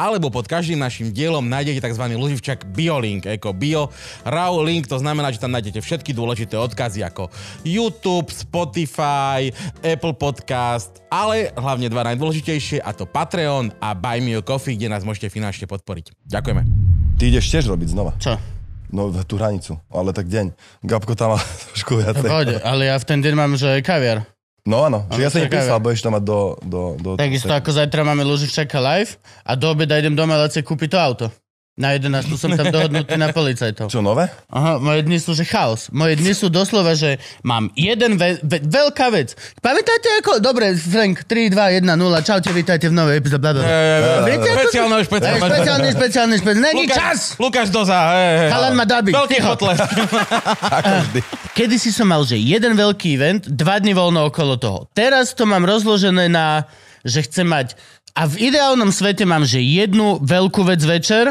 Alebo pod každým našim dielom nájdete tzv. loživčak BioLink, ako Bio Raw Link, to znamená, že tam nájdete všetky dôležité odkazy ako YouTube, Spotify, Apple Podcast, ale hlavne dva najdôležitejšie a to Patreon a Buy Me a Coffee, kde nás môžete finančne podporiť. Ďakujeme. Ty ideš tiež robiť znova. Čo? No v tú hranicu, ale tak deň. Gabko tam má trošku viacej. Pohode, ale ja v ten deň mám, že kaviar. No áno, že ja som im čakáme. písal, budeš tam mať do... do, do Takisto ako zajtra máme Luživčaka live a do obeda idem do Malace kúpiť to auto. Na 11 tu som tam dohodnutý na policajtov. Čo, nové? Aha, moje dni sú, že chaos. Moje dni sú doslova, že mám jeden ve- ve- veľká vec. Pamätáte ako... Dobre, Frank, 3, 2, 1, 0, čaute, vítajte v novej epizóde. bla, bla, bla. Viete, ako- E, Špeciálne, špeciálne. Ej, Špeciálny, špeciálny, špeciálny. Není e, čas! Lukáš Doza, hej, hej. Chalan ma dabí. Veľký Ticho. potlesk. Ako vždy. Kedy si som mal, že jeden veľký event, dva dni voľno okolo toho. Teraz to mám rozložené na, že chcem mať... A v ideálnom svete mám, že jednu veľkú vec večer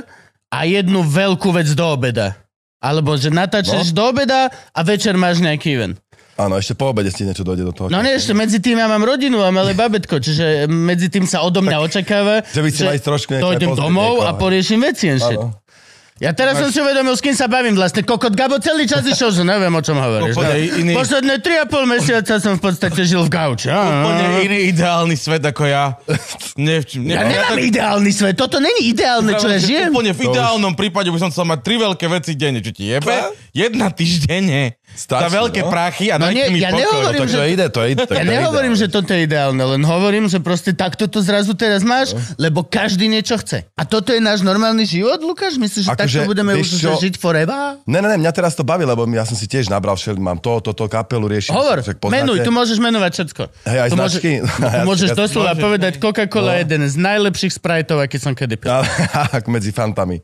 a jednu veľkú vec do obeda. Alebo, že No. natáčaš do obeda a večer máš nejaký event. Áno, ešte po obede si niečo dojde do toho. No nie, ešte medzi tým ja mám rodinu a malé babetko, čiže medzi tým sa odo mňa očakáva, že by si mal ísť trošku niekam dojdem pozrieť domov niekoho, a hej. poriešim veci and shit. Áno. Ja teraz som si uvedomil, s kým sa bavím vlastne. Kokot Gabo celý čas išiel, že neviem, o čom hovoríš. no. Úplne iný. Posledné 3,5 mesiaca som v podstate žil v gauči. Úplne iný ideálny svet ako ja. Ne, ne, Ja nemám ideálny svet, toto není ideálne, čo ja Že žijem. Úplne v ideálnom prípade by som chcel mať tri veľké veci denne, čo ti jebe? Jedna týždenne. Za Stačí, veľké no. prachy a No nie, dajte mi ja pokoj. nehovorím, Tak tak, to ide, to ide. tak Ja to ide. nehovorím, že toto je ideálne, len hovorím, že proste takto to zrazu teraz máš, No. lebo každý niečo chce. A toto je náš normálny život, Lukáš? Myslíš, že Akože, takto budeme vieš už čo? žiť forever? Ne, ne, ne, mňa teraz to baví, lebo ja som si tiež nabral všel, mám to, toto kapelu, riešim. Hovor, však poznáte. menuj, tu môžeš menovať všetko. Hej, aj tu značky. môže, môžeš Ja- ja- doslova povedať No. Coca-Cola je jeden z najlepších sprajtov, aký som kedy pil. Ale- Ako medzi fantami.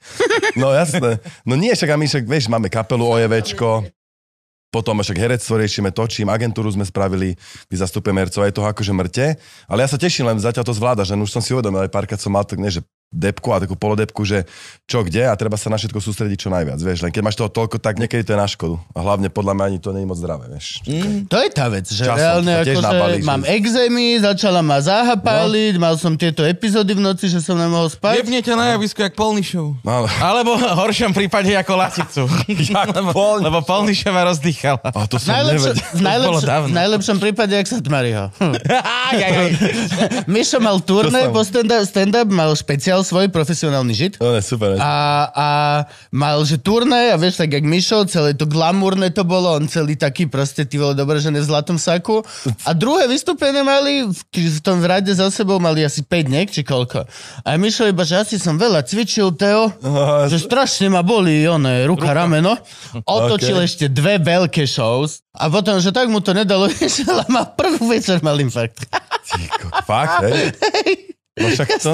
No jasné. No nie, však a my však, vieš, máme kapelu Ojevečko, potom však herectvo riešime, točím, agentúru sme spravili, my zastupujeme hercov, je toho akože mŕte. Ale ja sa teším, len zatiaľ to zvláda, že no už som si uvedomil, aj párkrát som mal tak, nie, že depku a takú polodepku, že čo kde a treba sa na všetko sústrediť čo najviac, vieš, len keď máš toho toľko, tak niekedy to je na škodu. A hlavne podľa mňa ani to nie je moc zdravé, vieš. To je tá vec, že Časom reálne sa tiež nabalíš, akože mám že- No. exémy, začala ma zahapáliť, mal som tieto epizódy v noci, že som nemohol spať. Jebne ťa na javisku jak polnišov. No, ale... Alebo v horšom prípade ako lasicu. lebo, Polnišov. No. lebo polniša ma rozdýchala. A to som Najlepšie, nevedel. v, najlepšom, To bolo dávno. v najlepšom prípade, jak sa tmariho. Aj, aj, aj. Mišo mal turné To som- po stand-up, stand-up, mal špeciál svoj, profesionálny žid. No, ne, super. A, a mal, že turné a vieš, tak jak Mišo, celé to glamúrne to bolo, on celý taký proste, ty vole, dobre, že ne v zlatom saku. A druhé vystúpenie mali, v, v tom rade za sebou mali asi 5 dnek, či koľko. A Mišo iba, že asi som veľa cvičil, Teo, Aha, že strašne ma boli, one, ruka, rameno. Otočil Ok. ešte dve veľké shows a potom, že tak mu to nedalo, vieš, ale ma prvú večer mal infarkt. Ty, ko- Fakt, hej? No však to...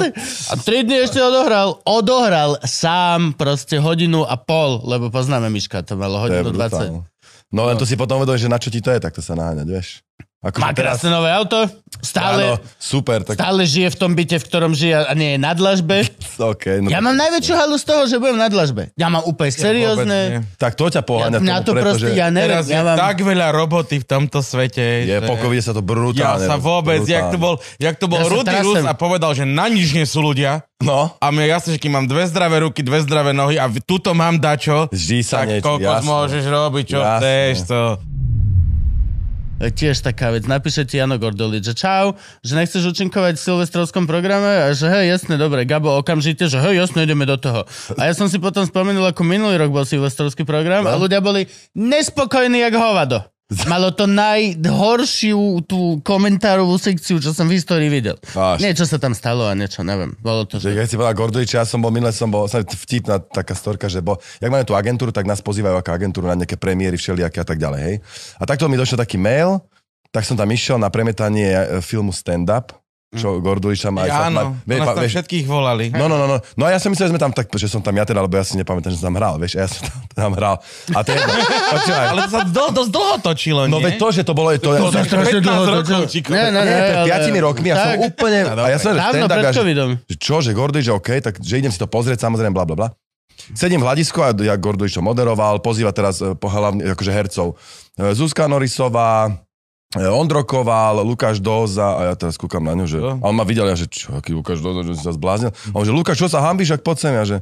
A tri dni ešte odohral, odohral sám proste hodinu a pol, lebo poznáme Miška, to malo To je hodinu 20. brutálne. No len to si potom uvedomíš, že na čo ti to je, tak to sa naháňať, vieš. Ako Má krásne nové auto, stále, Áno, super, tak stále žije v tom byte, v ktorom žije a nie je na dlažbe. OK. No, Ja mám najväčšiu halu z toho, že budem na dlažbe. Ja mám úplne seriózne. Tak to Ja, ťa poháňa mňa tomu, to pretože proste, ja neviem, Teraz je ja mám... tak veľa roboty v tomto svete. je, že- po covide sa to Ja brutálne. sa vôbec, brutálne. jak to bol, jak to bol Ja sa Rudy trasem. Rus a povedal, že na nič nie sú ľudia. No, A mne je jasné, že keď mám dve zdravé ruky, dve zdravé nohy a v- tuto mám dačo, vždy sa tak niečo, kokos jasné. môžeš robiť, čo Jasné. chceš, to... E, Tiež taká vec. Napíše ti Jano Gordolič, že čau, že nechceš účinkovať v silvestrovskom programe a že hej, jasne, dobre, Gabo, okamžite, že hej, jasne, ideme do toho. A ja som si potom spomenul, ako minulý rok bol silvestrovský program No. a ľudia boli nespokojní jak hovado. Malo to najhoršiu tú komentárovú sekciu, čo som v histórii videl. Až. Niečo sa tam stalo a niečo, neviem. Bolo to, Že že... keď si povedal Gordovič, ja som bol, minule som bol, sa vtipná taká storka, že bo, jak máme tú agentúru, tak nás pozývajú ako agentúru na nejaké premiéry všelijaké a tak ďalej, hej. A takto mi došiel taký mail, tak som tam išiel na premietanie e, eh, filmu stand-up čo Gorduliša má. aj Mm. Fatma- Áno, Vie- nás pa- tam vieš- všetkých volali. No, no, no, no. No a ja som myslel, že sme tam tak, že som tam ja teda, lebo ja si nepamätám, že som tam hral, vieš, a ja som tam, tam hral. A to je jedno. Počúvaj. Ale to sa do, dosť dlho točilo, nie? No veď to, že to bolo, to, to, tak to 15 dlho rokov, točilo. Čiko. Ne, ne, nie, ne, pred No, ale- piatimi rokmi ja som Tak. No, úplne... A ja som že Dávno stand-up, pred ja, že- covidom. že čo, že Gordulič, že OK, tak že idem si to pozrieť, samozrejme, bla, bla, bla. Sedím v hľadisku a ja Gordulič to moderoval, pozýva teraz eh, po hlavne, akože hercov. Eh, Zuzka Norisová, eh, Ondrokoval, Lukáš Doza a ja teraz kúkam na ňu, že... Čo? A on ma videl, ja, že čo, aký Lukáš Doza, že si sa zbláznil. A on, že Lukáš, čo sa hambíš, ak poď sem, ja, že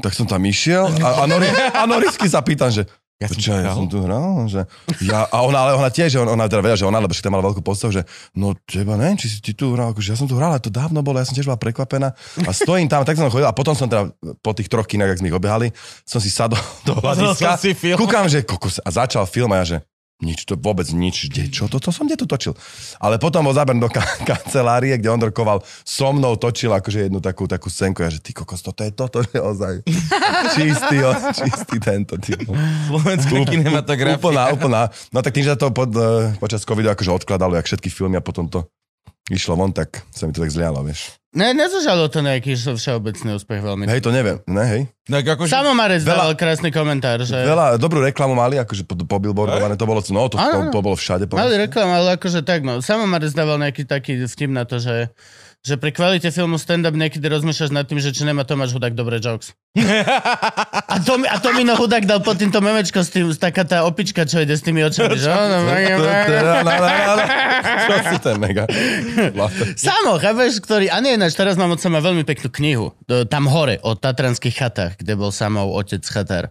tak som tam išiel a, a, Nori, a Norisky sa pýtam, že Ja som čo, ja čakal. som tu hral, že ja, a ona, ale ona tiež, ona, ona teda vedela, že ona, lebo však tam mala veľkú postavu, že no teba neviem, či si ty tu hral, akože ja som tu hral, ale to dávno bolo, ja som tiež bola prekvapená a stojím tam, tak som chodil a potom som teda po tých troch kinách, ak sme ich obehali, som si sadol do Pozrel som hľadiska, si film. kúkam, že kokos, a začal film a ja, že nič, to vôbec nič, kde, čo, to, to som kde to točil. Ale potom bol zabrn do ka- kancelárie, kde Ondrkoval so mnou točil akože jednu takú, takú scénku, ja, že ty kokos, toto je toto, že ozaj. čistý, o, čistý tento, ty. Slovenská kinematografia. Úplná, úplná. No tak tým, že to pod, eh, počas covidu akože odkladalo, jak všetky filmy a potom to išlo von, tak sa mi to tak zlialo, vieš. Ne, nezažalo to nejaký že všeobecný úspech veľmi. Hej, to neviem, ne, hej. Tak akože... Samo Marec Veľa- dával krásny komentár, že... Veľa, dobrú reklamu mali, akože po, po billboardované, to bolo, no to, to, Áno, áno. to bolo všade. po- Mali reklamu, ale akože tak, no. Samo Marec dával nejaký taký vtip na to, že že pri kvalite filmu stand-up niekedy rozmýšľaš nad tým, že či nemá Tomáš Hudák dobré jokes. A, to, mi- a Tomino Hudák dal pod týmto memečko s tým, taká tá opička, čo ide s tými očami, že? To- to- na- na- na- na- Čo si ten mega? Samo, chápeš, ktorý... A nie, ináč, teraz mám od sama veľmi peknú knihu. e, Tam hore, o Tatranských chatách, kde bol samov otec chatár.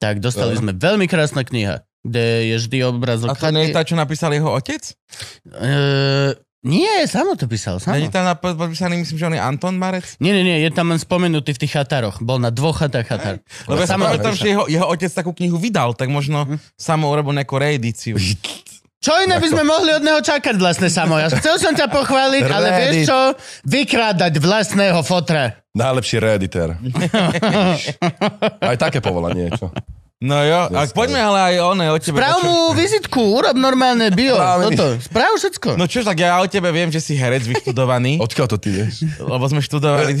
Tak dostali sme veľmi krásna kniha, kde je vždy A obrazok to nie je tá, čo napísal jeho otec? Eh, nie, samo to písal, samo. Není tam nap- napísaný, myslím, že on je Anton Marec? Nie, nie, nie, je tam len spomenutý v tých chatároch. Bol na dvoch chatách chatár. Lebo ja sa Samo- pamätám, že jeho, jeho otec takú knihu vydal, tak možno Mhm. samo urobil nejakú reedíciu. Čo iné by sme mohli od neho čakať vlastne samo? Ja chcel som ťa pochváliť, ale vieš čo? Vykrádať vlastného fotra. Najlepší reeditér. Aj také povolanie, čo? No jo, a poďme ale aj one o tebe. Sprav čo- mu vizitku, urob normálne bio. Správne. Toto. Sprav všetko. No čo, tak ja o tebe viem, že si herec vyštudovaný, Odkiaľ to ty vieš? lebo sme študovali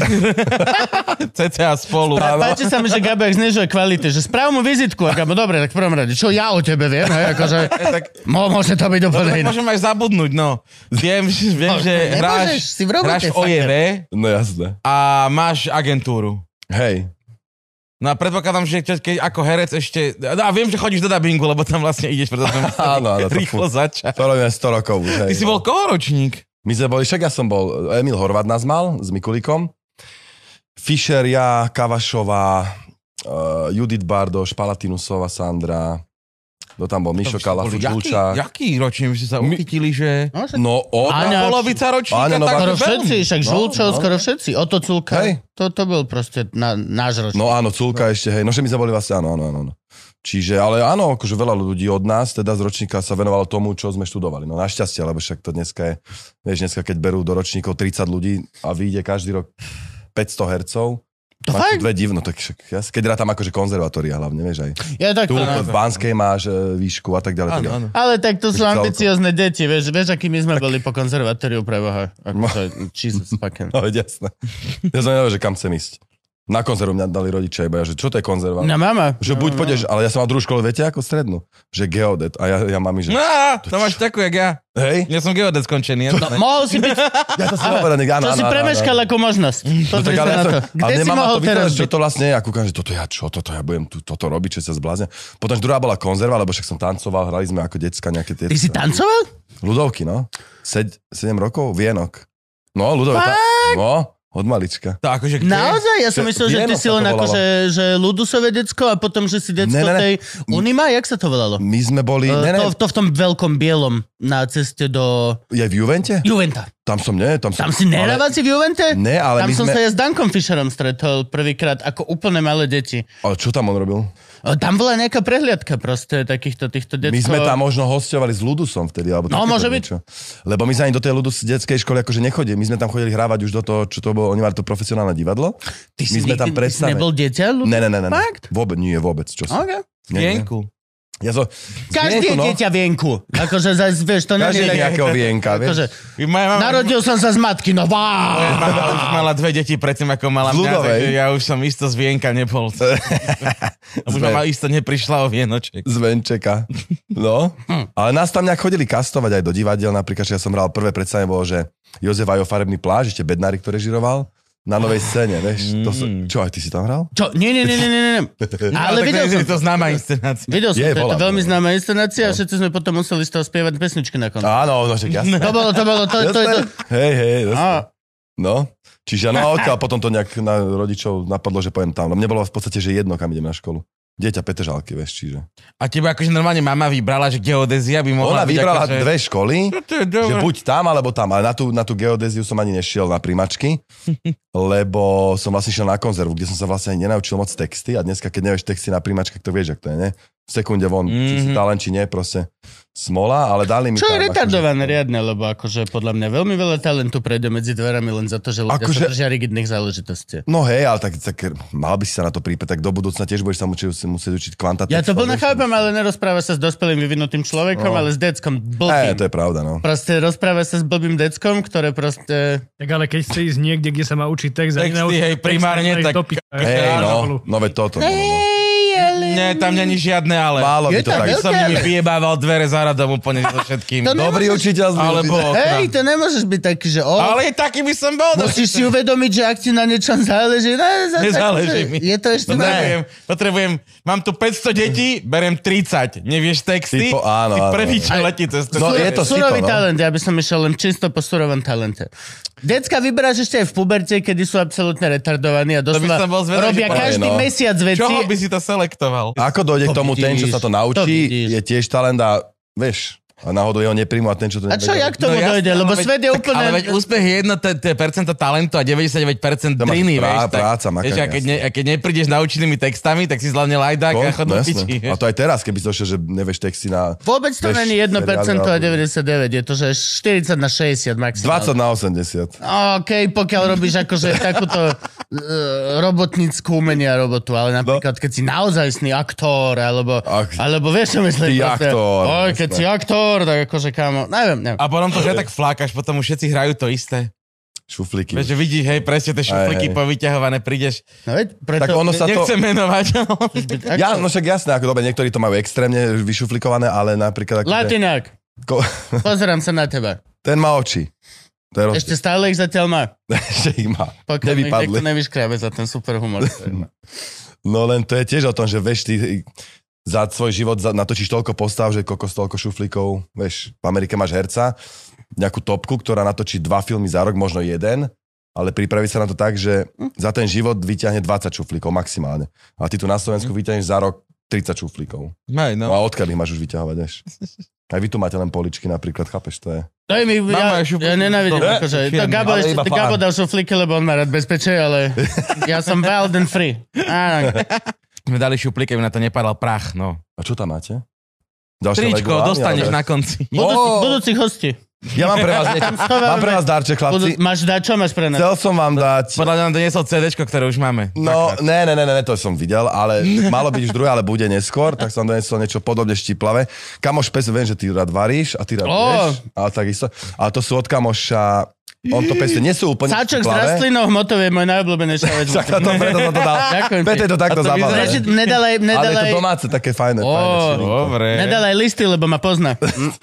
CCA spolu. Pá- Páči sa mi, že Gabek znižuje kvality, že správ mu vizitku. A Gabo, dobre, tak v prvom rade, čo ja o tebe viem, hej, akože, tak, mo, môže to byť úplne No Tak iné. môžem aj zabudnúť, no. Viem, že- viem, že Nemôžeš, hráš, si v robote, hráš E fucker. OJV No jasné. a máš agentúru. Hej. No a predpokladám, že keď, keď ako herec ešte... No a viem, že chodíš do dubbingu, lebo tam vlastne ideš, preto sme Áno, áno, to rýchlo fú- začať. To robíme 100 rokov už, hej. no. Ty si bol kohoročník. My sme boli, však ja som bol, Emil Horvat nás mal s Mikulikom, Fischer, ja, Kavašová, uh, Judith Bardoš, Palatinusová, Sandra, no tam bol Mišo Kala, jaký, Čulčák. jaký ročník by ste sa uchytili, že... No, však- No, od... Áňa, Polovica ročníka, Áno, no, tak skoro veľmi. všetci, však No, Žulčov, no. skoro všetci. Oto Culka, Hej. to, to bol proste na, náš ročník. No áno, Culka ešte, hej, no že my sme boli vlastne, áno, áno, áno. áno. Čiže, ale áno, akože veľa ľudí od nás, teda z ročníka sa venovalo tomu, čo sme študovali. No našťastie, lebo však to dneska je, vieš, dneska keď berú do ročníkov 30 ľudí a vyjde každý rok 500 hercov, To máš tu fakt? dve divno, tak však, jas- keď rátam akože konzervatória hlavne, vieš aj. Ja tak, Tu to, v Banskej máš e, výšku a tak ďalej. tak Áno, ďalej. áno. ale tak to sú Celkom. ambiciozne deti, vieš, vieš, aký my sme boli po konzervatóriu pre Boha. Akože, Jesus fucking. No, veď jasné. Ja som nevedel, že kam chcem ísť. Na konzervu mňa dali rodičia, iba ja, že čo to je konzerva? No mama. Že no, buď no. pôjdeš, ale ja som mal druhú školu, viete, ako strednú? Že geodet. A ja, ja mami, že No, á, to máš takú, jak ja. hej? Ja som geodet skončený. No, mohol si byť, Ja to som povedal, áno, čo áno, si áno, áno. premeškal ako možnosť. No tak Pozri ale sa ja na som, to. ale Kde si nemám na mohol to teraz teraz, čo byť? to vlastne je, ako ukážem, toto ja čo, toto ja budem tu, toto robiť, čo sa zbláznia. Potom druhá bola konzerva, lebo však som tancoval, hrali sme ako decka nejaké tie... Ty si tancoval? Ľudovky, no. Seď, 7 rokov, vienok. No, ľudové, ta... no, od malička. To akože kde? Naozaj? Ja som Že- myslel, že ty Vienok si sa to len ako, volalo. že, že Ludusové decko a potom, že si decko Ne, ne, ne. tej Unima, jak sa to volalo? My sme boli, E, ne, ne, To, to v tom veľkom bielom na ceste do je v Juvente? Juventa. Tam som, nie, tam som. Tam si nehrával si v Juvente? Ne, Tam ale my som sme... sa ja s Dankom Fisherom stretol prvýkrát ako úplne malé deti. Ale čo tam on robil? E, Tam bola nejaká prehliadka proste takýchto týchto detských. My sme tam možno hostovali s Ludusom vtedy, alebo No, takéto môže byť. niečo. Lebo my sme ani do tej Ludus detskej školy akože nechodili. My sme tam chodili hrávať už do toho, čo to bolo, oni mali to profesionálne divadlo. Ty my sme nikdy- ty si tam predstavení. nebol dieťa? Ľudko? Ne, ne, ne, ne. ne. Fakt? Vôbec, nie, vôbec. Čo si. Okay. Nie, nie. Vienku. Ja so, Každý je Zmienku, no. dieťa vienku. Akože, zas, vieš, to nie Každý je je... nejakého vienka, Akože, vieš. Moja mama, narodil som sa z matky, no moja vá! mama už mala dve deti predtým, ako mala mňa, Z ľudovej. takže ja už som isto z vienka nebol. Už Zver. mama isto neprišla o vienoček. Z Venčeka. No. Hm. Ale nás tam nejak chodili kastovať aj do divadiel. Napríklad, že ja som hral prvé predstavenie, bolo, že Jozef Ajo farebný pláž, ešte Bednári, ktorý žiroval, na novej scéne, vieš. To som, Mm. čo, aj ty si tam hral? Čo? Nie, nie, nie, nie, nie, nie. Ale tak videl to som, je to známa inscenácia. videl som, Je, to je to bola, veľmi bola. No. známa inscenácia a všetci sme potom museli z toho spievať pesničky na konci. Áno, no však jasné. To bolo, to bolo, to, to, je to, Jasné? Hej, hej, jasné. Á. No, čiže no a odtiaľ potom to nejak na rodičov napadlo, že pojem tam. No mne bolo v podstate, že jedno, kam idem na školu. Dieťa Petržalky, vieš, čiže. A teba akože normálne mama vybrala, že geodézia by mohla Ona byť vybrala akože... dve školy, To je že dobré. buď tam, alebo tam. Ale na tú, na tú geodéziu som ani nešiel na primačky, lebo som vlastne šiel na konzervu, kde som sa vlastne ani nenaučil moc texty a dneska, keď nevieš texty na primačkach, to vieš, ak to je, ne? V sekunde von, mm-hmm. či si Mhm. talent, či nie, proste smola, ale dali mi čo je tam akože- retardované riadne, lebo akože podľa mňa veľmi veľa talentu prejde medzi dverami len za to, že ľudia sa Akože- držia rigidných záležitostí. No hej, ale tak, tak mal by si sa na to prípať, tak do budúcna tiež budeš sa mučiť, si musieť učiť kvantatívne. Ja to plne chápem, ale nerozpráva sa s dospelým vyvinutým človekom, No. ale s deckom blbým. Hej, to je pravda, no. Proste rozpráva sa s blbým deckom, ktoré proste... Tak ale keď chce ísť niekde, kde sa má učiť text, a Texty, nenaučí hej, sa text, primárne, tak... tak- to piče. Hej, no, no veď toto. No, no. Nie, tam není žiadne ale. Málo by Je to tam tak. Som Veľké nimi ale. vyjebával dvere za radom úplne so všetkým. To ne- Dobrý učiteľ zlý Alebo... učiteľ. okra- Hej, to nemôžeš byť taký, že o, Ale taký by som bol. no. Musíš si uvedomiť, že ak ti na niečom záleží, ne, za, Nezáleží mi. je to ešte... Potrebujem, potrebujem, mám tu 500 detí, berem 30. Nevieš texty? Ty po- áno, ty áno, prvý, áno. čo letí cez to. No, je to sito, Surový no. talent, ja by som išiel len čisto po surovom talente. Decka vyberáš ešte aj v puberte, kedy sú absolútne retardovaní a doslova som bol zvedavý, robia že povedz, každý no. mesiac veci. Čoho by si to selektoval? Ako To dojde k tomu vidíš, ten, čo sa to to naučí, vidíš. je tiež talent a vieš, a náhodou jeho nepríjmu a ten, čo to A čo, nevedel. No, jak k tomu No, jasné, dojde? ale Lebo veď- svet je tak úplne... Ale veď úspech je jedno t- t- percento talentu a 99% To máš driny, prá- vieš. tak- práca, makanie, vieš, a, keď ne, a keď neprídeš naučenými textami, tak si zlavne lajdák To? a chod do No, jasné. piči. A to aj teraz, keby si došiel, že nevieš texty na Vôbec to Vieš, není 1% a 99, seriály, je to že 40 na 60 maximálne. 20 na 80. OK, pokiaľ robíš akože takúto uh, robotníckú umenie a robotu, ale No. napríklad, keď si naozajstný aktor, alebo, Ak- alebo vieš, čo myslím? Ty aktor, Oj, keď jasné. si aktor, tak akože kámo, neviem, neviem. A potom to že tak flákaš, potom už všetci hrajú to isté. Šuflíky. Vieš, že vidíš, hej, presne tie šuflíky hej. povyťahované, prídeš. No, veď, preto, Tak ono sa to... Nechcem menovať, ale... Ako, Ja, no však jasné, ako dobre, niektorí to majú extrémne vyšuflikované, ale napríklad... Ako Latinák, Ko, pozerám sa na teba. ten má oči. To je rozdiel. Ešte stále ich zatiaľ má. Ešte ich má. Pokiaľ mi Nevypadli. niekto nevyškrábe za ten super humor. ktorý má. No len to je tiež o tom, že vieš, ty za svoj život za, natočíš toľko postav, že kokos toľko šuflíkov, vieš, v Amerike máš herca, nejakú topku, ktorá natočí dva filmy za rok, možno jeden, ale pripraví sa na to tak, že za ten život vyťahne 20 šuflíkov maximálne. A ty tu na Slovensku vyťahneš za rok 30 šuflíkov. Hej, no. No a odkiaľ ich máš už vyťahovať, vieš? Aj vy tu máte len poličky napríklad, chápeš, to je. To je mi, ja, Mama je šup- ja nenávidím, Ne? akože, to Firmy. Gabo, Ale ešte, iba Gabo pán. dal šuflíky, lebo on má rád bezpečie, ale ja som wild and free. Áno, Sme dali šuplík, aby na to nepadal prach, no. A čo tam máte? Ďalšie Tričko, legulámy, dostaneš ale- na konci. Budúci, Ó! budúci hosti. Ja mám pre vás, niečo, mám pre vás darček, Budú, chlapci. máš dať, čo máš pre nás? Chcel som vám dať Podľa mňa nám doniesol CD, ktoré už máme. No, ne, ne, ne, ne, ne, to som videl, ale malo byť už druhé, ale bude neskôr, tak som donesol niečo podobne štiplavé. Kamoš pes, viem, že ty rád varíš a ty Ó. rád vieš, ale takisto. A to sú od kamoša, on to pestuje, nie sú úplne Sáčok s štiplavé. rastlinou hmotou je môj najobľúbenejšia vec. Tak to, preto som to dal. Ďakujem ti. Preto je to takto A to vyzerá, zabavné. Prečo- Nedalej, Ale je nedalej, to domáce, také fajné. Ó. fajné šírinko. Dobre. nedalej listy, lebo ma pozná.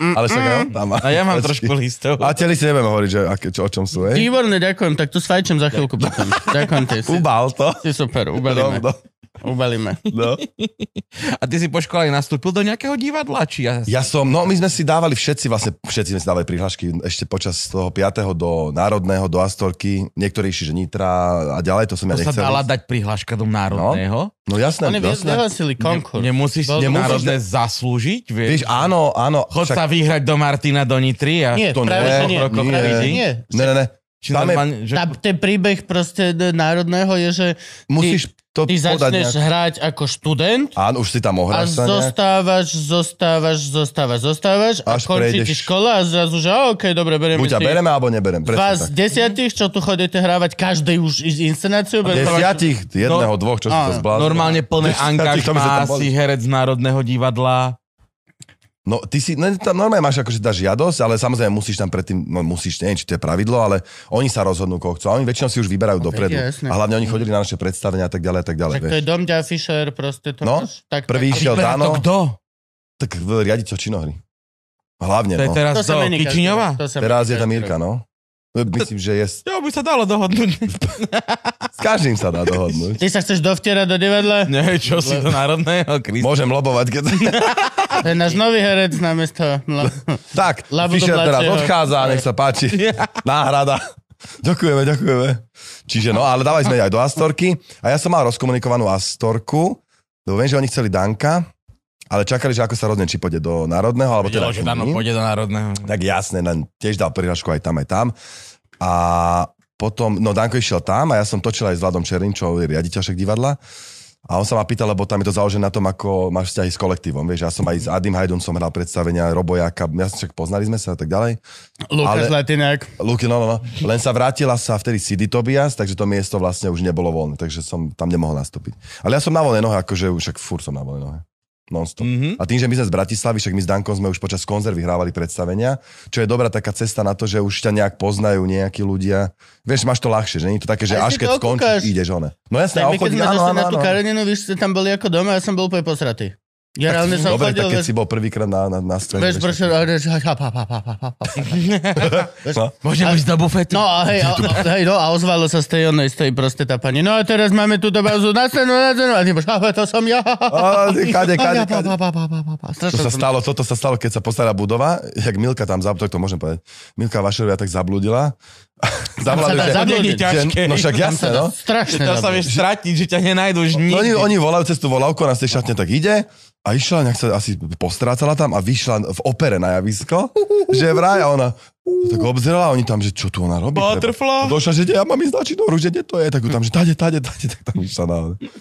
ale však aj on tam má. Mm, A ja mám trošku listov. A teli si nebudeme hovoriť, že aké, čo, o čom sú, hej? Výborne, ďakujem, tak tu sfajčím za chvíľku potom. Ďakujem ti. Si, Ubal to. si super, ubalíme. Rovno. Ubalíme. No. A ty si po škole nastúpil do nejakého divadla, či ja... Ja som, no my sme si dávali všetci, vlastne všetci sme si dávali prihlášky ešte počas toho 5. do Národného, do Astorky, niektorí išli, že Nitra a ďalej, to som ja To sa nechcel. dala ísť. dať prihláška do Národného. No jasné, Oni vy- jasné. vyhlasili konkurs. Nemusíš si Bol- Nemusíš Národné zaslúžiť, vieš. No. Vieš, áno, áno. Chod sa vyhrať do Martina, do Nitry a... Nie, to práve nie, že nie. rokov Práve že nie. nie. Ne, ne, ne. Či tam je- normálne, že... Tá, ten príbeh proste d- národného je, že Musíš to ty podať začneš nejak. hrať ako študent Áno, už si A tam ohráš sa nejak. zostávaš, zostávaš, zostávaš, zostávaš a Až končí prejdeš. ti škola a zrazu, že a okej, dobre, bereme Buď ťa si bereme, alebo neberem. Presne vás tak. desiatých, čo tu chodíte hrávať, každý už i- inscenáciu. bereme- Desiatich, jedného, dvoch, čo si to Áno, zbláznil. Normálne plné Desiatich, to by sme tam angažmá boli. si herec Národného divadla. No, ty si, no, tam normálne máš akože tá žiadosť, ale samozrejme musíš tam predtým, no musíš, neviem, či to je pravidlo, ale oni sa rozhodnú, koho chcú. A oni väčšinou si už vyberajú dopredu. No, jasné. A hlavne oni chodili na naše predstavenia a tak ďalej a tak Tak ďalej. to vieš. je Domďa Fischer, proste to No, máš. Tak, prvý tak, išiel Vyberá to Dano, kto? tak v riadiť činohry. Hlavne, To je no. teraz to do sa mení každý Kičiňová? rok, to sa Teraz mení je tam každý Mirka, rok. no. Myslím, že je. S Jo, by sa dalo dohodnúť. s každým sa dá dohodnúť. Ty sa chceš dovtierať do divadla? No. Nie, čo si do národného, Krista. Môžem lobovať, keď... To je náš nový herec na mesto. No. tak, Labo no. Fischer do teraz placeho. odchádza, nech sa páči. Náhrada. Ďakujeme, ďakujeme. Čiže no, ale dávali sme aj do Astorky. A ja som mal rozkomunikovanú Astorku, lebo viem, že oni chceli Danka, ale čakali, že ako sa rozhodne, či pôjde do Národného, alebo Vedelo, teda že Dano Chemii. pôjde do národného. Tak jasné, len tiež dal prihlášku aj tam, aj tam. A potom, no Danko išiel tam a ja som točil aj s Vladom Čerinčou, riaditeľ však divadla. A on sa ma pýtal, lebo tam je to založené na tom, ako máš vzťahy s kolektívom. Vieš, ja som aj s Adim Hajdom som hral predstavenia, Robojaka, ja však poznali sme sa a tak ďalej. Lukáš Ale- Latinák. Luky, no, no, no. Len sa vrátila sa vtedy Sidy Tobias, takže to miesto vlastne už nebolo voľné, takže som tam nemohol nastúpiť. Ale ja som na voľnej nohe, akože už však fur som na voľnej nohe. Non-stop. Mhm. A tým, že my sme z Bratislavy, však my s Dankom sme už počas konzervy hrávali predstavenia, čo je dobrá taká cesta na to, že už ťa nejak poznajú nejakí ľudia. Vieš, máš to ľahšie, že nie je to také, že Aj až si to keď okúkaš. skončíš, ideš one. No Tak jasné, a my keď ochodí, sme áno, došli áno, na tú áno. Kareninu, vy ste tam boli ako doma, ja som bol úplne posratý. Ja reálne som Dobre, chodil, tak keď vieš, si bol prvýkrát na, na, na scéne. vieš, vieš, prečo, a vieš, ha, ha, ha, ha, ha, ha, ha. No. Môžem ísť do bufetu. No a hej, a, a, hej, no a ozvalo sa z tej onej, z tej proste tá pani. No a teraz máme tu bázu na scénu, na scénu, a ty bož, to som ja. Á, ty, A kade, kade, ja, pa, kade. pa, pa, pa, pa, pa, pa. To Strašne sa som- stalo, toto sa stalo, keď sa postará budova, jak Milka tam, zab- tak to môžem povedať, Milka Vašerovia tak zablúdila. Zavolali, dá že- zablúdiť. Zablúdiť že- ťažké. No však jasné, no. Strašne Tam sa dobre. vieš stratiť, že ťa nenajdu už No oni, nikdy. oni volajú cez tú volavku, ona z tej šatne tak ide a išla, nejak sa asi postrácala tam a vyšla v opere na javisko, že vraj a ona to tak obzerala a oni tam, že čo tu ona robí. treba. Butterfly. A Došla, že ja mám ísť na činoru, že kde to je, tak ju tam, že tade, tade, tade, tak tam išla na...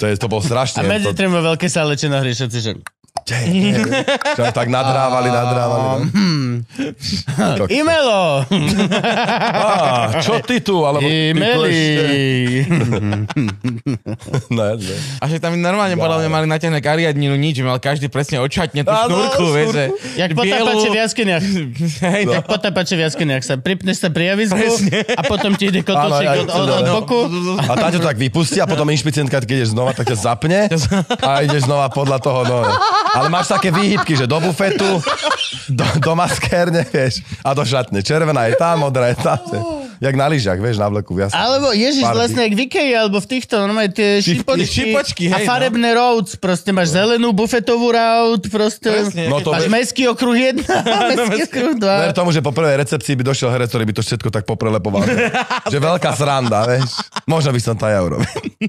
To, je, to bolo strašné. A medzi to, tým vo veľké sále činohry všetci, že... Kde je? Čo nás tak nadrávali, nadrávali. No. hm. Imelo! Á, čo ty tu? Alebo ty tu ešte- Imeli! No, jasne. A že tam normálne podľa mňa mali natiahnuť kariadninu nič, že mal každý presne očatne tú Áno, šnúrku, šnúrku. vieš, že Jak potápače v jaskyniach. Hej, No. tak Jak potápače v jaskyniach sa pripneš sa pri javisku No. Presne. a potom ti ide kotúčik Áno, aj od, od, od celé. boku. A tá ťa tak vypustí a potom inšpicientka, keď ideš znova, tak ťa zapne a ideš znova podľa toho. No. Ale máš také výhybky, že do bufetu, do, do maskérne, vieš, a do šatne. Červená je tam, modrá je tam. Jak na lyžiach, vieš, na vleku. Jasne. Alebo, ježiš, Farby. vlastne jak v Ikei, alebo v týchto, normálne tie Šip- šipočky, šipočky, a hej, no. farebné routes, proste máš zelenú bufetovú route, proste presne. No, No to máš vieš. mestský okruh 1, mestský okruh 2. Ver tomu, že po prvej recepcii by došiel herec, ktorý by to všetko tak poprelepoval. že veľká sranda, vieš. Možno by som to aj ja urobil.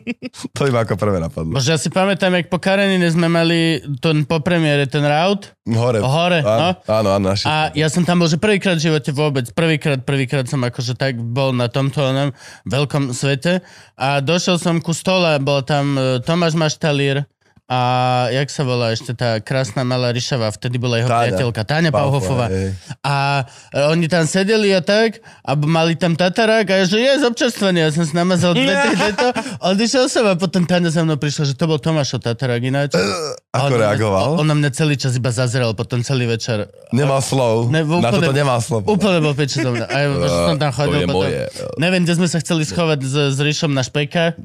to by ma ako prvé napadlo. Bože, ja si pamätám, jak po Karenine sme mali ten po premiére ten route Hore. Hore, no. áno, áno, áno, naši. a ja som tam bol, že prvýkrát v živote vôbec, prvýkrát, prvýkrát som akože tak bol na tomto onom veľkom svete a došiel som ku stole, bol tam e, Tomáš Maštalír a jak sa volá ešte tá krásna malá Ríšava, vtedy bola jeho Táňa. priateľka, Táňa Pauhofová. hej. A e, oni tam sedeli a tak, a b- mali tam tatarák a ja, že je z občerstvenia, ja som si namazal dve, tri tieto, odišiel som a potom Tania za mnou prišla, že to bol Tomášov tatarák ináč. A Ako ona mňa- reagoval? o- Ona mňa celý čas iba zazrel, potom celý večer. Nemal slov. Ne, úplne- na toto nemal slov. Úplne bol peče do mňa. A ja, že som tam chodil to je potom. moje. Neviem, kde sme sa chceli schovať s, s Ríšom na špeka.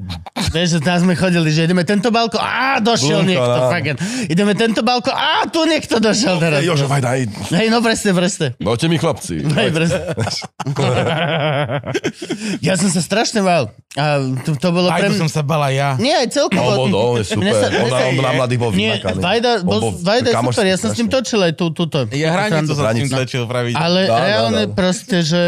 Vieš, že tam sme chodili, že ideme tento balko, a došiel Blúko, niekto, áno. fucking. Ideme tento balko, a tu niekto došiel teraz. Jožo, vajdaj. Hej, no presne, presne. Note mi chlapci. Hej, presne. Ja som sa strašne mal. A to, to bolo aj pre to mňa... som sa bala ja. Nie, aj celkovo. No, no, on je Mne super. sa- mne on, sa- on na mladých bol Nie, vynakaný. Vajda, On bol, Vajda je kamoš super, ja som s ním strašný. točil aj tú, túto. Ja hranicu som s tým Hranicu. začal praviť. Ale Dá, dá, reálne dá. proste, že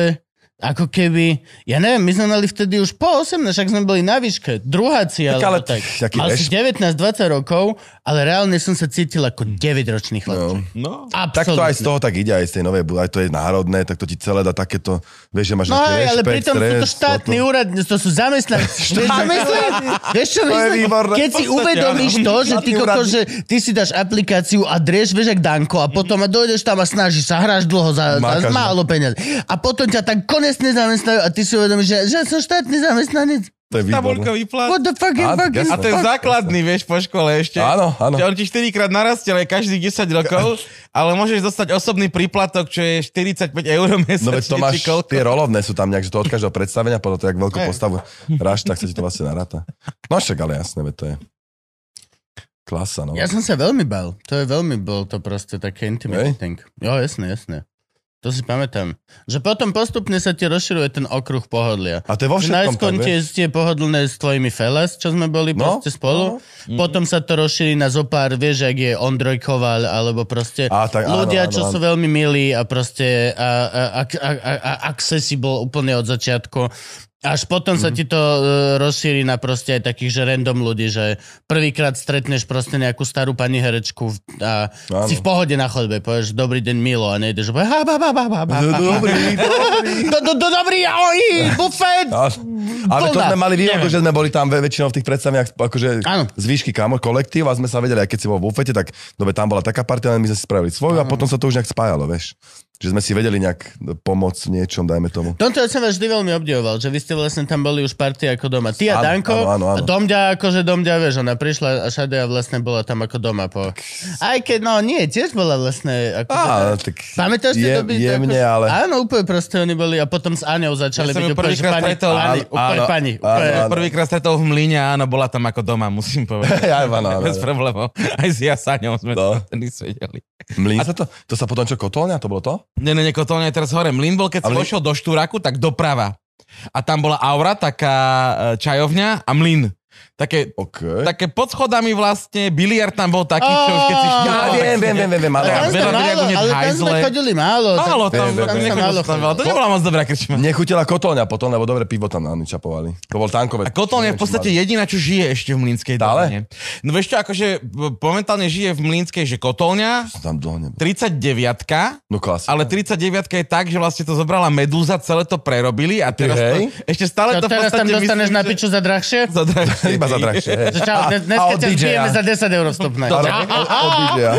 ako keby, ja neviem, my sme mali vtedy už po 18, však sme boli na výške, druháci, Tak ale alebo tak. pff, jaký Mal si rešpekt. 19-20 rokov, ale reálne som sa cítil ako 9-ročný chlapček. Hm. No. No. Tak to aj z Absolútne. toho tak ide, aj z tej novej, bu- aj to je národné, tak to ti celé dá takéto, vieš, že máš No nejaký hej, ale rešpekt, pritom sú to stres, štátni toto. úrad, to sú zamestnanci. Vieš, čo myslím? Vieš, čo je myslím? výborné. Keď si V podstate, uvedomíš áno. to, že ty, Štátny koko, úradník. že ty si dáš aplikáciu a drieš, vieš, jak Danko, a potom a dojdeš tam a snažíš sa, hráš dlho za, za Makáš, no. málo peniaz. A potom ťa tak konec nezamestnajú a ty si uvedomíš, že, že ja som štátny zamestnanec. To je výborné. Tabulkový plat. What the fucking Á, fucking... A jasné. ten základný, vieš, po škole ešte. Áno, áno. Že on ti 4 krát narastie, ale každých 10 rokov, ale môžeš dostať osobný príplatok, čo je 45 eur mesačne. No veď to máš, či koľko. tie rolovné sú tam nejak, že to od každého predstavenia, podľa toho, jak veľkú Hej. postavu ráš, tak sa ti to vlastne naráta. No však, ale jasné, veď to je klasa, no. Ja som sa veľmi bal. To je veľmi, bol to proste také Hej? intimidating. Jo, jasné, jasné. To si pamätám. Že potom postupne sa ti rozširuje ten okruh pohodlia. A to je vo Že všetkom Najskôr tak, tie, vieš? tie pohodlné s tvojimi felas, čo sme boli No, proste spolu. Potom sa to rozšíri na zopár, vieš, ak je Ondroj Koval, alebo proste Á, tak áno, ľudia, áno, čo áno. sú veľmi milí a proste a, a, a, a, a, a accessible úplne od začiatku. Až potom sa ti to e, rozšíri na proste aj takých, že random ľudí, že prvýkrát stretneš proste nejakú starú pani herečku v- a Áno. si v pohode na chodbe, povieš dobrý deň Milo a nejdeš, že ha, ba, ba, ba, ba, ba, No, ba. Dobrý, dobrý. Do, do, do, dobrý, ahoj, bufet! A- Ale to Vlna. sme mali výhodu, Neviem. že sme boli tam ve- väčšinou v tých predstaveniach, akože Áno. z výšky kamo, kolektív a sme sa vedeli, aj keď si bol v bufete, tak dobe tam bola taká partia, ale my sme si spravili svoju a potom sa to už nejak spájalo, vieš. Že sme si vedeli nejak pomôcť v niečom, dajme tomu. Tomto ja som vás vždy veľmi obdivoval, že vy ste vlastne tam boli už party ako doma. Ty a Áno, Danko, áno, áno, áno. a Domďa akože Domďa, vieš, ona prišla a všade a vlastne bola tam ako doma po... Aj keď, no nie, tiež bola vlastne ako... Á, tak Pamätáš tie je- doby? jemne, ako... ale- Áno, úplne proste oni boli a potom s Aňou začali Ja som byť ju úplne, že prvýkrát pani, stretol. pani, Áno, úplne áno, pani, áno, úplne. áno. Prvýkrát stretol v Mline, áno, bola tam ako doma, musím povedať. Ja, áno, áno, Bez áno. problémov. Aj s ja sa ňou sme No. to vtedy svedeli. Mlín sa to? To sa potom čo, kotolňa? To bolo to? Ne, ne, ne, kotolňa je teraz hore. Mlin bol, keď A som Mlyn- došiel do Štúraku, tak doprava. A tam bola aura, taká e, čajovňa a mlin. Také, OK. také pod schodami vlastne, biliard tam bol taký, čo už keď si Ja šťahol, Ja tak viem, si- viem, viem, viem, viem, Ale ale tam sme veľa ľudí málo, ako ale tam sme hajzle. chodili málo. tak- Málo tam, Viem, viem, tam viem. nechodil Málo som tam veľa. To chodil. nebola moc dobrá krčma. Nechutila kotolňa potom, lebo dobre pivo tam načapovali. To bol tankovec. A Kotolň je v podstate jediná, čo žije ešte v Mlínskej Stále? doline. No vieš čo, akože b- momentálne žije v Mlínskej, že Kotolňa, Tam dlho nebol. 39 No klasika. ale 39 je tak, že vlastne to zobrala Medúza, celé to prerobili a teraz to, hej. ešte stále To to, v teraz tam podstate dostaneš myslím, na že- piču za drahšie? Za drahšie. Iba za drahšie. hej. Že čau, A- dnes- a dneska od ťa DJ-a. zbijeme za 10 eur vstupné. Ale Čau. od- od DJ-a.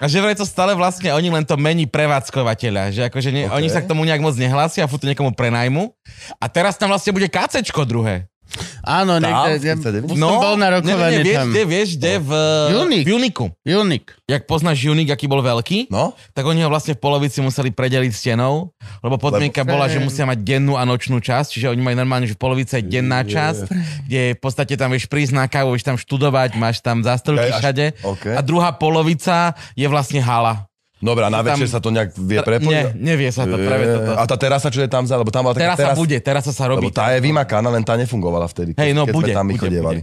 A že vraj to stále vlastne oni len to mení prevádzkovateľa, že akože nie, Ok. oni sa k tomu nejak moc nehlásia, furt to niekomu prenajmu. A teraz tam vlastne bude KCčko druhé. No, Áno, niekde... Tam? Už som bol na rokovaní ne, ne, vieš, tam. kde, vieš, kde No. v, Junik. v Juniku. Junik. Jak poznáš Junik, aký bol veľký, No, tak oni ho vlastne v polovici museli predeliť stenou, lebo podmienka bola, že musia mať dennú a nočnú časť, čiže oni majú normálne, že v polovici je denná časť, kde v podstate tam vieš prísť na kávu, vieš tam študovať, máš tam zástrelky Hej, až- všade. OK. A druhá polovica je vlastne hala. dobre, a na Tam- večer sa to nejak Nie, vie prepojiť? nevie sa to práve toto. A tá terasa, čo je tam za, lebo tam bola taká Teraz sa bude, teraz sa robí. Lebo tá je vymakána, len tá nefungovala vtedy, keď, Hej, no, keď bude, sme tam my bude, chodievali.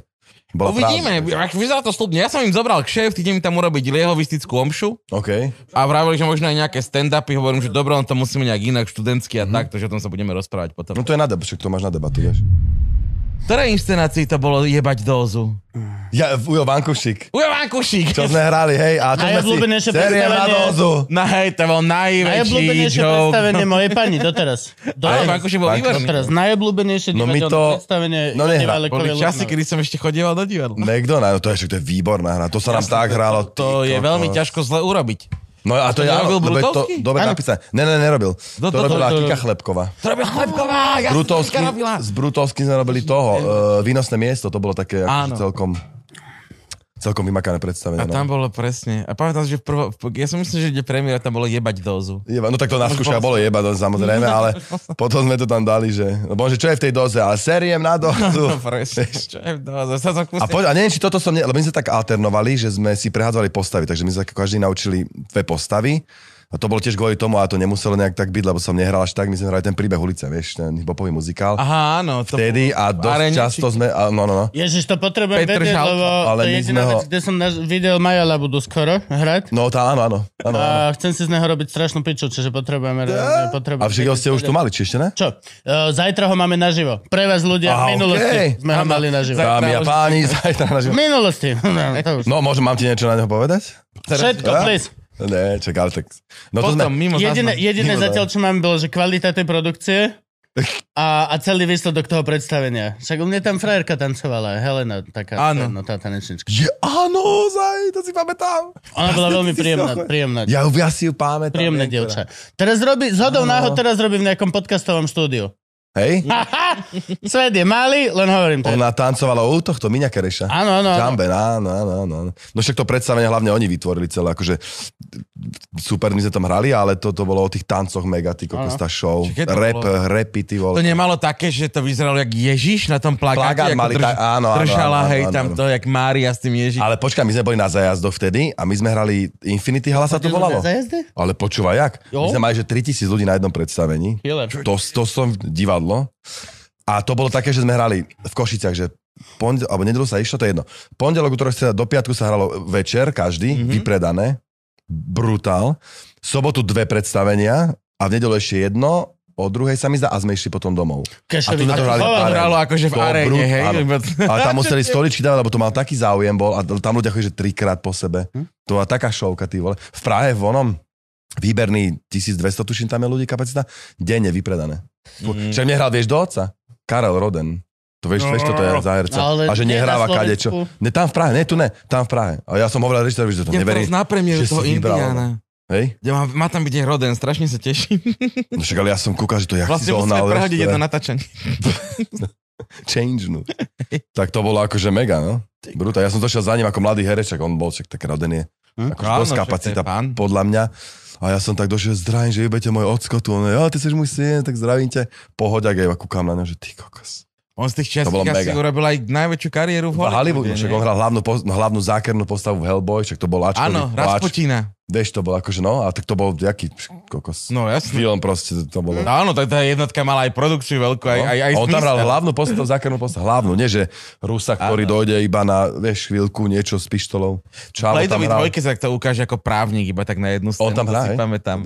Bola Uvidíme, prázdna. ak vyzerá to slubne. Ja som im zobral kšeft, idem im tam urobiť liehovistickú omšu OK. a vravili, že možno aj nejaké stand-upy, hovorím, že dobre, on to musíme nejak inak, študentsky a mm-hmm. tak, takže o tom sa budeme rozprávať potom. Mhm. No to je na debatu, však to máš na debatu, vieš. Ktoré inscenácii to bolo jebať dózu? Ja, Ujo Vankušik, Ujo Vankušík! čo sme hrali, hej, a to sme si... Najobľúbenejšie Seriem na predstavenie- dozu. No hej, to bol najväčší Najobľúbenejšie joke. No. predstavenie mojej pani doteraz. Ale Doteraz. Vankušík bol Vankušík. výborný. Doteraz. Najobľúbenejšie akože- No my divadelné to- predstavenie no nehra. Ivana Boli Lekovej časy, Lubnovej. kedy som ešte chodieval do divadla. McDonald's, no to je, však to je výborná hra, to sa nám tak hralo. To je ty kokos. veľmi ťažko zle urobiť. No a to to je, nerobil áno, lebo je to Brutovský? dobre Áno. napísané. Ne, ne, nerobil. No, to- To to- robila to- Kika Chlebková. To robila Chlebková, ja som to Brutovský, robila. s Brutovským sme robili toho, uh, výnosné miesto, to bolo také akože Áno. celkom, celkom vymakané predstavenie. A tam no. bolo presne. A pamätám si, že v prvo, ja som myslel, že ide premiéra, tam bolo jebať dozu. Jeba, no tak to nás skúša, bolo jeba, no, samozrejme, ale potom sme to tam dali, že... no, Bože, čo je v tej doze? A sériem na dozu. No presne, čo je dozu. Sa som A, kúsil. poď, a neviem, či toto som... Ne, lebo my sme tak alternovali, že sme si prehádzali postavy, takže my sme sa každý naučili dve postavy. A to bolo tiež kvôli tomu, a to nemuselo nejak tak byť, lebo som nehral až tak, my sme hrali ten príbeh ulice, vieš, ten hip-hopový muzikál. Aha, áno. To Vtedy a v dosť arene, často či- sme... A, no, no, no. Ježiš, to potrebujem Petr vedieť, Žalka. lebo Ale to je my jediná sme ho- vec, kde som naž- videl Maja Labudu skoro hrať. No, tá, áno, áno. áno, áno. A chcem si z neho robiť strašnú piču, čiže potrebujeme... reálne- potrebujeme A všetko ste už tu mali, či ešte ne? Čo? E, Zajtra ho máme naživo. Pre vás ľudia Aha, v minulosti okej. sme ho Áno. mali naživo. Za- Dámy a páni, zajtra na V živo. minulosti. No, to už. No, môžem, mám ti niečo na neho povedať? Všetko, Ja? please. Ne, čak, ale tak... No to Potom, sme... mimo Jediné, záznam. jediné Mimo zatiaľ, čo mám, bolo, že kvalita tej produkcie a, a celý výsledok toho predstavenia. Však u mňa tam frajerka tancovala, Helena, taká Áno. no, tá tanečnička. Je, áno, zaj, to si pamätám. Ona bola veľmi si príjemná, socha. príjemná. Ja, ju- ja si ju pamätám. Príjemné viem, ktorá. dievča. Teraz robí, zhodou náhod teraz robí v nejakom podcastovom štúdiu. Hej? Svet je malý, len hovorím to. Ona tancovala u tohto Miňa Kereša. Áno, áno, áno. Jamben, áno, áno, áno. áno. No však to predstavenie hlavne oni vytvorili celé, akože super, my sme tam hrali, ale to, to bolo o tých tancoch mega, ty kokos, tá show. Čiže keď to Rap, bolo- rapy, ty To vole. nemalo také, že to vyzeralo jak Ježiš na tom plagáte, Plagát ako mali drž, tak- áno, áno, držala, áno, hej, áno, tam áno. to, jak Mária s tým Ježiš. Ale počkaj, my sme boli na zajazdoch vtedy a my sme hrali Infinity Hala sa to volalo. Zajazde? Ale počúvaj, jak? Jo. My sme mali, že 3000 ľudí na jednom predstavení. Chvíle. To, to som divadlo. A to bolo také, že sme hrali v Košiciach, že pondel, alebo nedelu sa išlo, to je jedno. Pondelok, útorok, streda, do piatku sa hralo večer, každý, mm-hmm. vypredané. Brutál. Sobotu dve predstavenia a v nedelu ešte jedno, o druhej sa mi zdá a sme išli potom domov. Kešovi. A tu sme to hrali v To aréne. hralo akože v To aréne, brut- hej. áno. Ale tam museli stoličky dávať, lebo to mal taký záujem bol a tam ľudia chodili, že trikrát po sebe. Hm? To bola taká šovka, ty vole. V Prahe v onom výberný 1200, tuším, tam je ľudí kapacita, denne vypredané. Mm. Však nehral, vieš, do oca? Karel Roden. To vieš, vieš, toto No. je za herca. Ale a že nie na nehráva Slovensku. Idem teraz neverí. na premiéru že si toho vybral. Indiana. Hej? Ja má, má tam byť aj Roden, strašne sa teším. No však, ale ja som kúkal, že to jak si Vlastne musíme zohnal. vieš, prehodiť to je jedno natáčanie. Change, no. tak to bolo akože mega, no. Brutál. Ja som došiel za ním ako mladý hereček, on bol však tak Roden je. Akože Áno, dosť však to je kapacita, pán. podľa mňa. A ja som tak došiel, zdravím, že jebete môj ocko tu. On, ja, ty si môj syn, tak zdravím ťa. Pohoď, ak ja kúkam na ňa, že ty kokos. On z tých To bolo českých asi mega. urobil aj najväčšiu kariéru v V Hollywoode, Hollywoode. však nie? on hral hlavnú, pos- hlavnú zákernú postavu v Hellboy, však to bol Ačko. Áno, Rasputina. Vieš, to bol akože, no, a tak to bol jaký pš, kokos. No No. jasne. Film proste, to bolo. No. Áno, tak tá jednotka mala aj produkciu veľkú, aj, aj, aj a on tam hral zmysel. hlavnú postavu, zákernú postavu, hlavnú, nie že Rusa, ktorý Áno. dojde iba na, vieš, chvíľku, niečo s pištolou. Čavo tam Platovi hral. dvojke sa to ukáže ako právnik, iba tak na jednu scénu. On tam to hrá, si hej? pamätám.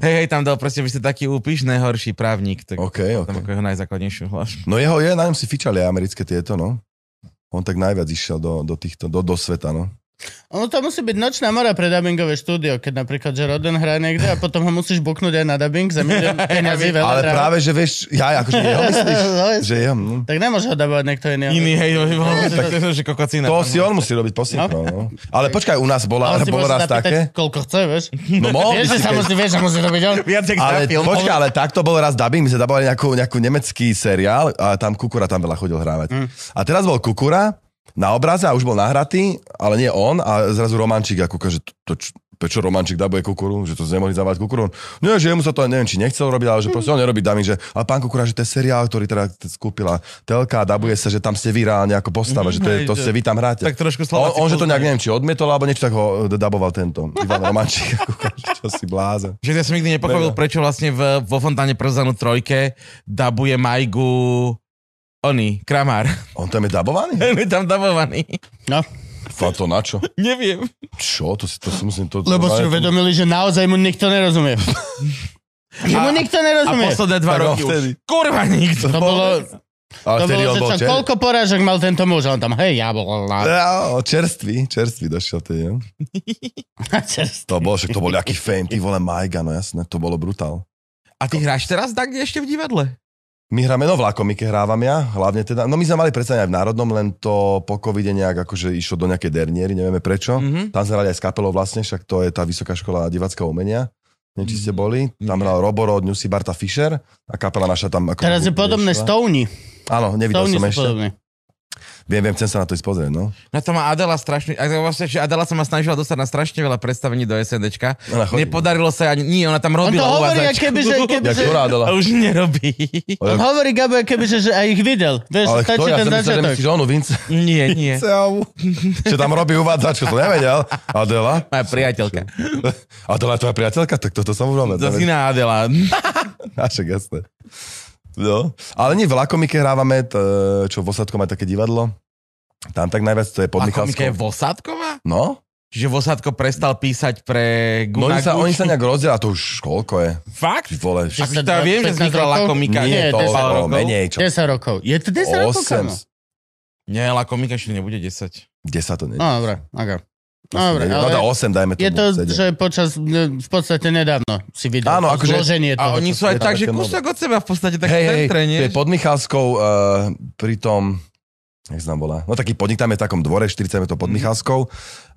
Hej, hej, tam dal proste, vy ste taký úpiš, najhorší právnik. Tak OK, OK. tam ako jeho najzákladnejšiu hlas. No jeho je, na ňom si fičali aj americké tieto, no. On tak najviac išiel do, do týchto, do, do sveta, no. Ono to musí byť nočná mora pre dubbingové štúdio, keď napríklad, že Roden hrá niekde a potom ho musíš buknúť aj na dubbing za milión peniazy, veľa Ale drahé. práve, že vieš, ja akože jeho myslíš, No, jasne. že jeho, no. Tak nemôže ho dabovať niekto iný. Iný, hej, no, že- že- že kokocina. To si on musí robiť posynkro, no. Ale počkaj, u nás bola, Ale si môže bolo raz zapýtať, také. koľko chce, vieš? No mohol by Vieš, že si, sa keď- musí, vieš, že musí robiť on. Viac jak na ale film. počkaj, ale takto bol raz dubbing, my sme dabovali nejakú, nejakú nemecký seriál a tam Kukura tam veľa chodil hrávať. Mm. A teraz bol Kukura na obraze a už bol nahratý, ale nie on a zrazu Romančík a Kuka, že to, to č- prečo Romančík dabuje Kukuru, že to ste nemohli zavať Kukuru. On, Nie, že jemu sa to, neviem, či nechcel robiť, ale že proste on nerobí dubbing, že a pán Kukura, že to je seriál, ktorý teda t- skúpila telka a dabuje sa, že tam ste vy reálne ako postava, že to, je, hej, to že- ste vy tam hráte. Tak trošku on, Slováci on, že to nejak, poznajú. neviem, či odmietol, alebo niečo, tak ho e, daboval tento. Ivan Romančík, a Kukura, že čo si blázen. Že ja som nikdy nepochopil, Mega. prečo vlastne v, vo Fontáne Przanu trojke dabuje Majgu oni, Kramár. On tam je dabovaný? Ten je tam dabovaný. No, Fá to na čo? Neviem. Čo? To si, to si musím... To, no, lebo si uvedomili, že naozaj mu nikto nerozumie. Že mu A- nikto A nerozumie. posledné dva Tak on roky vtedy- už. Kurva nikto. To bolo, Ale to vtedy bolo, on že bol čo, čer... koľko porážok mal tento muž? A On tam, hej, ja bol... la- Ja, o, čerstvý, čerstvý došiel tedy. no. Čerstvo. To bol, však to bol nejaký fame, ty vole Majga, no jasné, to bolo brutál. A ty hráš teraz tak ešte v divadle? My hráme, no v Lakomike hrávam ja, hlavne teda, no my sme mali predstavenie aj v Národnom, len to po covide nejak akože išlo do nejakej derniery, nevieme prečo. Mm. Mhm. Tam sme hrali aj s kapelou vlastne, však to je tá Vysoká škola divackého umenia. Neviem, Mm. či ste boli. Tam hral Roborod, Newsy, Barta Fischer a kapela naša tam... Ako Teraz je podobné nešla. Stoney. Áno, nevidel Stoney som sú ešte. podobné. Viem, viem, chcem sa na to ísť pozrieť, no. Na to má Adela strašne... A to vlastne, že Adela sa ma snažila dostať na strašne veľa predstavení do SNDčka. Ona chodí. Nepodarilo sa jej ani... Nie, ona tam On to robila hovorí, uvádzačku. ako keby, že... Keby, Jak že to rádala. A už nerobí. on hovorí, Gabo, ako keby, že, že aj ich videl. Vieš, Ale kto? stačí ten Ja som myslel, že začiatok. myslíš onu Vince. Nie, nie. Čau. Čo tam robí uvádzačku, to nevedel. Adela? Moja priateľka. Adela je tvoja priateľka? Tak toto som už Zas nevedel. iná Adela. Však jasné. No. Ale nie, v Lakomike hrávame, t- čo v Osadku má také divadlo. Tam tak najviac to je pod A komika je Michalskou. Vosádková? No, Čiže Vosádko prestal písať pre no oni, sa, Gunagu? oni sa nejak rozdiela, to už koľko je? Fakt? Ty A vole, š- to ja viem, 15 že vznikla rokov? Lakomika. nie, nie, to desať pár o, rokov. menej, čo? 10 rokov. Je to 10 rokov, kámo? 8, Nie, Lakomika ešte nebude 10. 10 to nie. No, dobre, okay. Dobre, no, ale dá 8, dajme tomu. je to, sedem. že počas, ne, v podstate nedávno si videl Áno, to akože- zloženie A toho. oni sú aj je tak, že také kúsok od seba v podstate tak hej, v hej, centre, nie? to je pod Michalskou uh, pri tom, jak sa tam volá, no taký podnik tam je v takom dvore, 40 metrov pod Mhm. Michalskou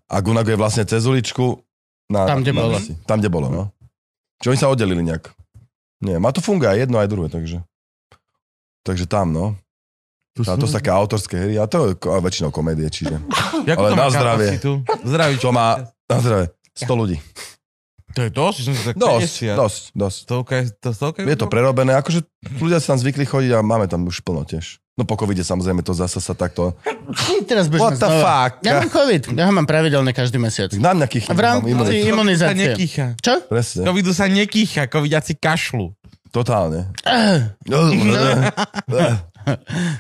a Gunago je vlastne cez uličku. Na, Tam, kde na bolo. Vsi. Tam, kde bolo, no. Čo oni sa oddelili nejak. Nie, má to funguje aj jedno, aj druhé, takže. Takže tam, no. A to sú také autorské hry, a to je ko- a väčšinou komédie, čiže. Jakú Ale to má na zdravie. kapacitu? Zdravíčko. To má, na zdravé, 100 ľudí. To je dosť, že som si tak Dosť, 50. dosť, dosť. Stovka No je- to stovka Je to prerobené, akože ľudia sa tam zvykli chodiť a máme tam už plno tiež. No po covide samozrejme to zase sa takto... Ty Hm, teraz budeš What mať the znova. fuck? Ja mám COVID, ja ho mám pravidelne každý mesiac. Tak nám nejakých A v rámci No. imunitu. Sa imunizácie. nekýcha. Čo? Presne, Covidu sa nekýcha, covidiaci kašlu. totálne.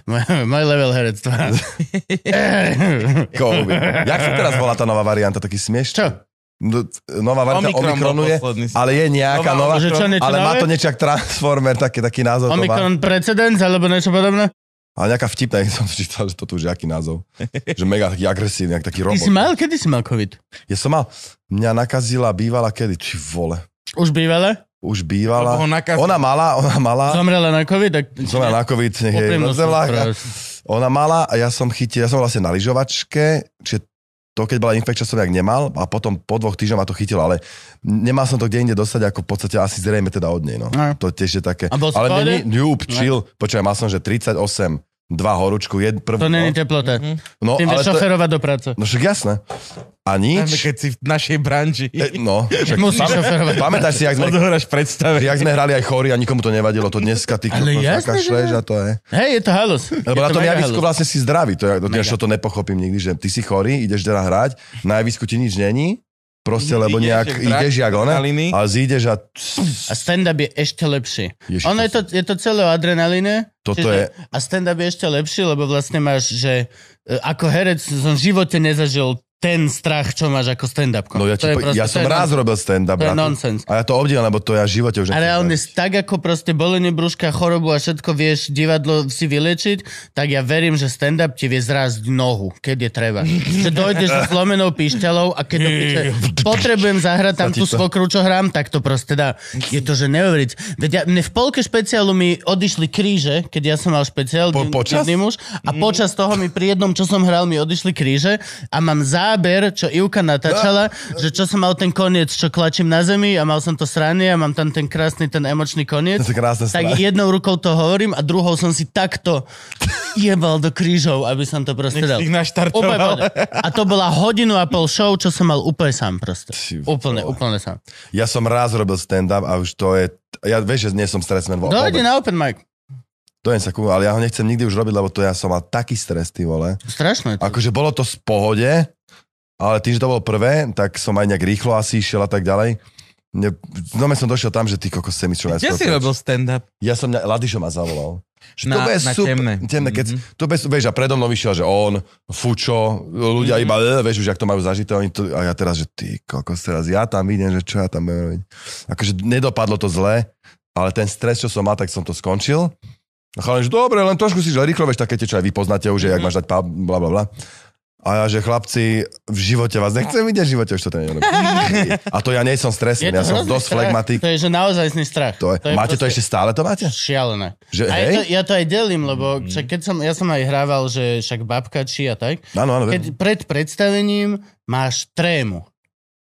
Môj, môj level herectva. COVID. Jak sa teraz volá tá nová varianta, taký smiešný? Čo? no, No, Nová varianta Omikron bol Omikronu je, posledný. ale je nejaká Nová- nová, Že čo, niečo ale má nové? to niečo jak Transformer, taký, taký názov to má. Omikron precedens alebo niečo podobné? Ale nejaká vtipná, keď som čítal, že toto už je aký názov. Že mega taký agresívny, jak taký Ty robot. si mal, kedy si mal COVID? Ja som mal, mňa nakazila bývala kedy, či vole. Už bývala? Už Lebo ho bývala. nakazil. Ona mala, ona mala. Zomrela na COVID? Tak... Zomrela na COVID, nech jej Oprimnosť zemláka. proste. Ona mala a ja som chytil, ja som bol vlastne na lyžovačke, čiže to, keď bola infekčia, som nejak nemal a potom po dvoch týždňoch ma to chytilo, ale nemal som to kde inde dostať, ako v podstate asi zrejme teda od nej, no. No. To tiež je také. A bol si ale v pohode? není, jup, chill, počkaj, mal som, že 38, dva horúčku, jed, prvú, To není no. Hm? teplota. no, Tým ale vieš to, šoferovať do práce. no však jasné. A Najmä nič, keď si v našej branži. e, no, však, Musíš šoferovať. pamätáš si, jak sme, Odohráš že predstavy. jak sme hrali aj chorí a nikomu to nevadilo, to dneska ty Ale kokos, jasné, taká že šlež ne. a to je. Hej, je to halus. Lebo Je na to tom mega javisku halus. vlastne si zdravý, to ja to, ja to nepochopím nikdy, že ty si chorý, ideš teda hrať, na javisku ti nič není, proste lebo Ideš nejak jak drak, ideš jak one, adrenalíny. ale zídeš a... A stand-up je ešte lepší. Ježiš, Ono je to, je to celé o adrenaline. Toto je- A stand-up je ešte lepší, lebo vlastne máš, že e, ako herec som v živote nezažil ten strach, čo máš ako stand-up. No ja, ti, po- ja som raz robil stand-up, to je bratu. nonsens. A ja to obdivujem, lebo to ja v živote už A nechcem reálne robiť. tak ako proste bolenie brúška, chorobu a všetko vieš divadlo si vylečiť, tak ja verím, že stand-up ti vie zrásť nohu, keď je treba. Že dojdeš so zlomenou pišťalou a keď do piče, potrebujem zahrať tam Sa ti tú to- svokru, čo hrám, tak to proste dá. Je to, že neuveriť. Veď ja, mne v polke špeciálu mi odišli kríže, keď ja som mal špeciál, Po- divný- počas? divný muž, a Mhm. počas toho mi pri jednom, čo som hral, mi odišli kríže a mám záber, čo Ivka natáčala, Ah. že čo som mal ten koniec, čo klačím na zemi a mal som to sranie a mám tam ten krásny, ten emočný koniec. To je krásne Tak je... jednou rukou to hovorím a druhou som si takto jebal do krížov, aby som to proste dal. Ich Úplne naštartoval. pohode. A to bola hodinu a pol show, čo som mal úplne sám proste. Úplne, úplne sám. Ja som raz robil stand-up a už to je... Ja vieš, že nie som stresmen. vo- Dojde vôbec. No, na open mic. To je sa kúm, ale ja ho nechcem nikdy už robiť, lebo to ja som mal taký stres, ty vole. Strašné. to. Akože bolo to z pohode, ale tým, že to bolo prvé, tak som aj nejak rýchlo asi išiel a tak ďalej. Ne, no som došiel tam, že ty kokos sem čo Kde si robil stand-up? Ja som na Ladyšo ma zavolal. Že to Na- bude na super- temné. Mhm. temné keď, mm-hmm. to bez, vieš, a predo mnou vyšiel, že on, Fučo, Mhm. ľudia mm-hmm. iba, e, vieš už, jak to majú zažité, oni to, a ja teraz, že ty kokos, teraz ja tam vidím, že čo ja tam budem robiť. Akože nedopadlo to zle, ale ten stres, čo som mal, tak som to skončil. A chalani, že dobre, len trošku si, že rýchlo, vieš, také tie, čo aj vy poznáte už, že Mhm. jak máš dať pub, bla, bla, bla. A ja, že chlapci, v živote vás nechcem vidieť, v živote už to teda nerobím. A to ja nie som Je stresený, to ja som hrozný dosť strach. flegmatik. To je, že naozaj strach. To je, máte to proste- ešte stále, to máte? Šialené. Že, A ja hej? to, ja to aj delím, lebo však keď som, ja som aj hrával, že však babka či a tak. Áno, áno, Keď viem. pred predstavením máš trému.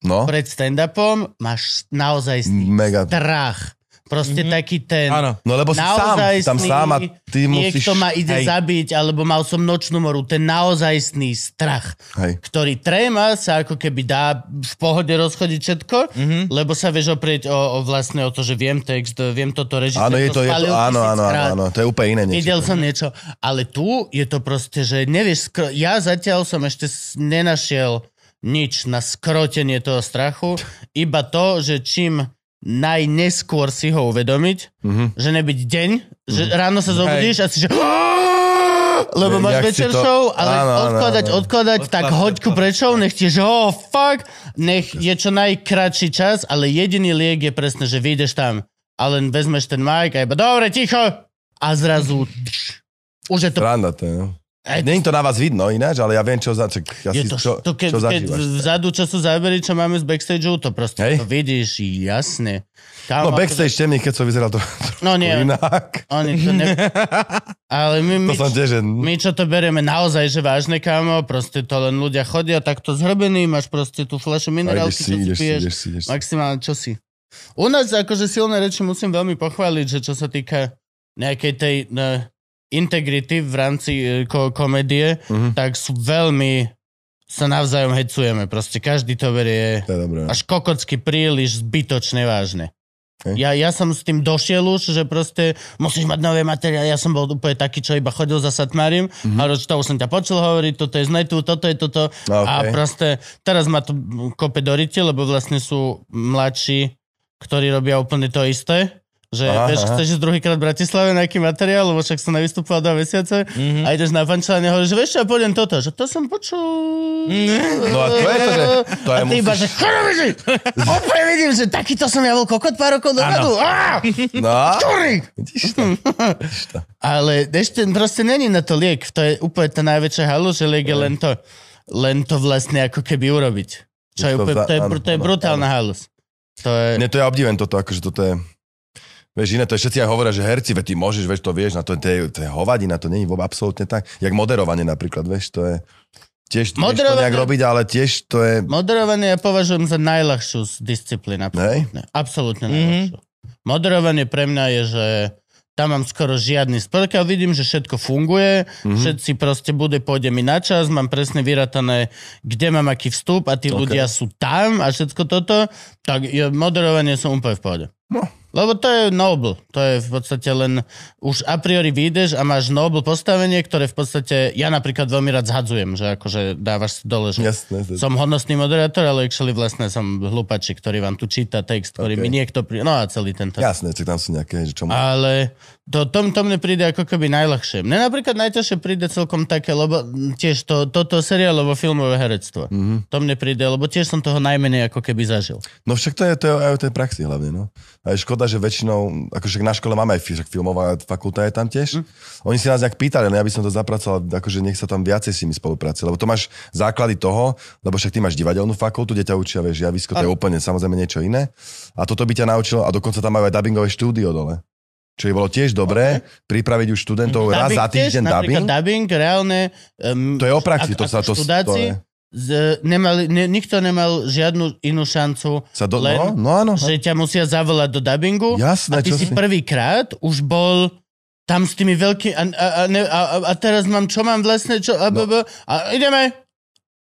No, Pred stand-upom máš naozaj mega. strach. Proste taký ten... Áno. No Mm. lebo si sám, naozajstný, tam sám a ty musíš... Niekto ma ide Hej. zabiť, alebo mal som nočnú moru. Ten naozajstný strach, Hej. ktorý tréma sa ako keby dá v pohode rozchodiť všetko, mm-hmm. lebo sa vieš oprieť o, o vlastne o to, že viem text, viem toto režisér. Áno, je to, je to, spálil áno, áno, áno, tisíckrát. áno, to je úplne iné niečo. Videl som niečo, ale tu je to proste, že nevieš, skro... ja zatiaľ som ešte s- nenašiel nič na skrotenie toho strachu, iba to, že čím najneskôr si ho uvedomiť, Mhm. že nebyť deň, že ráno sa zobudíš a si že lebo Ne, máš jak si večer to- show, ale Áno, áno, odkladať, áno. odkladať, tak Odkladať, hoďku odkladať. prečo, nech ti, že oh, fuck, nech je čo najkratší čas, ale jediný liek je presne, že vyjdeš tam a len vezmeš ten mic a iba, dobre, ticho, a zrazu, tš, už je to, Randa to je, no. Aj- Není to na vás vidno ináč, ale ja viem, čo, za, čak, ja je to, si, čo, to keď, čo keď zažívaš. vzadu, čo sú zábery, čo máme z backstageu, to proste Hej. to vidíš, jasne. Kámo, No backstage temný, keď som vyzeral to No nie, inak. oni to ne... Ale my, my, To som tiež, že... No, My čo to berieme naozaj, že vážne, kámo, proste to len ľudia chodia takto zhrbený, máš proste tú fľašu A ideš minerálky, si, čo si ideš si, piješ, ideš si, ideš si. maximálne čo si. U nás akože silné reči musím veľmi pochváliť, že čo sa týka nejakej tej ne, integrity v rámci e, ko- komédie, Mhm. tak sú veľmi sa navzájom hecujeme. Proste každý to berie To je dobré. no. až kokocky príliš zbytočne vážne. Hej. Ja, ja som s tým došiel už, že proste musíš mať nové materiály. Ja som bol úplne taký, čo iba chodil za Satmárim Mhm. mm-hmm. a roč, to už som ťa počul hovoriť, toto je z netu, toto je toto. No, A okej. proste teraz ma to kope do ryti, lebo vlastne sú mladší, ktorí robia úplne to isté. Že aha, Aha, vieš, aha. chceš ísť druhýkrát v Bratislave na nejaký materiál, lebo však som nevystupoval dva mesiace Mhm, Hm? mm-hmm. a ideš na punchline a hovoríš, že vieš čo, ja pôjdem toto, že to som počul. No a to je to, že... To a je ty iba, že musíš... chorobeži! Úplne vidím, že takýto som ja bol kokot pár rokov dozadu. Á! No, Kurník! vidíš to? Ale ešte proste není na to liek. To je úplne tá najväčšia halu, že liek je len to, len to vlastne ako keby urobiť. Čo je Je to úplne, za- to je, áno, br- to je áno, brutálna halus. To je... Ne, to ja obdivujem toto, akože toto je... Vieš, iné to je, všetci aj hovoria, že herci, veď ty môžeš, vieš, to vieš, na to, to, je, to je hovadina, to není vôbec absolútne tak. Jak moderovanie napríklad, vieš, to je... Tiež to vieš to Moderovanie- nejak robiť, ale tiež to je... Moderovanie ja považujem za najľahšiu z disciplín. Absolútne. Absolútne najľahšiu. Moderovanie pre mňa je, že tam mám skoro žiadny sprk a vidím, že všetko funguje, Mhm. mm-hmm. všetci proste bude, pôjde mi na čas, mám presne vyratané, kde mám aký vstup a tí okay. ľudia sú tam a všetko toto, tak je, moderovanie som úplne v pohode. No. Lebo to je noble, to je v podstate len, už a priori vyjdeš a máš noble postavenie, ktoré v podstate, ja napríklad veľmi rád zhadzujem, že akože dávaš si dole, že Jasné, to- som hodnostný moderátor, ale actually vlastne som hlupači, ktorý vám tu číta text, ktorý Ok. mi niekto pri... No a celý tento... Jasné, tak tam sú nejaké, že čo mu... Ale to, tom, to mne príde ako keby najľahšie. Mne napríklad najťažšie príde celkom také, lebo mm, tiež to, toto seriálovo filmové herectvo. Mhm. Mm-hmm. To mne príde, lebo tiež som toho najmenej ako keby zažil. No však to je, to je aj o tej praxi hlavne, no. A je škoda, že väčšinou, akože na škole máme aj fi- však filmová fakulta je tam Mhm. tiež. Mm. Oni si nás nejak pýtali, no ja by som to zapracoval, akože nech sa tam viacej s nimi spolupráci, lebo to máš základy toho, lebo však ty máš divadelnú fakultu, kde ťa učia, vieš, javisko, to je úplne samozrejme niečo iné. A toto by ťa naučilo, a dokonca tam majú aj dubbingové štúdio dole. Čo by bolo tiež dobré, pripraviť už študentov raz za Mhm. tiež, týždeň napríklad dubbing. dubbing, reálne... Um, To je o praxi, to sa to... to študáci, je, z, nemali, ne, nikto nemal žiadnu inú šancu, sa do, len, no, no áno. že ťa musia zavolať do dubbingu. a Jasné, ty čo si si- prvýkrát už bol tam s tými veľkými... A, a, a, ne- a, a- a teraz mám, čo mám vlastne, čo... A, no. a ideme,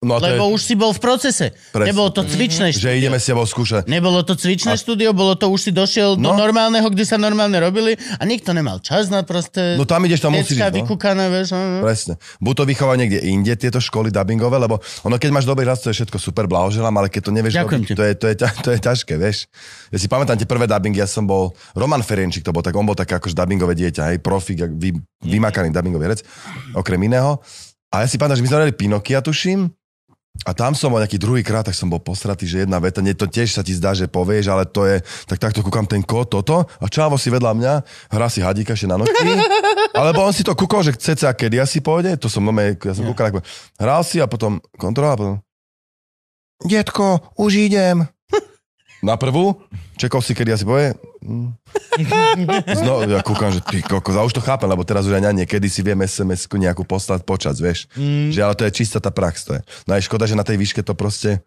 No, to je, lebo už si bol v procese. Presne. Nebolo to cvičné že štúdio. ideme s tebou skúšať. Nebolo to cvičné A- štúdio, bolo to už si došiel no. do No. normálneho, kde sa normálne robili a nikto nemal čas na proste... No tam ideš, tam musíš decka ísť, no. vykúkané, vieš. no. Presne. Buď to vychová niekde inde, tieto školy dubbingové, lebo ono, keď máš dobrý hlas, to je všetko super, blahoželám, ale keď to nevieš Ďakujem ti. robiť, to je, to, je, ťa- to je ťažké, vieš. Ja si pamätám tie prvé dubbingy, ja som bol, Roman Ferenčík to bol, tak on bol také akože dubbingové dieťa, hej, profík, ak vy, vymakaný dubbingový herec, okrem iného. A ja si pamätám, že my sme dali Pinokia, tuším, a tam som bol nejaký druhý krát, tak som bol posratý, že jedna veta, nie, to tiež sa ti zdá, že povieš, ale to je, tak takto kúkam ten kód, toto, a čávo si vedľa mňa, hrá si hadíka ešte na noci, alebo on si to kúkol, že ceca kedy asi pôjde, to som nome, ja som kúkal, ako- hral si a potom kontrola, a potom, detko, už idem. Na prvú, čekol si, kedy asi povie, mm. Znovu ja kúkam, že ty kokos, a už to chápem, lebo teraz už aj na niekedy si viem SMS-ku nejakú poslať počas, vieš. mhm. Hm. Mm. Že ale to je čistá tá prax, to je. No a je škoda, že na tej výške to proste,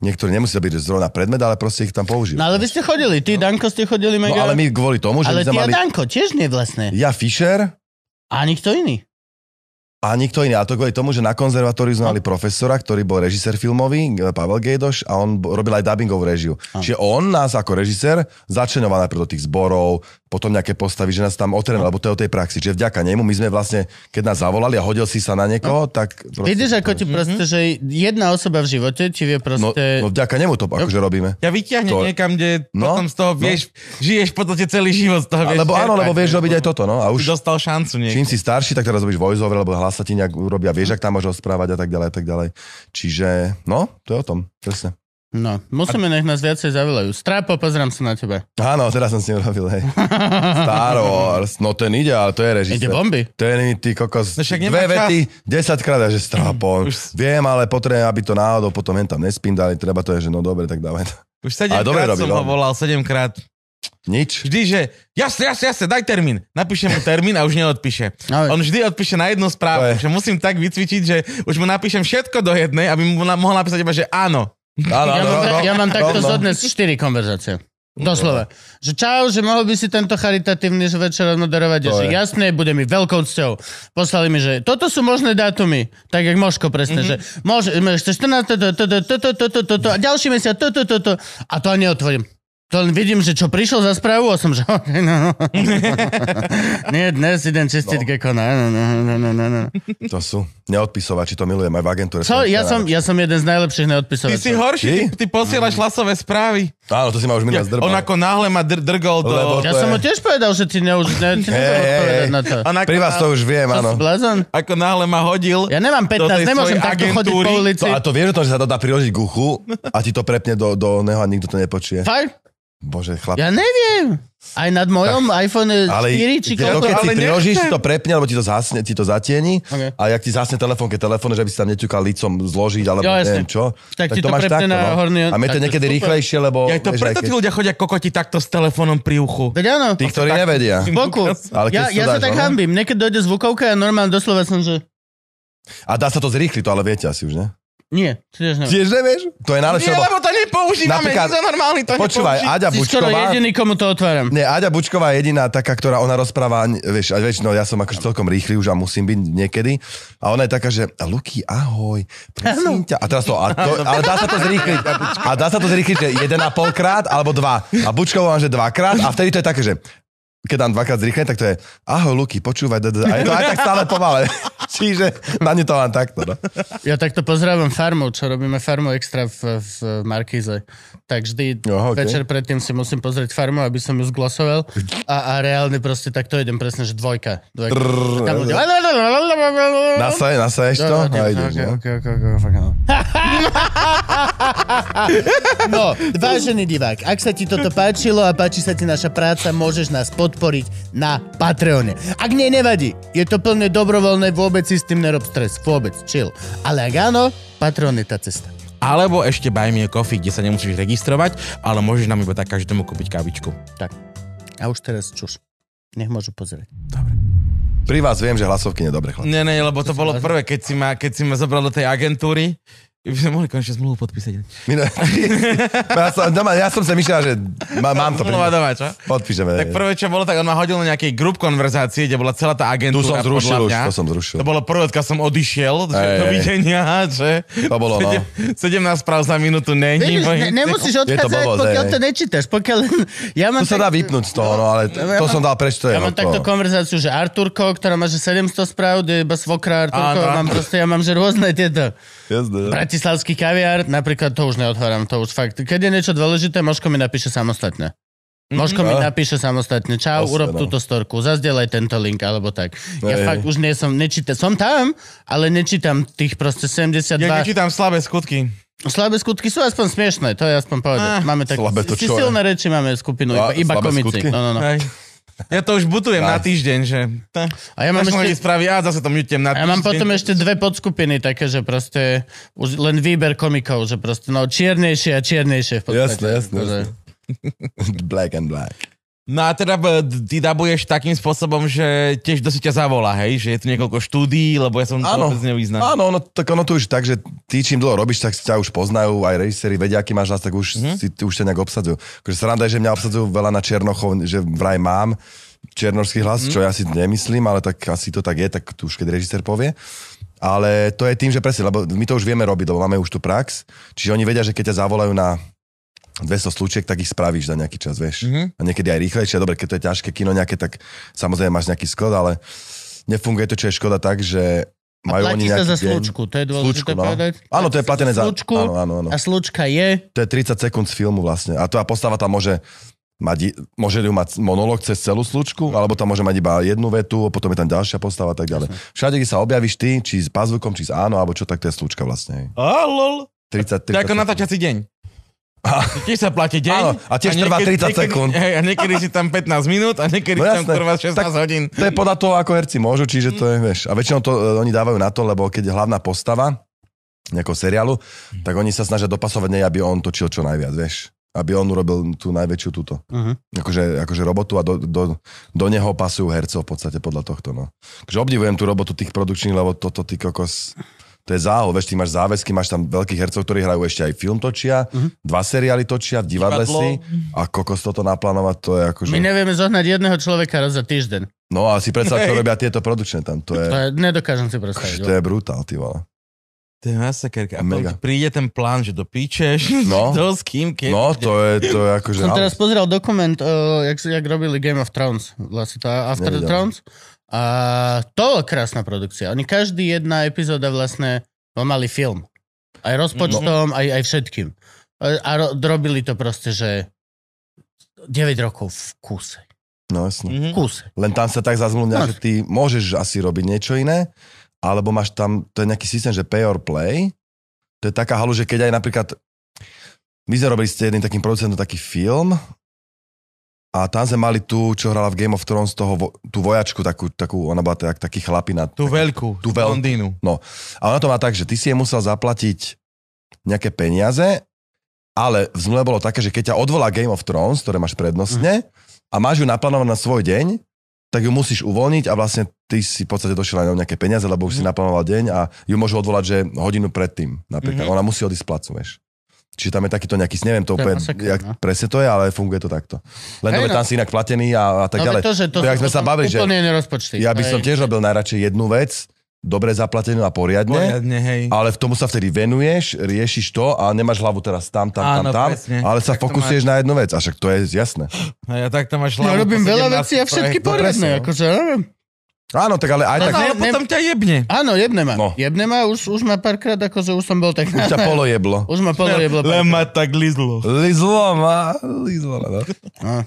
niektorí nemusí to byť že zrovna predmet, ale proste ich tam použijú. No ale vy ste chodili, ty, Danko, ste chodili no mega... ale my kvôli tomu, že ale ty my sme mali... a mali Danko tiež nie vlastne. ja Fischer A nikto iný. a nikto iný. A to kvôli tomu, že na konzervatóriu No. sme mali profesora, ktorý bol režisér filmový, Pavel Gejdoš, a on bo- robil aj dubbingovú režiu. Čiže on nás ako režisér začlenoval najprv do tých zborov, potom nejaké postavy, že nás tam otrenal, lebo to je o tej praxi. Čiže vďaka nemu my sme vlastne, keď nás zavolali a hodil si sa na niekoho, tak... proste- Vidíš, No. ako ti proste, že jedna osoba v živote ti vie No, proste... No, no vďaka nemu to akože robíme. Ťa vyťahne To- niekam, kde No, potom z toho vieš, žiješ v podstate celý život z toho. Vieš, Lebo áno, lebo vieš robiť aj toto, no. A Už už dostal šancu niekde. čím si starší, tak teraz robíš voiceover, lebo hlas sa ti nejak urobia, vieš, ak tam môžeš rozprávať a tak ďalej a tak ďalej. Čiže, no, to je o tom, presne. No, musíme, nech nás viacej zavilajú. Strápo, pozrám sa na teba. Áno, teraz som s ním robil, hej. Star Wars, no ten ide, ale to je Ide režisér. bomby. Ten ty kokos, No však nemá dve čas. vety, desaťkrát a že strápon. Už- Viem, ale potrebujem, aby to náhodou potom hen tam nespindali, treba to je, že no dobre, tak dávaj to. Už Ale dobre sedemkrát robí, som ho no. volal, sedemkrát. Nič. Vždy, že jasne, jasne, jasne, daj termín. Napíšem mu termín a už neodpíše. No, On vždy odpíše na jednu To správu, je. že musím tak vycvičiť, že už mu napíšem všetko do jednej, aby mu na- mohol napísať iba, že áno. Áno, ja, áno, mám, no, ja mám no, takto no. zhodné 4 konverzácie. Doslova. Že čau, že mohol by si tento charitatívny večer odmoderovať. Že To je. jasné, bude mi veľkou cťou. Poslali mi, že toto sú možné dátumy. Tak jak Moško presne, Mhm. že môže, môže 14, toto, toto, toto, toto, toto, a ďalší mesiac, toto, toto. A to ani otvorím. To len vidím, že čo prišlo za správu a som, že okay, no. Nie, dnes idem čistiť no. gekona. No, no, no, no, no, no. To sú neodpisovači, to milujem aj v agentúre. Co? Ja som, ja som jeden z najlepších Ty si neodpisovateľov. horší, ty, Ty? Mm. ty posielaš hlasové správy. Áno, to si ma už minulé Ja, zdrbal. on ako náhle ma dr- drgol do... Lebo- Ja To som je- mu tiež povedal, že ty neuž... Ne, ty nemohol Hej, hej, odpovedať hej. na to. on ako Pri vás to už viem, Si áno. blázon? Ako náhle ma hodil... Ja nemám do tej 15, nemôžem svojej takto chodiť po agentúry. ulici. To, No a to vieš o tom, že sa to dá priložiť k uchu a ti to prepne do, do neho a nikto to nepočuje. Fakt? Bože, chlap. Ja neviem. Aj nad mojom iPhone 4 Ale či to, koľko. ale keď si nechcem. priložíš, si to prepne, alebo ti to, zasne, ti to zatieni. Ok. A jak ti zasne telefón, keď telefón, že by si tam neťukal lícom zložiť, alebo Jo, jasne. neviem čo. Tak ti to prepne na horný- no. A mne tak to to niekedy super. rýchlejšie, lebo... Ja to vieš, aj preto keď- tí ľudia chodia kokoti takto s telefónom pri uchu. Veď áno, Tí, ktorí nevedia. boku. Ale keď Ja, si to ja sa dáš, tak no? hambím. Niekedy dojde zvukovka a normálne doslova som, že A dá sa to zrýchliť, to ale viete asi už, ne? nie, tiež neviem. Tiež nevieš? To je Nie, najlepšie, lebo... lebo to nepoužívame, Napríklad- nie za normálny to Počúvaj, nepoužívame. Aďa Si skoro Bučková... jediný, komu to otváram. Nie, Aďa Bučková je jediná taká, ktorá ona rozpráva, n- vieš, a vieš, no ja som akože celkom rýchly už a musím byť niekedy. A ona je taká, že Luky, ahoj, prosím ťa. A teraz to, a to, ale dá sa to zrýchliť. A dá sa to zrýchliť, že jeden a pol krát, alebo dva. A Bučková mám, že dvakrát. A vtedy to je také, že keď dám dvakrát zrýchlené, tak to je ahoj Luky, počúvaj, d- d- d-." a je to aj tak stále pomale. Čiže na ne to mám takto. No. Ja takto pozdravujem farmu, čo robíme farmu extra v, v Markíze. Tak vždy Aha, okej. večer predtým si musím pozrieť farmu, aby som ju zglosoval. A, a reálne proste takto idem presne, že dvojka. dvojka. Tam ľudia... Nasaje, nasaješ to? No, no, A tým- ideš, ok, no. ok, ok, ok, ok, no. No, vážený divák, ak sa ti toto páčilo a páči sa ti naša práca, môžeš nás podporiť na Patreone. Ak nie, nevadí. Je to plne dobrovoľné, vôbec si s tým nerob stres. Vôbec, chill. Ale ak áno, Patreon je tá cesta. Alebo ešte Buy Me a Coffee, kde sa nemusíš registrovať, ale môžeš nám iba tak každému kúpiť kávičku. Tak. A už teraz čuš. Nech môžu pozrieť. Pri vás viem, že hlasovky nedobre, chlap. Nie, nie, lebo to bolo prvé, keď si ma, keď si ma zobral do tej agentúry, by sme mohli konečne zmluvu podpísať. Mine- ja, som, doma, ja som sa myslel, že má, mám to pri No, Zmluva doma, čo? Podpíšeme. Tak prvé, čo bolo, tak on ma hodil na nejakej group konverzácii, kde bola celá tá tu agentúra. som zrušil podľa už, mňa. to som zrušil. To bolo prvé, odkiaľ som odišiel, že Ej, dovidenia, že... To bolo, no. 17 správ za minútu není. Vidíš, ne, bohým- nemusíš to odchádzať, blbosť, pokiaľ hej. to nečítaš. Pokiaľ... Ja To mám sa dá vypnúť z toho, no ale t- to som dal preč, to je Ja mám takto hotovo. konverzáciu, že Arturko, ktorá má že 700 správ, kde je iba svokra Arturko, Áno. mám proste, ja mám že rôzne tieto. Jezde, no. Bratislavský kaviár, napríklad to už neotváram, to už fakt. Keď je niečo dôležité, Možko mi napíše samostatne. Možko mi Mhm. A? napíše samostatne, čau, Jasné, urob no. túto storku, zazdelaj tento link, alebo tak. Ja Hej. fakt už nie som, nečítam, som tam, ale nečítam tých proste 72. Ja nečítam slabé skutky. Slabé skutky sú aspoň smiešné, to je aspoň povedať. Ah, máme tak, Eh, slabé to si čo je? silné reči máme skupinu, iba, A, iba slabé komici. skutky? No, no, no. Hej. Ja to už butujem Aj. na týždeň, že... Tá. A ja mám Až ešte- ešte... spraví, a zase to mutujem A na ja týždeň. mám potom ešte dve podskupiny také, že proste už len výber komikov, že proste no čiernejšie a čiernejšie v podstate. Akože Jasné, jasné, Takže- jasné. Black and black. No a teda b- ty dabuješ takým spôsobom, že tiež dosť ťa zavolá, hej? Že je tu niekoľko štúdií, lebo ja som to Áno, vôbec nevyznam. áno, ono, tak ono to už tak, že ty čím dlho robíš, tak ťa už poznajú, aj režiséri vedia, aký máš hlas, tak už, mm-hmm. si, už ťa nejak obsadzujú. Akože sranda je, že mňa obsadzujú veľa na Černochov, že vraj mám černorský hlas, mm-hmm. čo ja si nemyslím, ale tak asi to tak je, tak to už keď režisér povie. Ale to je tým, že presne, lebo my to už vieme robiť, lebo máme už tú prax, čiže oni vedia, že keď ťa zavolajú na 200 slučiek, tak ich spravíš za nejaký čas, vieš. Mhm. Mm-hmm. A niekedy aj rýchlejšie, dobre, keď to je ťažké kino nejaké, tak samozrejme máš nejaký sklad, ale nefunguje to, čo je škoda tak, že majú Platí oni nejaký sa za deň. slučku, to je dôležité Slučku, no. povedať. Áno, to je Platí sa platené za... Slučku Áno, áno, áno. a slučka je... To je 30 sekúnd z filmu vlastne. A tá postava tam môže mať, i- môže ju mať monológ cez celú slučku, Mhm. alebo tam môže mať iba jednu vetu, potom je tam ďalšia postava a tak ďalej. Všade, kde sa objavíš ty, či s pazvukom, či s áno, alebo čo, tak to je slučka vlastne. hej. Á, lol. 30, 30 To je ako sekúnd. natáčací deň. Tiež sa platí deň. Áno, a tiež trvá niekedy, 30 sekúnd. Hej, a niekedy si tam 15 minút a niekedy no, No tam jasné. trvá 16 tak... Tak- hodín. To je podľa toho, ako herci môžu, čiže to je, vieš. A väčšinou to e, oni dávajú na to, lebo keď je hlavná postava nejakého seriálu, tak oni sa snažia dopasovať nej, aby on točil čo najviac, vieš. Aby on urobil tú najväčšiu túto. Mhm. Akože, akože robotu a do, do, do neho pasujú hercov v podstate podľa tohto, no. Takže obdivujem tú robotu tých produkčných, lebo toto ty kokos... To je záhod, vieš, ty máš záväzky, máš tam veľkých hercov, ktorí hrajú ešte aj film točia, dva seriály točia, v divadle Divadlo. si a kokos toto naplánovať, to je akože... My nevieme zohnať jedného človeka raz za týždeň. No a si predstav, čo robia tieto produkčné tam, to je... To je, nedokážem si Kš, predstaviť. To je brutál, ty vole. To je masakerka. A Mega. potom príde ten plán, že do piče, No. to s kým, keď... No, to je, to je akože... Som teraz pozeral dokument, uh, jak, jak robili Game of Thrones, vlastne to After the Nevidel. Thrones. A to je krásna produkcia. Oni každý jedna epizóda vlastne mali film. Aj No. rozpočtom, aj, aj všetkým. A, a ro, robili to proste, že 9 rokov v kúse. No, jasne. V Mhm. kúse. Len tam sa tak zazmluvňa, No. že ty môžeš asi robiť niečo iné, alebo máš tam, to je nejaký systém, že pay or play. To je taká halu, že keď aj napríklad, my sme robili ste jedným takým producentom taký film a tam sme mali tú, čo hrala v Game of Thrones, toho, vo- tú vojačku, takú, takú ona bola tak, taký chlapina. Tú veľkú, Tú tú veľkú. blondínu. A ona to má tak, že ty si jej musel zaplatiť nejaké peniaze, ale v zmluve bolo také, že keď ťa odvolá Game of Thrones, ktoré máš prednostne, a máš ju naplánovanú na svoj deň, tak ju musíš uvoľniť a vlastne ty si v podstate došiel aj o nejaké peniaze, lebo Mhm. už si naplánoval deň a ju môžu odvolať, že hodinu predtým napríklad. Mhm. Ona musí odísť z placu, vieš. Čiže tam je takýto nejaký, neviem To to je úplne, masaker, jak no. presne to je, ale funguje to takto. Len Hej, dobre, no. tam si inak platený a, a tak No, ďalej. to, že to, To, jak sme sa bavili, že- úplne iné rozpočty. Ja by To je- som tiež robil najradšej jednu vec, dobre zaplatenú a poriadne, Poriadne, hej. ale v tomu sa vtedy venuješ, riešiš to a nemáš hlavu teraz tam, tam, tam, Áno, tam, presne. ale Tak sa to fokusuješ na jednu vec. A však to je jasné. A ja takto Ja máš hlavu. No, robím po veľa 17 vecí a všetky projektov. poriadne. presne, no. Akože, ja neviem. Áno, tak ale aj No, tak... ale ne- potom ťa jebne. Áno, jebne ma. No. Jebne ma, už, už ma párkrát, akože už som bol tak... Už ťa polo jeblo. Už ma polo jeblo. párkrát. ma tak lizlo. Lizlo ma, lizlo ma, no. No.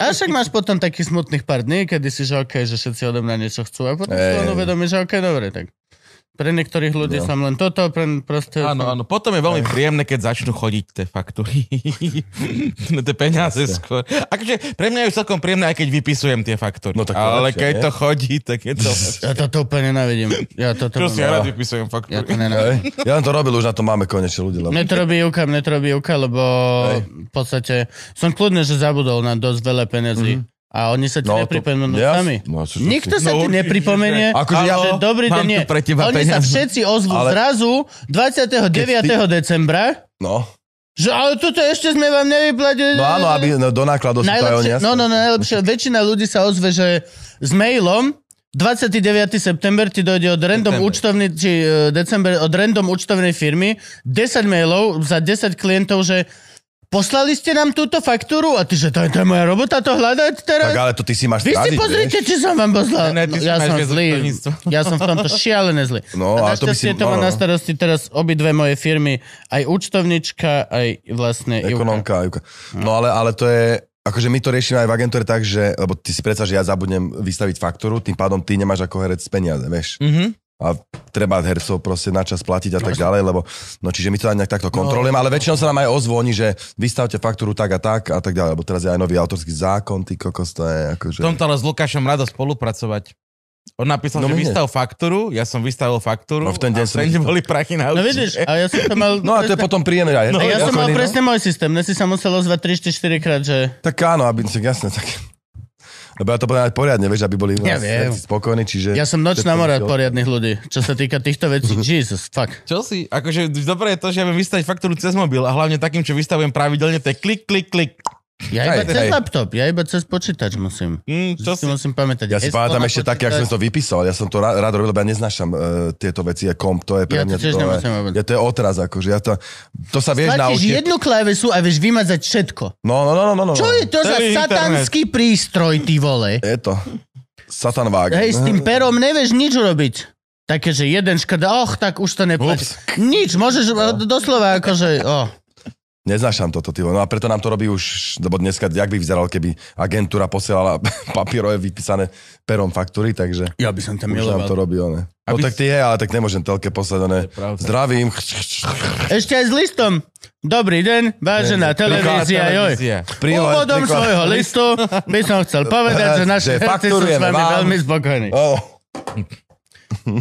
A však máš potom takých smutných pár dní, kedy si, že okej, že všetci odo mňa niečo chcú a potom si Ej. len uvedomíš, že okej, dobre, tak. Pre niektorých ľudí No. som len toto, pre proste... Áno, áno. Potom je veľmi príjemné, keď začnú chodiť tie faktúry. tie peniaze skôr. Akože pre mňa je už celkom príjemné, aj keď vypisujem tie faktúry. No tak to Ale lepšie, keď nie? to chodí, tak je to... Ja toto úplne nenávidím. Ja toto... Čo si ja mám- rád vypisujem Ja faktúry. to nenávidím. Hej. Ja len to robil, už na to máme konečne ľudí. Lebo... Mne to robí Juka, mne to robí Juka, lebo Hej. v podstate som kľudne, že zabudol na dosť veľa peniazy. A oni sa ti no, nepripomenú jas- sami. No, čo, čo, Nikto si- sa Mhm. No, ti určite, nepripomenie, že- Akože ja- že dobrý mám deň tu nie. pre teba Oni sa peniaze. všetci ozvú Ale- zrazu 29. decembra, No. Že, ale toto ešte sme vám nevyplatili. no áno, aby no, do nákladov sú to aj oni Najlepšie, jasné. no, no, no, najlepšie. Väčšina ľudí sa ozve, že s mailom 29. september ti dojde od random September. účtovnej, či e, december, od random účtovnej firmy 10 mailov za 10 klientov, že poslali ste nám túto faktúru a ty, že to je, to je moja robota to hľadať teraz? Tak ale to ty si máš Vy si strážiť, pozrite, vieš? či som vám poslal. Ne, ne, ty si ja máš som viac zlý. účtovníctvo. Ja som v tomto šialené zlý. No, a ale to by si- našťastie to, má no, no. na starosti teraz obidve moje firmy. Aj účtovnička, aj vlastne Ivka. Ekonomka, Juka. No ale, ale to je, akože my to riešime aj v agentúre tak, že, lebo ty si predsa, že ja zabudnem vystaviť faktúru, tým pádom ty nemáš ako herec peniaze, vieš. Mhm. a treba hercov proste na čas platiť a tak ďalej, lebo no čiže my to aj nejak No. takto kontrolujeme, ale väčšinou sa nám aj ozvoní, že vystavte faktúru tak a tak a tak ďalej, lebo teraz je aj nový autorský zákon, ty kokos, to je akože... V tomto ale s Lukášom rado spolupracovať. On napísal, no, No že mne. vystav faktúru, ja som vystavil faktúru No v ten deň a v som- ten deň boli prachy na No účte. vidíš, a ja som to mal... No a to je potom príjemné. Aj, A ja som mal Okolí, no. presne môj systém, dnes si sa musel ozvať 3-4 krát, že... Tak áno, aby, tak jasne, tak... Lebo ja to poviem aj poriadne, vieš, aby boli u Ja nás viem. herci spokojní, čiže... Ja som nočná mora poriadnych ľudí, čo sa týka týchto Mhm. vecí. Jesus, fuck. Čo si? Akože dobre je to, že ja viem vystaviť faktúru cez mobil a hlavne takým, čo vystavujem pravidelne, to je klik, klik, klik. Ja iba Hej, cez hej. laptop, ja iba cez počítač musím. Mm, Čo čo si si? musím pamätať? Ja si Heslo pamätám na ešte také, ak som počítač. to vypísal. Ja som to rád, rád robil, lebo ja neznášam uh, tieto veci. A komp, to je Ja pre mňa... to tiež to, je, nemusím vôbec. ja, to je otraz, akože. Ja to, to sa vieš Tlačíš naučiť. jednu klávesu a vieš vymazať všetko. No, no, no, no, no, no. Čo je to za Celý internet. satanský prístroj, ty vole? Je to. Satan Wagen. Hej, s tým perom nevieš nič urobiť. Také, že jeden škrt, och, tak už to Ups. neplatíš. Nič, môžeš doslova akože, oh. Neznášam toto, ty vole. No a preto nám to robí už, lebo dneska, jak by vyzeralo, keby agentúra posielala papierové vypísané perom faktúry, takže Ja by som to už nám miloval. to robí one. No Aby tak ty je, ale tak nemôžem telke poslať one. pravda. Zdravím. Ešte aj s listom. Dobrý deň, vážená televízia, joj. Televízia. Prílohe, Úvodom príklad. svojho listu by som chcel povedať, že naši Že herci sú s fakturujeme vami vám. veľmi spokojní. Oh,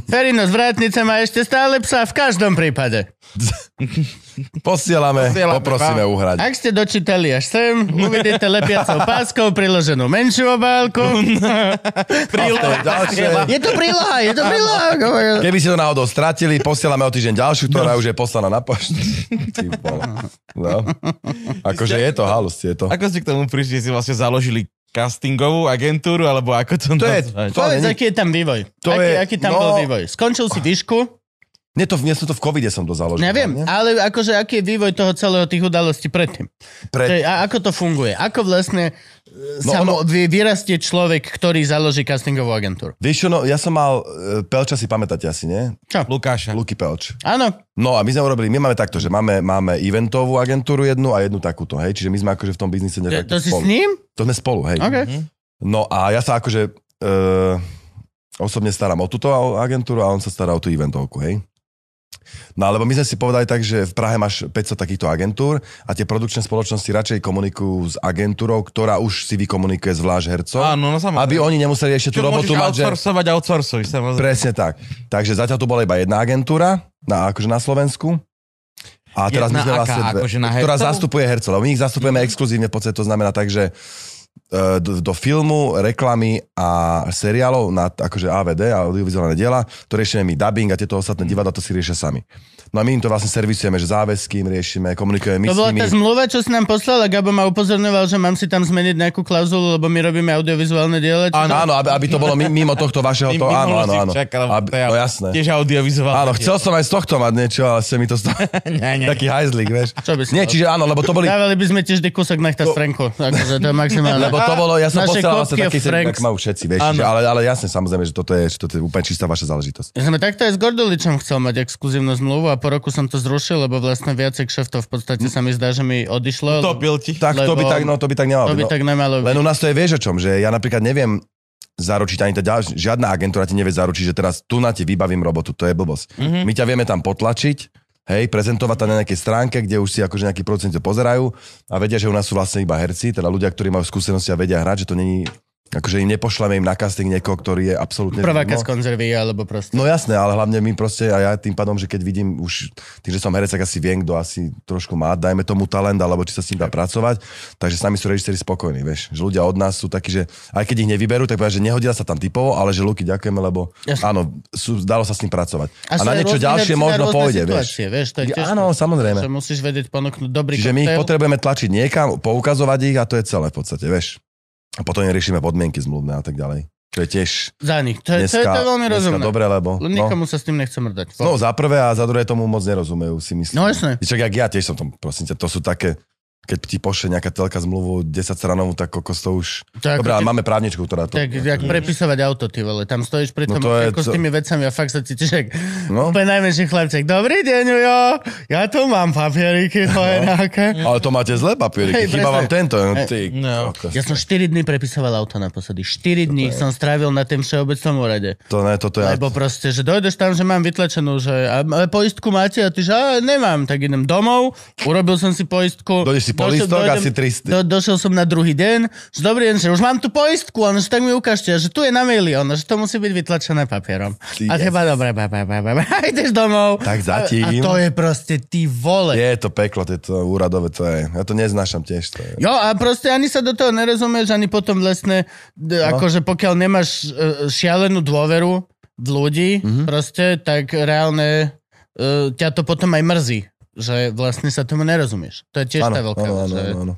Ferino z Vrátnice má ešte stále psa v každom prípade. Posielame, Posielame poprosíme vám. uhrať. Ak ste dočítali až sem, uvidíte lepiacou páskou priloženú menšiu obálku. To je ďalšie. Je to príloha, je to príloha. Keby si to náhodou stratili, posielame o týždeň ďalšiu, No. ktorá už je poslaná na poštu. Ty vole. No. Akože je to halus, je to. Ako ste k tomu prišli, si vlastne založili castingovú agentúru, alebo ako to To je, nazvať? to Povedz, není, aký je tam vývoj. To aký, je- aký tam no- bol vývoj. Skončil si výšku, nie, to, nie som to v covide som to založil. neviem, hlavne. ale akože aký je vývoj toho celého tých udalostí predtým. Pre, To je, a ako to funguje? Ako vlastne no, sa ono... vyrastie človek, ktorý založí castingovú agentúru? vieš čo, no, ja som mal, e, Pelča si pamätáte asi, nie? Lukáša. Luky Pelč. Áno, No a my sme urobili, my máme takto, že máme, máme eventovú agentúru jednu a jednu takúto, hej? Čiže my sme akože v tom to, biznise nejak to si s spolu. ním? To sme spolu, hej. OK. No a ja sa akože e, osobne starám o túto agentúru a on sa stará o tú eventovku, hej. No alebo my sme si povedali tak, že v Prahe máš 500 takýchto agentúr a tie produkčné spoločnosti radšej komunikujú s agentúrou, ktorá už si vykomunikuje zvlášť hercov, Áno, no samozrejme. aby oni nemuseli ešte Čo tú robotu môžeš mať, že... outsourcovať, outsourcuj, samozrejme. Presne tak. Takže zatiaľ tu bola iba jedna agentúra, na, akože na Slovensku. A teraz Jedna my sme aká? vlastne dve, Akože na ktorá hercov? Mhm. zastupuje hercov. Lebo my ich zastupujeme exkluzívne, v podstate to znamená tak, že e, do, do filmu, reklamy a seriálov na t- akože AVD a audiovizuálne diela, to riešime my dubbing a tieto Mhm. ostatné divadla, to si riešia sami. No a my im to vlastne servisujeme, že záväzky im riešime, komunikujeme my To s bola nimi. tá zmluva, čo si nám poslala. Gabo ma upozorňoval, že mám si tam zmeniť nejakú klauzulu, lebo my robíme audiovizuálne diela. či- Áno, áno, aby, aby to bolo mi- mimo tohto vašeho, to, áno, áno, áno. Aby, no jasné. Tiež audiovizuálne. Áno, chcel som aj z tohto mať niečo, ale ste mi to stalo. Ne, ne. Taký hajzlík, vieš. Čo by si Nie, dal? čiže áno, lebo to boli... Dávali by sme tiež vždy kúsok nechta stránku. Akože to je maximálne. Lebo to bolo, ja som Naše posielal vlastne kopky taký a Franks. tak majú všetci, vieš. Že, ale, ale jasne, samozrejme, že toto je, že toto je úplne čistá vaša záležitosť. Ja som takto aj s Gorduličom chcel mať exkluzívnu zmluvu a po roku som to zrušil, lebo vlastne viacej kšeftov v podstate sa mi zdá, že mi odišlo. lebo- Utopil ti. Tak to by Lebo- tak, no to by tak nemalo. To by byť, no. tak nemalo byť. Len u nás to je vieš o čom, že ja napríklad neviem zaručiť ani tá ďal, žiadna agentúra ti nevie zaručiť, že teraz tu na ti vybavím robotu, to je blbosť. Mm-hmm. Mhm. My ťa vieme tam potlačiť, hej, prezentovať tam na nejakej stránke, kde už si akože nejakí producenti to pozerajú a vedia, že u nás sú vlastne iba herci, teda ľudia, ktorí majú skúsenosti a vedia hrať, že to není, akože im nepošleme im na casting niekoho, ktorý je absolútne... Prváka z mimo. konzervy, alebo proste. No jasné, ale hlavne my proste, a ja tým pádom, že keď vidím už, tým, že som herec, tak asi viem, kto asi trošku má, dajme tomu talent, alebo či sa s ním dá pracovať, takže sami sú režiséri spokojní, vieš. Že ľudia od nás sú takí, že aj keď ich nevyberú, tak povedia, že nehodila sa tam typovo, ale že Luky ďakujeme, lebo Jasné. áno, sú, dalo sa s ním pracovať. A, sú na aj niečo rôzne ďalšie herci na možno rôzne pôjde, vieš. situácie, vieš. to je tiež Áno, to, samozrejme. Že musíš vedieť ponúknuť dobrý Čiže my ich koktail. potrebujeme tlačiť niekam, poukazovať ich a to je celé v podstate, vieš. A potom im riešime podmienky zmluvné a tak ďalej. Čo je tiež Za nich. To je, to je, to dneska, je veľmi dneska rozumné. dobre, lebo... Len no. Nikomu sa s tým nechce mrdať. No za prvé a za druhé tomu moc nerozumejú, si myslím. No jasné. Čak, jak ja tiež som tom, prosím ťa, to sú také, keď ti pošle nejaká telka zmluvu 10 stranovú, tak kokos to už... To je ako Dobre, ale keď- máme právničku, ktorá to... Tak jak prepisovať auto, ty vole. Tam stojíš pri No tom to je ako s to- tými vecami a fakt sa cítiš, jak No, úplne najmenší chlapček. Dobrý deň, jo, ja tu mám papieriky, to No. je nejaké. ale to máte zlé papieriky, Hej, chýba presne. vám tento. No, ty, No. kokos. Ja som 4 dní prepisoval auto naposledy. 4 dní som strávil na tým všeobecnom úrade. To ne, toto ja... Lebo proste, že dojdeš tam, že mám vytlačenú, že a, ale poistku máte a ty, že a, nemám, tak idem domov, urobil som si poistku. Dojdeš si po Došiel- listok, dojdem- asi 300. Do, došiel som na druhý deň, že dobrý deň, že už mám tu poistku, ono, že tak mi ukážte, a že tu je na maili, ono, že to musí byť vytlačené papierom. Ty a jas. teba, dobre, ba, ba, ba, ba, ba, ideš domov. Tak A- A zatím. to je proste, ty vole. Je to peklo, tieto úradové, to je... Ja to neznášam tiež. To je. Jo, a proste ani sa do toho nerozumieš, ani potom vlastne, d- No. akože pokiaľ nemáš e, šialenú dôveru v ľudí, Mhm. proste, tak reálne e, ťa to potom aj mrzí, že vlastne sa tomu nerozumieš. To je tiež tá veľká áno, vec, áno, že áno, áno.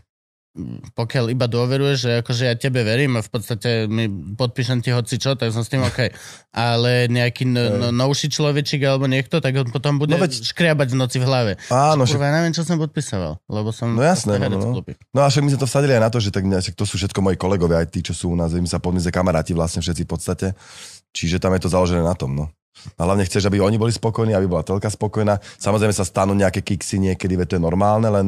pokiaľ iba dôveruješ, že akože ja tebe verím a v podstate mi podpíšem ti hoci čo, tak som s tým OK. Ale nejaký no, no, novší človečik alebo niekto, tak on potom bude No no veď- škriabať v noci v hlave. Áno, však- Kurva, ja neviem, čo som podpisoval, lebo som... No jasné, herec no, no. kluby. No a však my sme to vsadili aj na to, že tak, mňa- však to sú všetko moji kolegovia, aj tí, čo sú u nás, my sa podmize kamaráti vlastne všetci v podstate. Čiže tam je to založené na tom, no. A hlavne chceš, aby oni boli spokojní, aby bola telka spokojná. Samozrejme sa stanú nejaké kiksy niekedy, veď to je normálne, len...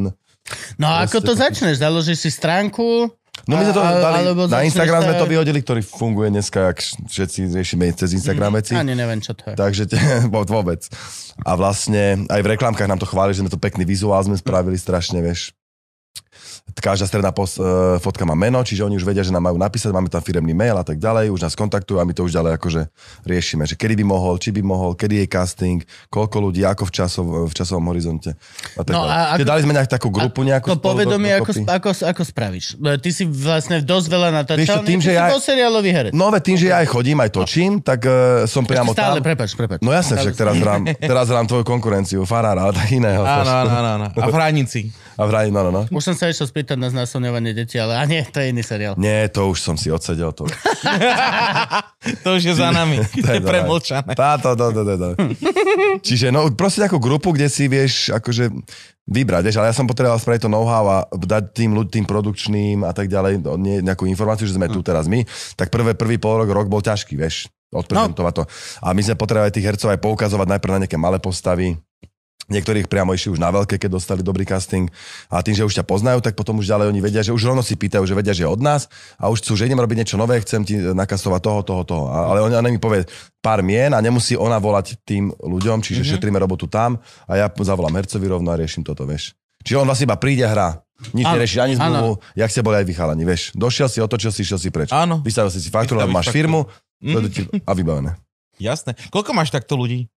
No a ako Proste to to- začneš? Založíš si stránku? No my sme to A- ale- dali, alebo na začneš Instagram sme sa- to vyhodili, ktorý funguje dneska, jak š- všetci riešime cez Instagram veci. Ani neviem, čo to je. Takže te, bo- vôbec. A vlastne aj v reklamkách nám to chváli, že sme to pekný vizuál sme spravili strašne, vieš. každá stredná pos, e, fotka má meno, čiže oni už vedia, že nám majú napísať, máme tam firemný mail a tak ďalej, už nás kontaktujú a my to už ďalej akože riešime, že kedy by mohol, či by mohol, kedy je casting, koľko ľudí, ako v, časov, v časovom horizonte. A tak No no, a a ako- dali sme nejak takú grupu nejakú. To spolu do- povedomie, ako, dokopy. ako, ako spravíš. E, Ty si vlastne dosť veľa natáčal, Vieš čo, tým, nie? Ty že si ja- bol seriálový herec. No veď tým, že ja aj chodím, aj točím, tak uh, som priamo Ešte stále, tam. prepač, prepač. No jasne, však teraz hrám, teraz hrám tvoju konkurenciu, farára a tak iného. Áno, áno, áno, áno. A v hranici. A vraj, no, no, no. Už som sa išiel spýtať na znásilňovanie detí, ale a nie, to je iný seriál. Nie, to už som si odsedel. To, To už je za nami. To je za- premlčané. Táto, to, to, to, to. Čiže no, proste takú grupu, kde si vieš akože vybrať, vieš, ale ja som potreboval spraviť to know-how a dať tým, ľud- tým produkčným a tak ďalej no, nie, nejakú informáciu, že Hm. sme tu teraz my, tak prvé, prvý pol rok, rok bol ťažký, vieš, No. odprezentovať to. A my sme potrebovali tých hercov aj poukazovať najprv na nejaké malé postavy, Niektorých priamo išli už na veľké, keď dostali dobrý casting. A tým, že už ťa poznajú, tak potom už ďalej oni vedia, že už rovno si pýtajú, že vedia, že je od nás a už chcú, že idem robiť niečo nové, chcem ti nakastovať toho, toho, toho. A, ale ona mi povie pár mien a nemusí ona volať tým ľuďom, čiže mm-hmm. šetríme robotu tam a ja zavolám hercovi rovno a riešim toto, vieš. Čiže on vlastne iba príde a hrá. Nič Áno, nerieši ani zmluvu, jak ste boli aj vychalani, vieš. Došiel si, otočil si, išiel si preč. Áno. Vystavil si si faktúru, Vystavíš lebo máš faktúru. firmu Mm. dojde ti- a vybavené. Jasné. Koľko máš takto ľudí?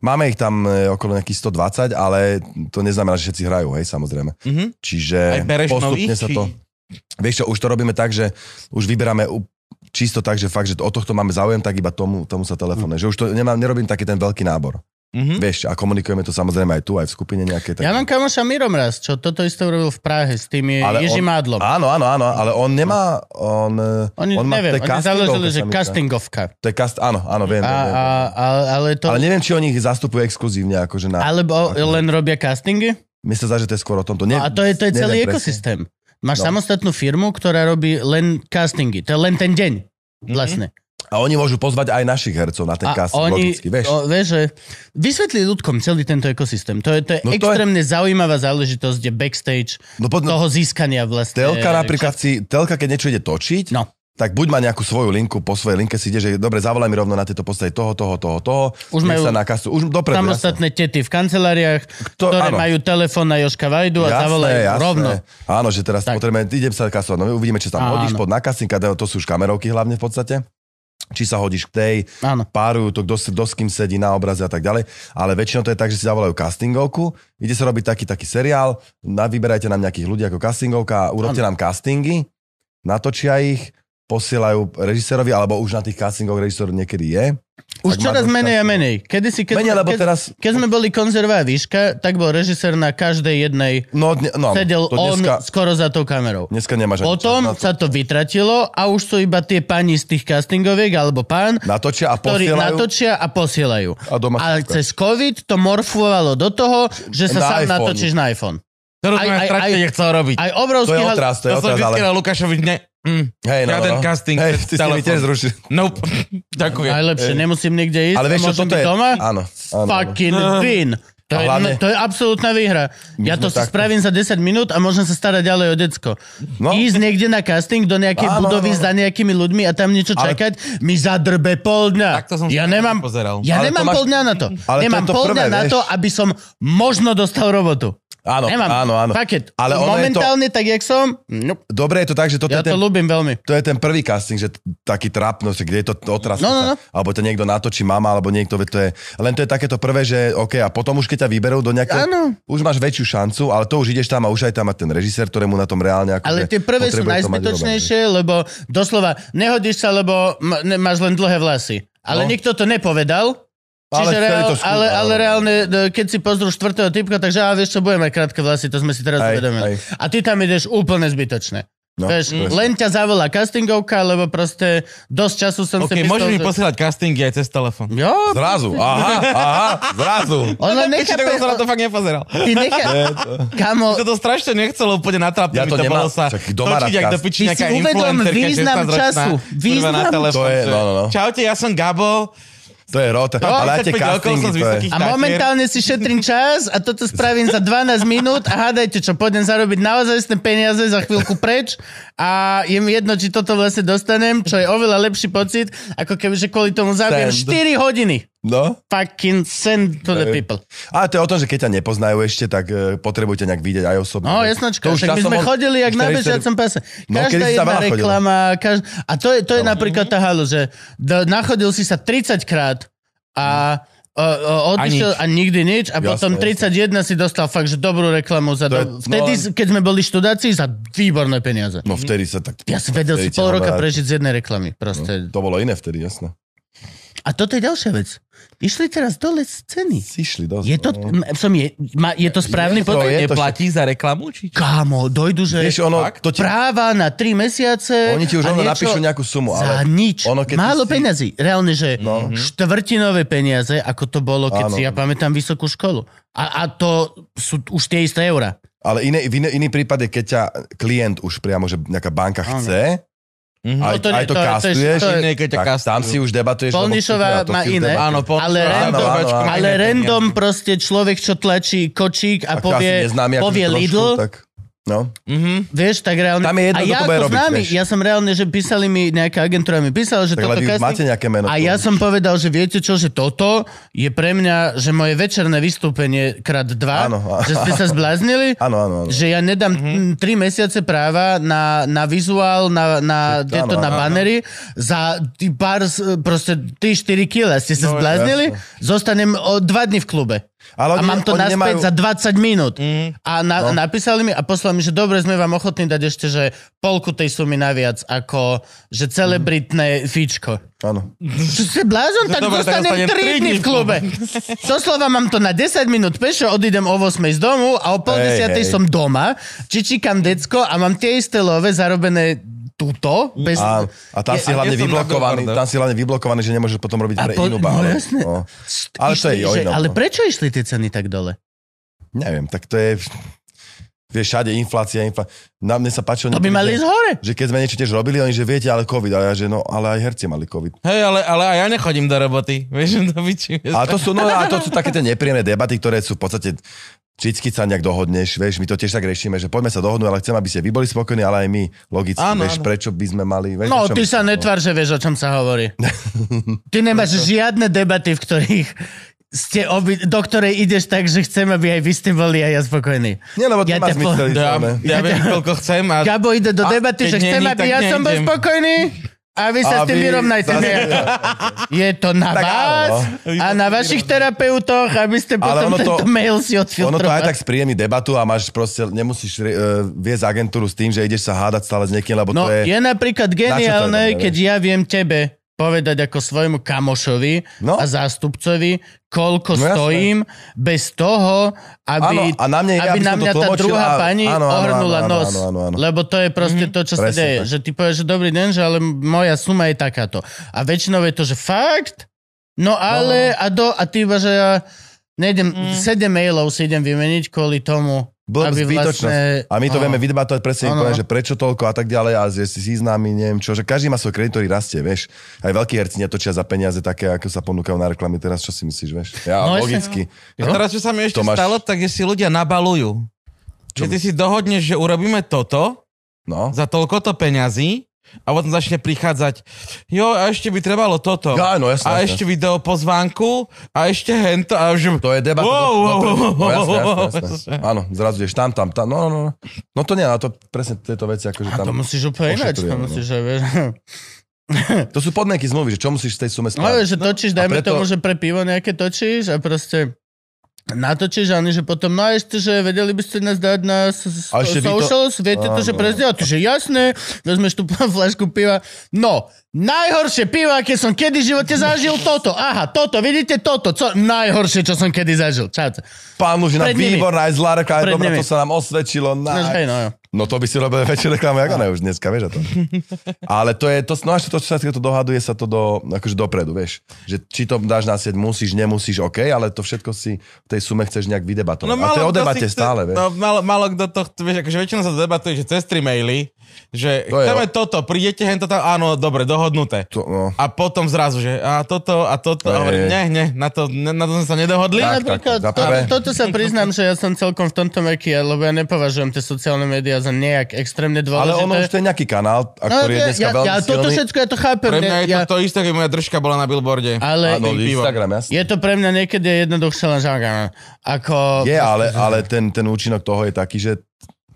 Máme ich tam e, okolo nejakých 120, ale to neznamená, že všetci hrajú, hej, samozrejme. Mhm. Aj Čiže bereš postupne nových, sa či- to... Vieš čo, už to robíme tak, že už vyberáme u- čisto tak, že fakt, že o tohto máme záujem, tak iba tomu, tomu sa telefónuje. Hm. Že už to nemám, nerobím taký ten veľký nábor. Mhm. Vieš, a komunikujeme to samozrejme aj tu, aj v skupine nejakej. Tak... Ja mám kamoša Mirom raz, čo toto isté urobil v Prahe s tými Ale on- Jižím Adlom. Áno, áno, áno, ale on nemá, on... e, Oni, on on má, to neviem, je oni castingovka založili, že sa mi zdá. castingovka. To je cast, áno, áno, viem, A, viem, viem. a, a, ale to... Ale neviem, či oni ich zastupujú exkluzívne, akože na... Alebo Ako- len robia castingy? Mne sa zdá, že to je skôr o tomto. Ne, A to je, to je neviem celý presne. ekosystém. Máš No. samostatnú firmu, ktorá robí len castingy. To je len ten deň. Vlastne. A oni môžu pozvať aj našich hercov na ten A Mhm. casting, oni, logicky, vieš. O, vieš, že vysvetli ľudkom celý tento ekosystém. To je, to je No to je- extrémne zaujímavá záležitosť, kde backstage No, pod, toho získania vlastne. Telka napríklad si, telka keď niečo ide točiť, No. tak buď má nejakú svoju linku, po svojej linke si ide, že dobre, zavolaj mi rovno na tieto postavy toho, toho, toho, toho. Už nech majú sa nakastu, už dopredu, jasné. Samostatné tety v kanceláriách, To- ktoré áno. majú telefón na Joška Vajdu a zavolajú jasné. rovno. Áno, že teraz Tak. potrebujeme, idem sa kastovať, no uvidíme, či sa tam Áno. hodíš pod nakastinka, to sú už kamerovky hlavne v podstate či sa hodíš k tej, Áno. párujú to, kto, s- kto s kým sedí na obraze a tak ďalej. Ale väčšinou to je tak, že si zavolajú castingovku, ide sa robiť taký, taký seriál, na, vyberajte nám nejakých ľudí ako castingovka, urobte nám castingy, natočia ich, posielajú režisérovi, alebo už na tých castingoch režisér niekedy je. Už Ak má čoraz dosť menej a času. no. menej. Kedy si, keď, Menej, sme- lebo keď, teraz... keď sme boli konzervá výška, tak bol režisér na každej jednej No, dne, no, sedel to on dneska, skoro za tou kamerou. dneska nemáš ani Potom čas na to. sa to vytratilo a už sú iba tie pani z tých castingoviek, alebo pán, Natočia a ktorí posielajú. natočia a posielajú. A doma Ale šuška. cez COVID to morfovalo do toho, že sa Na sám iPhone. natočíš na iPhone. Ktorú som Aj- ja aj- strašne aj- nechcel robiť. Aj To obrovský... je hal- otras, to je To som otras, vždycky ale... na Lukášovi dne... Mm. Hej, no, Žiaden no. casting Hej, cez ty si mi telefón. tiež zrušil. Nope. Ďakujem. Najlepšie, nemusím nikde ísť, Ale vieš, čo môžem toto byť je? doma. Áno. áno. Fucking Áno. win. To A je, hlavne- to je absolútna výhra. My Ja to sme si takto. spravím za 10 minút a môžem sa starať ďalej o decko. No. Ísť niekde na casting do nejakej Áno, budovy áno, áno. za nejakými ľuďmi a tam niečo Ale- čakať, mi zadrbe pol dňa. Takto som ja sa nemám, nepozeral. ja Ale to nemám máš- pol dňa na to. Ale to nemám je to pol dňa prvé, na vieš. to, aby som možno dostal robotu. Áno, nemám. áno, áno. Paket. Ale ono je to- Momentálne tak, jak som, no, Dobre je to tak, že toto ja je to ten ľúbim veľmi. to je ten prvý casting, že t- taký trápno, že kde je to otras. No, no, no. Alebo to niekto natočí mama, alebo niekto, ve- to je, len to je takéto prvé, že OK, a potom už keď ťa vyberú do nejakého, Áno. už máš väčšiu šancu, ale to už ideš tam a už aj tam má ten režisér, ktorému na tom reálne ako Ale že tie prvé sú potrebuje to mať urobené. najzbytočnejšie, lebo doslova nehodíš sa, lebo ma- ne- máš len dlhé vlasy. Ale No. nikto to nepovedal. Čiže Ale ale, chceli reál, to skúmať, ale, ale áno. reálne, e, keď si pozrú štvrtého typka, takže a vieš čo, budem mať krátke vlasy, to sme si teraz Aj, uvedomili. aj. A ty tam ideš úplne zbytočné. No, vieš, presne. len ťa zavolá castingovka, lebo proste dosť času som OK, si môžeš mi že- posielať castingy aj cez telefón. Jo, Zrazu, aha, aha, zrazu. ona Ešte tak nechápe... som na to fakt nepozeral. Ty nechá... Kamo, To to strašne nechcelo úplne natrápne. Ja mi to to nemám. bolo sa Čak, kto má rád točiť, ak do cast? piči Ty nejaká si uvedom influencerka význam 16 ročná, času. kurva, na Význam. telefón, To je- no, no, no. Čaute, ja som Gabo. To je rota. No, Ale aj tie 35 rokov castingy, som z to je... vysokých A momentálne si šetrím čas a toto spravím za 12 minút a hádajte čo, pôjdem zarobiť naozaj peniaze za chvíľku preč a je mi jedno, či toto vlastne dostanem, čo je oveľa lepší pocit, ako keby, že kvôli tomu zabijem Send. 4 hodiny. No. Fucking send to the people. A to je o tom, že keď ťa nepoznajú ešte, tak e, potrebujete nejak vidieť aj osobne. No, jasnačka, To už však my časom sme on- chodili jak na 40 bežiacom pase. No, Každá kedy si sa jedna veľa chodil. reklama, kaž... a to je, to je napríklad tá halu, že d- nachodil si sa 30 krát a o, o, odišiel nič. a, nikdy nič a Jasné, potom 31 si dostal fakt, že dobrú reklamu za... To Do... je- Vtedy, no, s- keď sme boli študáci, za výborné peniaze. No vtedy sa tak... Ja si vedel si vtedy ťa pol roka nabrali. prežiť z jednej reklamy. Proste. To bolo iné vtedy, jasné. A toto je ďalšia vec. Išli teraz dole z ceny. Sišli dosť. Je to, no. m- som je, ma, je to správny to, pocit? je to Neplatí za reklamu, či čo? Kámo, dojdu, že... Vieš, ono, Fakt? to ti, práva na 3 mesiace. oni ti už a ono niečo napíšu nejakú sumu, Za ale... nič. ono, keď Málo si- peňazí. Reálne, že No. no. štvrtinové peniaze, ako to bolo, keď Áno. si ja pamätám vysokú školu. A, a to sú t- už tie isté eurá. Ale iné, v iné, iný prípad je, keď ťa klient už priamo, že nejaká banka chce, Mhm. aj, No to nie, aj to je- to to je- kastuješ, to je- Iné, keď ťa tak kastujú. tam si už debatuješ. lebo Polnišová vtipne, a to má si už iné. debatuješ. Áno, po, Ale áno, random- áno, áno. Ale random proste človek, čo tlačí kočík a Ak to asi povie, neznámy, akože povie trošku, Lidl, Tak, no. Mhm. vieš, tak reálne. Tam je jedno, a kto ja to bude ako robiť, známy, vieš. ja som reálne, že písali mi, nejaká agentúra mi písala, že Tak toto lebo vy casting, máte nejaké meno. A ja som povedal, že viete čo, že toto je pre mňa, že moje večerné vystúpenie krát dva, Áno, áno. že ste sa zbláznili, Áno, áno, áno. že ja nedám mm-hmm. 3 mesiace práva na, na vizuál, na, na, tieto, áno, na áno. banery za tý pár, s- proste 3-4 kg. Ste sa No, zbláznili? Zostanem o 2 dní v klube. Ale a oni- mám to oni naspäť nemajú- za 20 minút. Mm. A na, no. napísali mi a poslali mi, že dobre, sme vám ochotní dať ešte, že polku tej sumy naviac, ako že Mhm. celebritné fíčko. Áno. Čo ste blázon, No tak dobre, tak dostanem dostanem 3 dní v klube. Doslova mám to na 10 minút pešo, odídem o 8 z domu a o pol Hej, desiatej hej. som doma, čičikam decko a mám tie isté love zarobené tuto. Bez... A, a tam si a hlavne nie som vyblokovaný, na to, tam si hlavne vyblokovaný, že nemôžeš potom robiť A pre po- inú no bálu. jasné. No. Ale to je Išli, že, iné, ale no. prečo išli tie ceny tak dole? Neviem, tak to je... Vieš, všade inflácia, inflácia. Na mne sa To páčilo... by niekedy, mali že- ísť hore. že keď sme niečo tiež robili, oni, že viete, ale COVID, ale ja, že no, ale aj herci mali COVID. Hej, ale, ale aj ja nechodím do roboty. Vieš, do piči. A to sú, no, a to sú také tie nepríjemné debaty, ktoré sú v podstate vždycky sa nejak dohodneš, vieš, my to tiež tak riešime, že poďme sa dohodnúť, ale chcem, aby ste vy boli spokojní, ale aj my, logicky, Áno, vieš, áno. prečo by sme mali, vieš, No, o čom ty sa myslím, no. netvár, že vieš, o čom sa hovorí. Ty nemáš žiadne debaty, v ktorých ste obi, do ktorej ideš tak, že chcem, aby aj vy ste boli a ja spokojný. Nie, lebo to Ja má ťa zmysel, po- ísť, Ja, ale- ja viem, koľko chcem a Gabo ide do A debaty, keď že nie, chcem, nie, aby tak ja som bol nejdem. spokojný a vy sa s A tým vy vyrovnajte. zase- Nie. Je to na Tak áno, vás no. a na vašich terapeutoch, aby ste Ale potom ono to- tento mail si Ono to aj tak odfiltrovali. spríjemní debatu a máš proste, nemusíš uh, viesť agentúru s tým, že ideš sa hádať stále s niekým, lebo No, to je... je napríklad Na čo to geniálne, je dobré, keď ja viem tebe povedať ako svojmu kamošovi No. a zástupcovi, koľko No jasné. stojím, bez toho, aby, Áno, a na mne je, aby aby na som to mňa tá tlmočil druhá a- pani áno, áno, ohrnula áno, áno, nos. áno, áno. Mhm. Lebo to je proste to, čo sa Presne deje. tak. Že ty povieš, že dobrý deň, že ale moja suma je takáto. A väčšinou je to, že fakt? No ale a do, a ty iba, že ja nejdem, Mhm. sedem mailov si idem vymeniť kvôli tomu, Bolo aby vlastne... zbytočnosť. A my to no. vieme vydebatovať presne, Áno. no, že prečo toľko a tak ďalej a že si známi, neviem čo, že každý má svoj kredit, ktorý rastie, vieš. Aj veľkí herci netočia za peniaze také, ako sa ponúkajú na reklamy teraz, čo si myslíš, vieš? Ja, No, jasne. no, logicky. A teraz, čo sa mi ešte To máš- stalo, tak je si ľudia nabalujú. Čo? Že ty si dohodneš, že urobíme toto No. za toľkoto peňazí a potom začne prichádzať, jo, a ešte by trebalo toto. Ja, áno, jasné, a jasné. ešte video pozvánku a ešte hento a už... To je debata. Wow, no, no, to je- wow, no, jasné, wow, jasné, jasné. Áno, zrazu ideš tam, tam, tam. No, no, no. No to nie, ale to presne tieto veci, A akože to tam... musíš úplne ináč, to ošetrujeme, no. musíš, že vieš... To sú podmienky zmluvy, že čo musíš z tej sume No, spraviť. že točíš, dajme preto- tomu, že pre pivo nejaké točíš a proste natočíš a oni, že potom, no a ešte, že vedeli by ste nás dať na s- s- A ešte vy to- socials, viete to, že Áno. prezde, a ty, že jasné, vezmeš tú flašku piva. No, najhoršie pivo, aké som kedy v živote zažil, toto, aha, toto, vidíte, toto, co najhoršie, čo som kedy zažil, čau. Pán Lužina, Pred nimi. výborná, aj zlá reklama, Pred dobrá, nimi. to sa nám osvedčilo. No, že hej, Na... no, jo. No to by si robil väčšie reklamy, ako ne už dneska, vieš a to. Ale to je, to, no až to, čo sa to dohaduje sa to do, akože dopredu, vieš. Že či to dáš na sieť, musíš, nemusíš, OK, ale to všetko si v tej sume chceš nejak No vydebatovať. a to je No o kto si debate chce- stále, vieš. No, malo, malo kto to chce, vieš, akože väčšinou sa debatuje, že cez tri maily, Že To je- chceme toto, prídete hento tam, áno, dobre, dohodnuté. To, no. A potom zrazu, že a toto a toto, a Hej. hovorím, ne, ne, na to, ne, na to sme sa nedohodli. Tak, Napríklad, tak, za prvé. a toto sa priznám, že ja som celkom v tomto meký, lebo ja nepovažujem tie sociálne médiá za nejak extrémne Ale dôležité. ono už to je nejaký kanál, a ktorý je ja, dneska No, ja, veľmi ja toto silný. všetko ja to chápem. Pre mňa ne, je ja, to to isté, keď moja držka bola na billboarde. Ale Áno, no, Instagram, jasne. je to pre mňa niekedy jednoduchšie len žagana. Ako... Je, ale, ale ten, ten účinok toho je taký, že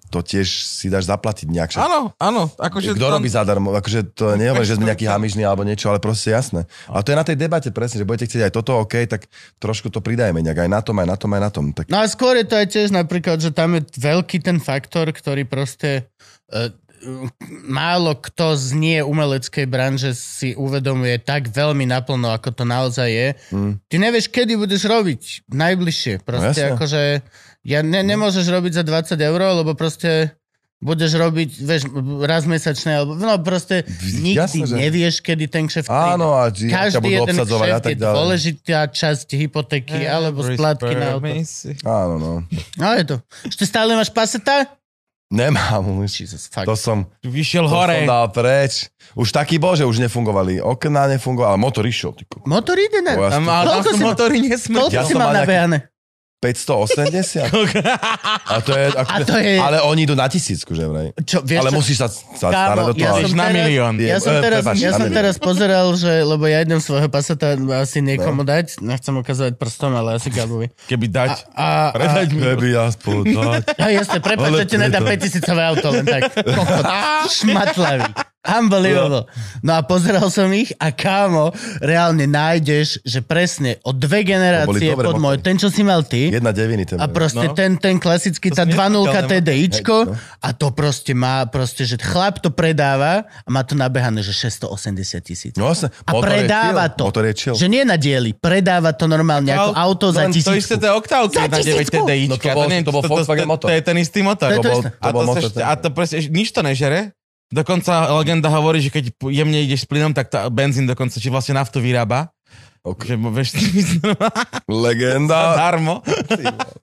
to tiež si dáš zaplatiť nejak. Že... Áno, áno. Akože Kto robí zadarmo? Akože to nehovorím, že sme nejaký hamižný alebo niečo, ale proste jasné. A to je na tej debate presne, že budete chcieť aj toto OK, tak trošku to pridajme nejak aj na tom, aj na tom, aj na tom. Tak No a skôr je to aj tiež napríklad, že tam je veľký ten faktor, ktorý proste e, m, málo kto z nie umeleckej branže si uvedomuje tak veľmi naplno, ako to naozaj je. Mm. Ty nevieš, kedy budeš robiť najbližšie. Proste jasné. no, akože ja ne, nemôžeš robiť za 20 eur, lebo proste budeš robiť, vieš, raz mesačne, alebo no proste nikdy Jasné, že- nevieš, kedy ten kšeft Áno, a či- ak ťa Každý budú jeden obsadzovať a kšeft tak je ďalej. dôležitá časť hypotéky alebo splátky na auto. áno, no. No je to. Ešte stále máš paseta? Nemám už. Jesus, fuck. To som, Vyšiel to hore. som dal preč. Už taký bol, že už nefungovali. Okná nefungovali, ale motor išiel. Ty kokos. Motor ide na... Bo ja Tam, som- ale tam Koľko sú si ma- motory nesmrť. Koľko Ja si som mal mal na nejaký- Bejane? 580? A to je, ako, A to je- Ale oni idú na tisícku, že vraj. Čo, vieš Ale čo? musíš sa, sa starať Kámo, o to. ja ale- som Ideš na teraz- milión. Ja som, Je- e, teraz, prepáč, ja na som milión. No. teraz pozeral, že, lebo ja idem svojho pasata asi niekomu dať, nechcem ukázať prstom, ale asi Gabovi. Keby dať. A, a, Predať mi. Keby aspoň dať. a jasne, prepáč, Ale že ti nedá preto- 5000 auto, len tak. Kokot. Šmatlavý. Unbelievable. No a pozeral som ich a kámo, reálne nájdeš, že presne o dve generácie dobré pod môj, motory. ten, čo si mal ty, Jedna deviny ten. A proste No. no. ten, ten klasický, tá To si 2.0 nezmyselné, TDIčko hej, no. a to proste má, proste, že chlap to predáva a má to nabehané, že 680 tisíc. no, jasne. A Motor je predáva chill. to. Motor je chill. Že nie na diely, predáva to normálne ako Au- auto za len To isté, tisíc. to je oktávky Za na 9 tisícku? TDI. No to bol- to bol Volkswagen motor. To je ten istý To motor. je to bol- isté. to a, bol to motor. sa, ešte- a to presne, ešte- nič to nežere. Dokonca legenda hovorí, že keď jemne ideš s plynom, tak tá benzín dokonca, či vlastne naftu vyrába. Ok. Že mo- vieš, Legenda. darmo.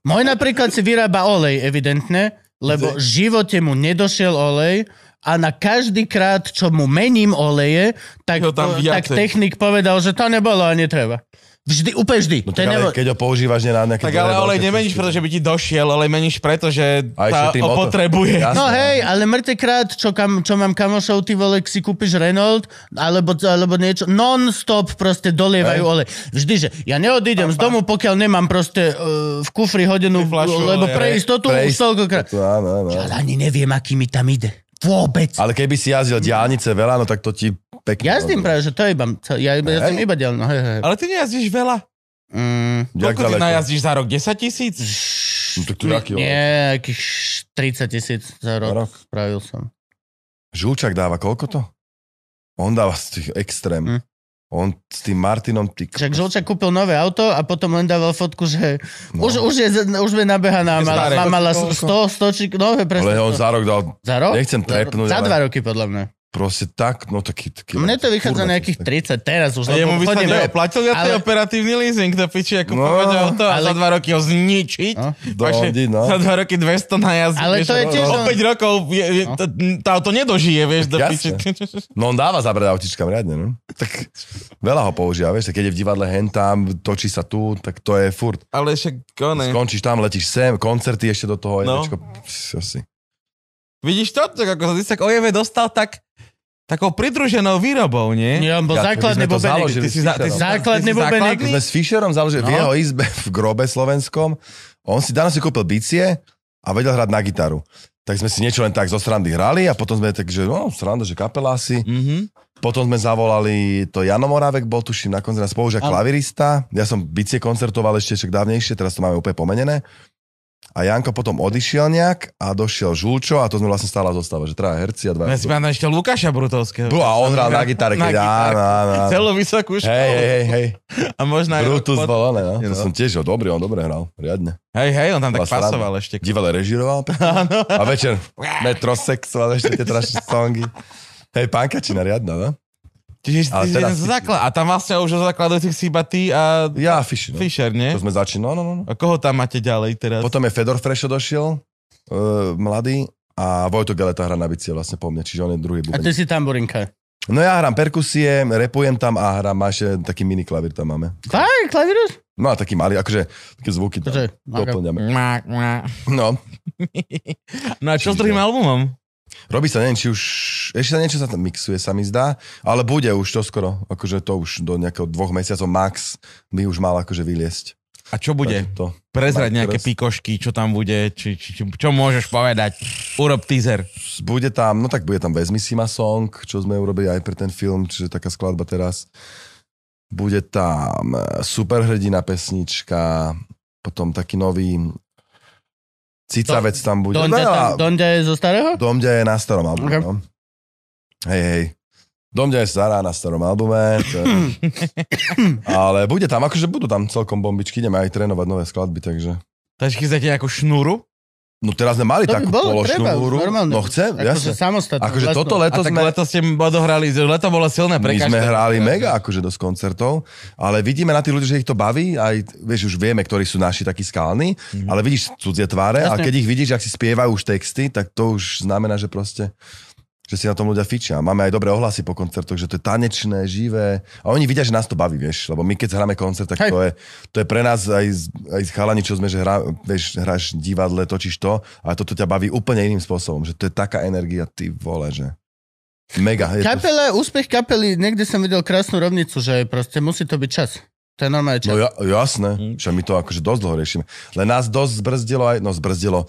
Môj napríklad si vyrába olej, evidentne, lebo v živote mu nedošiel olej a na každý krát, čo mu mením oleje, tak, Jo, tam tak viacej. technik povedal, že to nebolo a netreba. Vždy, úplne vždy. No, To je tak, ale nebo- keď ho používaš nie na nejaké... Tak dlhé ale veľké olej nemeníš, cesty. pretože by ti došiel, olej meníš preto, že A ešte sa tým motor. opotrebuje. Jasné. No hej, ale mŕtekrát, čo, kam, čo mám kamošov, ty vole, si kúpiš Renault, alebo, alebo niečo, non-stop proste dolievajú Hej. olej. Vždy, že ja neodídem z domu, pokiaľ nemám proste uh, v kufri hodenú, Fľašu lebo oleja. pre istotu Pre už ist- toľkokrát. To áno, áno. Ale ani neviem, aký mi tam ide. Vôbec. Ale keby si jazdil diálnice veľa, no tak to ti pekne... Jazdím práve, že to je iba, to- ja, ja som iba dielno. Hej, hej. Ale ty nejazdíš veľa. Mm, Koľko Jak ty ďaleko? najazdíš za rok? 10 tisíc? No tak to je aký olej? nie, akých 30 tisíc za Za rok rok. spravil som. Žulčak dáva koľko to? On dáva z tých extrém. Hm. On s tým Martinom... Ty... Však Žolčak kúpil nové auto a potom len dával fotku, že No. Už, už, je, už je nabehaná, Je mala, staré. má, mala 100, 100 či, no, je presne Ale on 100. za rok dal... za rok? Nechcem trepnúť, Za ale- dva roky, podľa mňa. Proste tak, no taký... taký Mne to vychádza kurva, nejakých 30 teraz už, A lebo jemu by sa chodím. neoplatil za ten Ale- operatívny leasing, to piči, ako No, povedať auto a ale- za dva roky ho zničiť. No. Do Vaše- Hondy, no. Za dva roky 200 najazdí. Ale vieš, to je tiež- No. O 5 rokov je, je, to, to auto nedožije, vieš, do Jasne. piči. No on dáva zabrať autičkám riadne, no. Tak veľa ho používa, vieš, keď je v divadle hen tam, točí sa tu, tak to je furt. Ale však, kone. Skončíš tam, letíš sem, koncerty ešte do toho, No. no. jedečko, pš, asi. Vidíš to? Tak ako sa Disek Ojeve dostal tak takou pridruženou výrobou, nie? Nie, on bol Ja, základný my sme to bobenek. založili. Ty si, za, ty si, Základný ty si bubeník. My sme s Fischerom založili no. v No. jeho izbe v grobe slovenskom. On si, Dano si kúpil bicie a vedel hrať na gitaru. Tak sme si niečo len tak zo srandy hrali a potom sme tak, že no, sranda, že kapela asi. Mhm. Potom sme zavolali, to Jano Morávek bol tuším na koncert, spolužiak klavirista. Ja som bicie koncertoval ešte však dávnejšie, teraz to máme úplne pomenené. A Janko potom odišiel nejak a došiel Žulčo a to sme vlastne stála zostava, že traja herci a dva. Ja si pamätám ešte Lukáša Brutovského. Bro, a on hral na gitare, Na keď áno, gitárku. áno, áno. Celú vysokú školu. Hej, hej, hej, hej. A možno aj... Brutus pod- bol, ale no. No. To som tiež, jo, dobrý, on dobre hral, riadne. Hej, hej, on tam tak Bola sranda. pasoval ešte. Divele režiroval pekne. Áno. a večer metrosexuál ešte tie trašné songy. Hej, pankačina riadna, no? Čiže Ale teda ty si teraz jeden zo ty- základ. A tam vlastne už zo základujúcich si iba ty a Ja, Fishy, no. Fischer, nie? To sme začínali, no, no, no. A koho tam máte ďalej teraz? Potom je Fedor Frešo došiel, uh, e, mladý, A Vojto Galeta hrá na bicie vlastne po mne, čiže on je druhý A ty bubeník. si tamburinka. No ja hrám perkusie, repujem tam a hrám a ešte taký mini klavír tam máme. Tak, klavírus? No a taký malý, akože také zvuky tam Počkaj, no, ako- doplňame. Mák, mák. No, No a čo s druhým albumom? robí sa, neviem, či už, ešte sa niečo sa tam mixuje, sa mi zdá, ale bude už to skoro, akože to už do nejakého dvoch mesiacov max by už mal akože vyliesť. A čo bude? Takže To. Prezrať Mám nejaké teraz- pikošky, čo tam bude, či, či, či, čo môžeš povedať. Urob teaser. Bude tam, no tak bude tam Vezmi si ma song, čo sme urobili aj pre ten film, čiže taká skladba teraz. Bude tam eh, superhrdina pesnička, potom taký nový cicavec tam bude. No, Donde, tam, Veľa- Donde je zo starého? Domďa je na starom albume, Ok. no. Hej, hej. Domďa je stará na starom albume. To je... Ale bude tam, akože budú tam celkom bombičky, ideme aj trénovať nové skladby, takže... Takže chystáte nejakú šnúru? No teraz sme mali To by takú bolo, položnú treba, húru. normálne. No chcem, Akože jasne. samostatne. Akože vlastnou. toto A leto tak sme... leto ste odohrali, leto bolo silné pre My sme každého. Mhm. hrali mega akože dosť koncertov, ale vidíme na tých ľudí, že ich to baví, aj vieš, už vieme, ktorí sú naši takí skalní, Mhm. mm. ale vidíš cudzie tváre a Jasne. keď ich vidíš, ak si spievajú už texty, tak to už znamená, že proste že si na tom ľudia fičia. Máme aj dobré ohlasy po koncertoch, že to je tanečné, živé. A oni vidia, že nás to baví, vieš, lebo my keď hráme koncert, tak Hej. to je, to je pre nás aj, z- aj z chalani, čo sme, že hrá, vieš, hráš v divadle, točíš to, ale toto ťa baví úplne iným spôsobom, že to je taká energia, ty vole, že mega. Je to Kapela, úspech kapely, niekde som videl krásnu rovnicu, že proste musí to byť čas. To je normálne čas. No ja, jasné, Hm. Mm. že my to akože dosť dlho riešime. Len nás dosť zbrzdilo aj, no zbrzdilo,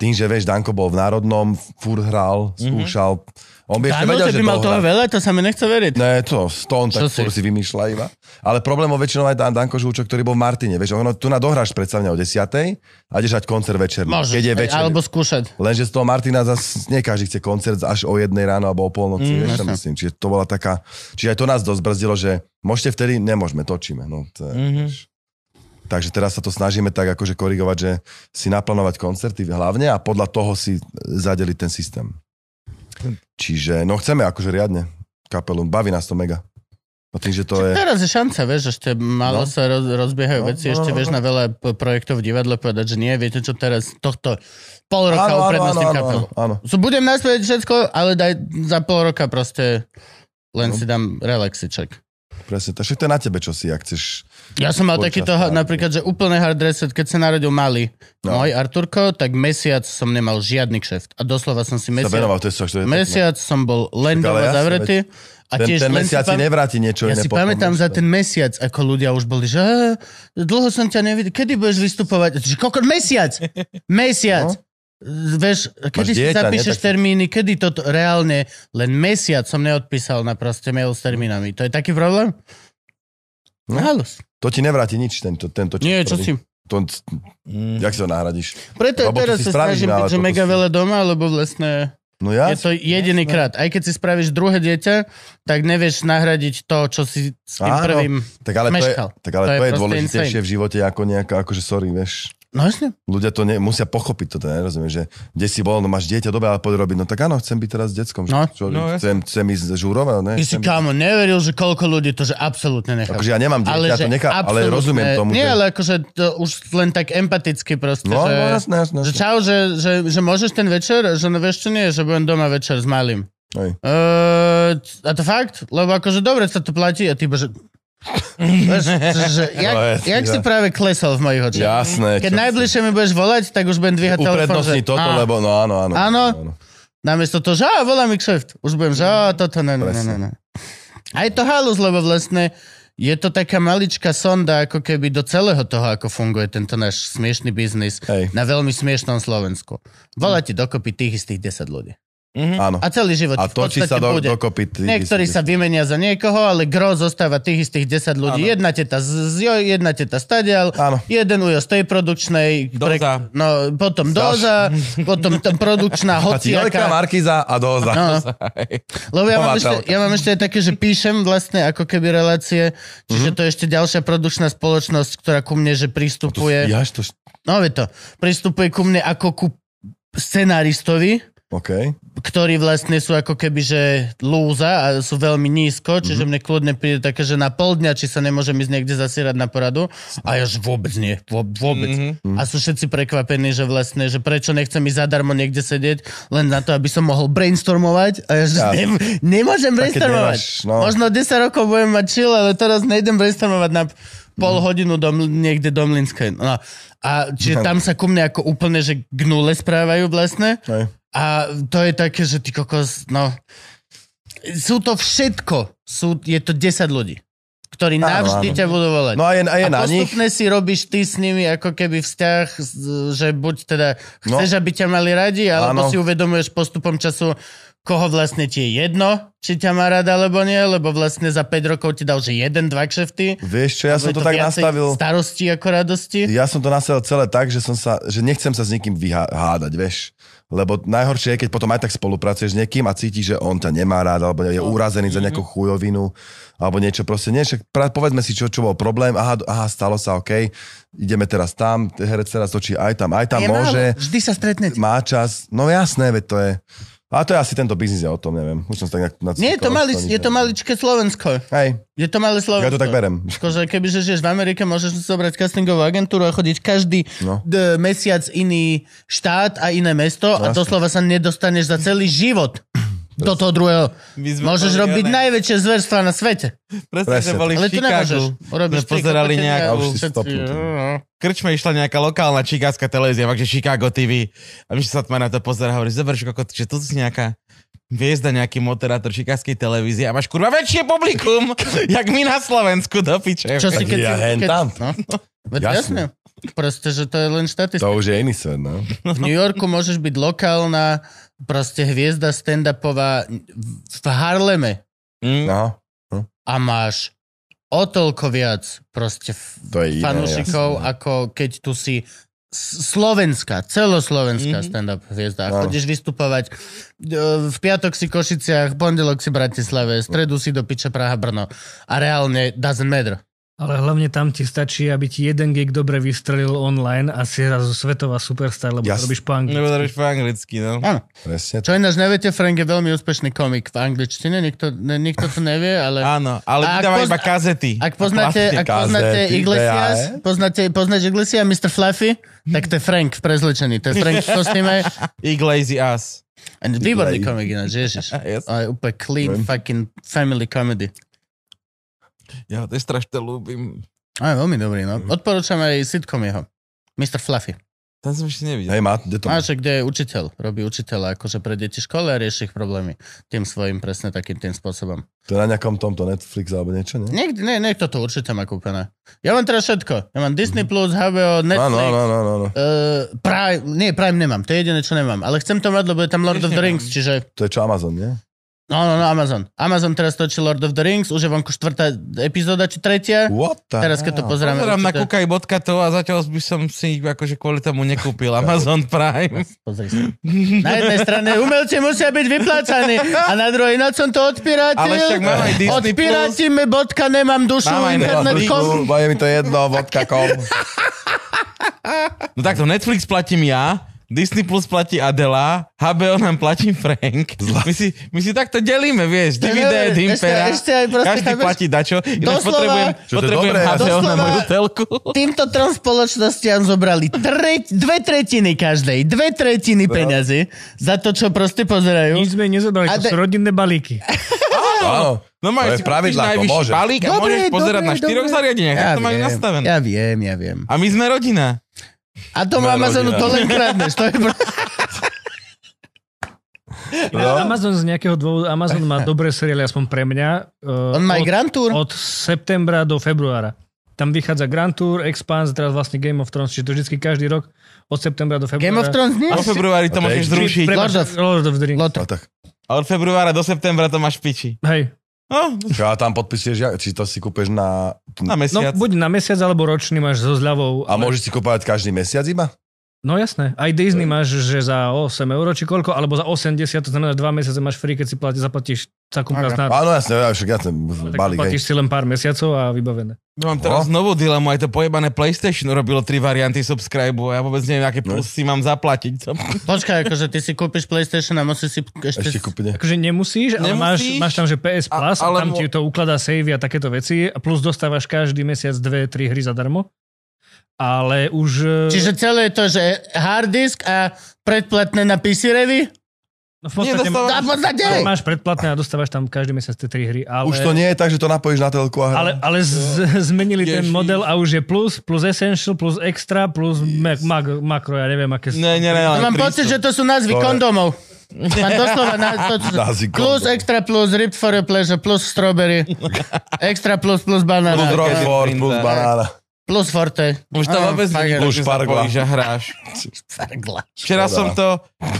tým, že vieš, Danko bol v Národnom, furt hral, Mhm. skúšal. On by ešte Áno, vedel, že že by mal toho toho veľa, to sa mi nechce veriť. Ne, to, to on tak Čo furt si vymýšľa iba. Ale problémom väčšinou aj Dan- Danko Žúčo, ktorý bol v Martine. Vieš, ono, tu na dohráš predsa mňa o 10. a ideš dať koncert večer. Môžeš, Keď je večer. alebo skúšať. Lenže z toho Martina zase nie každý chce koncert až o jednej ráno alebo o polnoci, mm, vieš, čo Mhm, jasné. myslím. Čiže to bola taká, čiže aj to nás dosť brzdilo, že môžete vtedy, nemôžeme, točíme. No, Mhm. to, mm-hmm. Takže teraz sa to snažíme tak akože korigovať, že si naplánovať koncerty hlavne a podľa toho si zadeliť ten systém. Čiže, no chceme akože riadne kapelu, baví nás to mega. No tým, že to je... Teraz je šanca, vieš, ešte málo No. sa roz, rozbiehajú No, veci, no, ešte no, vieš no. na veľa p- projektov v divadle povedať, že nie, viete čo teraz, tohto pol roka uprednostním kapelu. áno. So, budem naspäť všetko, ale daj za pol roka proste len No. si dám relaxiček. Presne, tak však to je na tebe, čo si, ak chceš. Ja som mal Počas takýto, ha- prázdnin. napríklad, že úplne hard reset, keď sa narodil malý no. No. môj Arturko, tak mesiac som nemal žiadny kšeft. A doslova som si Sa mesiac, venoval, to je, to je pekné. mesiac som bol len Však, ale doma jasne, zavretý. A ten, tiež ten len mesiac si si pam- nevráti niečo ja iné. si potom pamätám už za to- ten mesiac, ako ľudia už boli, že "Á, dlho som ťa nevidel, kedy budeš vystupovať? Že, koľko, mesiac! Mesiac! Vieš, kedy si No. dieťa, ne? zapíšeš Tak si- termíny, kedy toto reálne, len mesiac som neodpísal na proste mail s termínami. To je taký problém? No. Halus. To ti nevráti nič, tento, tento Nie, čo tvrdí. si... To, Mhm. jak si ho nahradíš? Preto Lebo to teraz si sa spravíš, snažím ale byť, že toto mega si- veľa doma, lebo vlastne No ja? je to jediný krát. Aj keď si spravíš druhé dieťa, tak nevieš nahradiť to, čo si s tým Áno. prvým... tak ale to je, meškal. tak ale To to je je, proste dôležitejšie insane. v živote ako nejaká, akože sorry, vieš. No jasne. Ľudia to ne, musia pochopiť, toto nerozumiem, že kde si bol, no máš dieťa, dobre, ale poď robiť. No tak áno, chcem byť teraz s deckom. že No. Čo, No, jasne. chcem, chcem ísť žúrovať, ne? Ty si Chcem byť- kámo, neveril, že koľko ľudí to, že absolútne nechá. Akože ja nemám dieťa, ale to nechá, ale rozumiem tomu, Nie, že... ale akože to už len tak empaticky proste, No, že... no, jasné, jasné. Že jasné. čau, že, že, že môžeš ten večer, že no vieš čo nie, že budem doma večer s malým. Hej. Uh, a to fakt? Lebo akože dobre sa to platí a ty bože... Vieš, že, že, jak, No, jasne, jak si ja. práve klesol v mojich očiach. Jasné. Keď čo- najbližšie mi budeš volať, tak už budem dvíhať telefón. Uprednostni toto, á, lebo no áno, áno. Áno. Namiesto toho, že á, volá mi kšeft. Už budem, že á, toto, ne, ne, ne, ne, ne. Aj to halus, lebo vlastne je to taká maličká sonda ako keby do celého toho, ako funguje tento náš smiešný biznis Hej. na veľmi smiešnom Slovensku. Volá ti dokopy tých istých 10 ľudí. Áno. A celý život A ti v točí podstate sa do, bude. dokopy. tých Niektorí sa istých- vymenia za niekoho, ale gro zostáva tých istých 10 ľudí. Áno. Jedna teta z z joj, jedna teta stadial, Áno. jeden ujo z tej produkčnej, Doza. no, potom doza, potom tam produkčná A ti Jojka, hociaka. Markiza a Doza. No, lebo ja mám, Povatalka. ešte, ja mám ešte aj také, že píšem vlastne ako keby relácie, čiže to je ešte ďalšia produkčná spoločnosť, ktorá ku mne, že Mhm. To, pristupuje, jaž, to, no vie to, pristupuje ku mne ako ku scenáristovi, OK. ktorí vlastne sú ako keby, že lúza a sú veľmi nízko, čiže Mhm. mm-hmm. mne kľudne príde také, že na pol dňa, či sa nemôžem ísť niekde zasierať na poradu a ja že vôbec nie, vô, vôbec. Mhm. Mm-hmm. A sú všetci prekvapení, že vlastne, že prečo nechcem ísť zadarmo niekde sedieť, len na to, aby som mohol brainstormovať a ja že Ja. ne, nemôžem nemáš, brainstormovať. no. Možno 10 rokov budem mať chill, ale teraz nejdem brainstormovať na pol Mhm. hodinu do, Ml- niekde do Mlinskej. No. A čiže tam sa ku mne ako úplne, že gnule správajú vlastne. Hej. A to je také, že ty kokos, no... Sú to všetko. Sú, je to 10 ľudí, ktorí Áno, navždy áno. ťa budú volať. No a je, a je a na nich. postupne si robíš ty s nimi ako keby vzťah, z- že buď teda No. chceš, aby ťa mali radi, alebo Áno. si uvedomuješ postupom času, koho vlastne ti je jedno, či ťa má rada alebo nie, lebo vlastne za 5 rokov ti dal, že jeden, dva kšefty. Vieš čo, ja som Je to tak viacej nastavil. Starosti ako radosti. Ja som to nastavil celé tak, že, som sa, že nechcem sa s nikým vyhádať, vieš. Lebo najhoršie je, keď potom aj tak spolupracuješ s niekým a cítiš, že on ťa nemá rád, alebo je No. urazený Mhm. za nejakú chujovinu, alebo niečo proste. Nie, však pra- povedzme si, čo, čo bol problém. Aha, do- aha, stalo sa, OK. Ideme teraz tam, herec teraz točí aj tam, aj tam, Je málo, môže. Vždy sa stretnete. Má čas. No jasné, veď to je. A to je asi tento biznis, ja o tom neviem. Už som sa tak na, na Nie, je to, mali, je to maličké Slovensko. Hej, Je to malé Slovensko. ja to tak berem. Akože kebyže žiješ v Amerike, môžeš si zobrať castingovú agentúru a chodiť každý No. d- mesiac iný štát a iné mesto a Jasne. doslova sa nedostaneš za celý život do toho druhého. My sme Môžeš boli, robiť ale- najväčšie zverstva na svete. Presne, Presne. že boli v Ale tu nemôžeš. Chicagu. Urobíš sme pozerali tri nejakú- A už si všetci- stopnutý. krčme išla nejaká lokálna čikánska televízia, takže Chicago TV. A my sa tma na to pozera, hovorí, zober, že kokot, že tu si nejaká hviezda, nejaký moderátor čikánskej televízie a máš kurva väčšie publikum, jak my na Slovensku, do piče. Čo si keď... Ja si- hen keď- tam. No. Veď Jasne. Jasne. Proste, že to je len štatistika. To už je iný svet, no. V New Yorku môžeš byť lokálna proste hviezda stand-upová v Harleme Mm. no. a máš o toľko viac proste f- To je iné, fanúšikov, jasné. ako keď tu si s- slovenská, celoslovenská Mhm. stand-up hviezda. A Áno. chodíš vystupovať e, v piatok si Košiciach, v pondelok si Bratislave, v stredu si do piče Praha, Brno. A reálne doesn't matter. Ale hlavne tam ti stačí, aby ti jeden gig dobre vystrelil online a si zrazu svetová superstar, lebo Jasne. to robíš po anglicky. Nebo to robíš po anglicky, no. Áno. Presne Čo ináč neviete, Frank je veľmi úspešný komik v angličtine, nikto, ne, nikto to nevie, ale... Áno, ale A ak vydáva poz- iba kazety. Ak poznáte, Vlastne ak poznáte kazety, Iglesias, DAE. E. poznáte, poznáš Iglesias, Mr. Fluffy, Mhm. tak to je Frank v prezlečení. To je Frank v kostýme. Iglazy ass. A Výborný Iglej. komik ináč, ježiš. Yes. A je úplne clean Viem. fucking family comedy. Ja ho tiež strašne ľúbim. A je veľmi dobrý, no. Mhm. Odporúčam aj sitcom jeho. Mr. Fluffy. Tam som ešte nevidel. Hej, má, kde to? A že kde je učiteľ, robí učiteľa akože pre deti škole a rieši ich problémy. Tým svojim presne takým tým spôsobom. To je na nejakom tomto Netflix alebo niečo, nie? Niekde, nie, niekto to určite má kúpené. Ja mám teraz všetko. Ja mám Disney+, Plus, HBO, Netflix, Mhm. Áno, áno, áno, áno. áno. Uh, Prime, nie, Prime nemám, to je jediné, čo nemám, ale chcem to mať, lebo je tam Lord of the Rings, čiže, To je čo Amazon, nie? no, no, no, Amazon. Amazon teraz točí Lord of the Rings, už je vonku štvrtá epizóda, či tretia, What the teraz keď to hell? pozeráme. Pozerám na určite- kukaj.to a zatiaľ by som si akože kvôli tomu nekúpil Amazon Prime. Pozri sa. Na jednej strane umelci musia byť vyplácaní a na druhej na som to odpirátil. Ale však mám aj Disney+. Odpirátime bodka, nemám dušu, Mám aj internet.com. Netflixu, bo je mi to jedno, vodka.com. No takto, Netflix platím ja, Disney Plus platí Adela, HBO nám platí Frank. My si, my si takto delíme, vieš, To je DVD, dobre, ešte- Impera. ešte aj proste Každý chápeš? platí dačo. Ináč Doslova- potrebujem, Čo to je potrebujem dobré, HBO na doslova- moju telku. Týmto trom spoločnostiam zobrali tre, dve tretiny každej, dve tretiny peňazí za to, čo proste pozerajú. Nič sme nezobrali, A to de- sú rodinné balíky. Áno, No to máš si je kúpiš pravidlá, to najvyšší môže. balík a môžeš pozerať na štyroch zariadeniach. Ja to majú viem, nastavené. Ja viem, ja viem. A my sme rodina. A to Moja Amazonu rodina. to len kradneš. To je pro- No, Amazon z nejakého dôvodu, Amazon má dobré seriály, aspoň pre mňa. eh, On má aj od- Grand Tour. Od septembra do februára. Tam vychádza Grand Tour, Expanse, teraz vlastne Game of Thrones, čiže to vždy každý rok od septembra do februára. Game of Thrones nie? A vo februári to A to je môžeš vždy zrušiť. Prepáč, Lord of- Lord of the Rings. Lot- a tak. A od februára do septembra to máš v piči. Hej. No, Čo a tam podpisuješ, ja- či to si kúpeš na... na No mesiac. buď na mesiac alebo ročný máš so zľavou. A môžeš si kúpovať každý mesiac iba? No jasné, aj Disney máš, že za 8 eur či koľko, alebo za 80, to znamená, že 2 mesiace máš free, keď si platí, zaplatíš celkom raz na Áno, jasne, ja však ja ten tak balík, hej. platíš si len pár mesiacov a vybavené. No mám teraz novú dilemu, aj to pojebané PlayStation robilo tri varianty subscribe a ja vôbec neviem, aké No. plus si mám zaplatiť. Počkaj, akože ty si kúpiš PlayStation a musíš si ešte... Ešte kúpne. Akože nemusíš, ale Nemusíš. nemusíš. Máš, máš tam, že PS A- Plus, a, ale tam mo- ti to ukladá save a takéto veci, a plus dostávaš každý mesiac dve, tri hry zadarmo. Ale už... e, Čiže celé je to, že hard disk a predplatné na PC Revy? no v podstate Nedostávaš- A v podstate... máš, máš predplatné a dostávaš tam každý mesiac tie tri hry. Ale, Už to nie je tak, že to napojíš na telku a hra. Ale, ale z, zmenili Ježiš. ten model a už je plus, plus essential, plus extra, plus mak, mak, makro, ja neviem, aké... sú. Ne, ne, ne, len Mám pocit, že to sú názvy Dobre. kondomov. Mám doslova na, to, Názvy plus kondomov. extra plus rip for your pleasure plus strawberry extra plus plus Plus banana Rockford, Prince, plus hej. banána. plus forte. Už to Áno, vôbec nie, fakt, Už že pargla. zapojíš a hráš. Špargla. Včera Škoda. som to,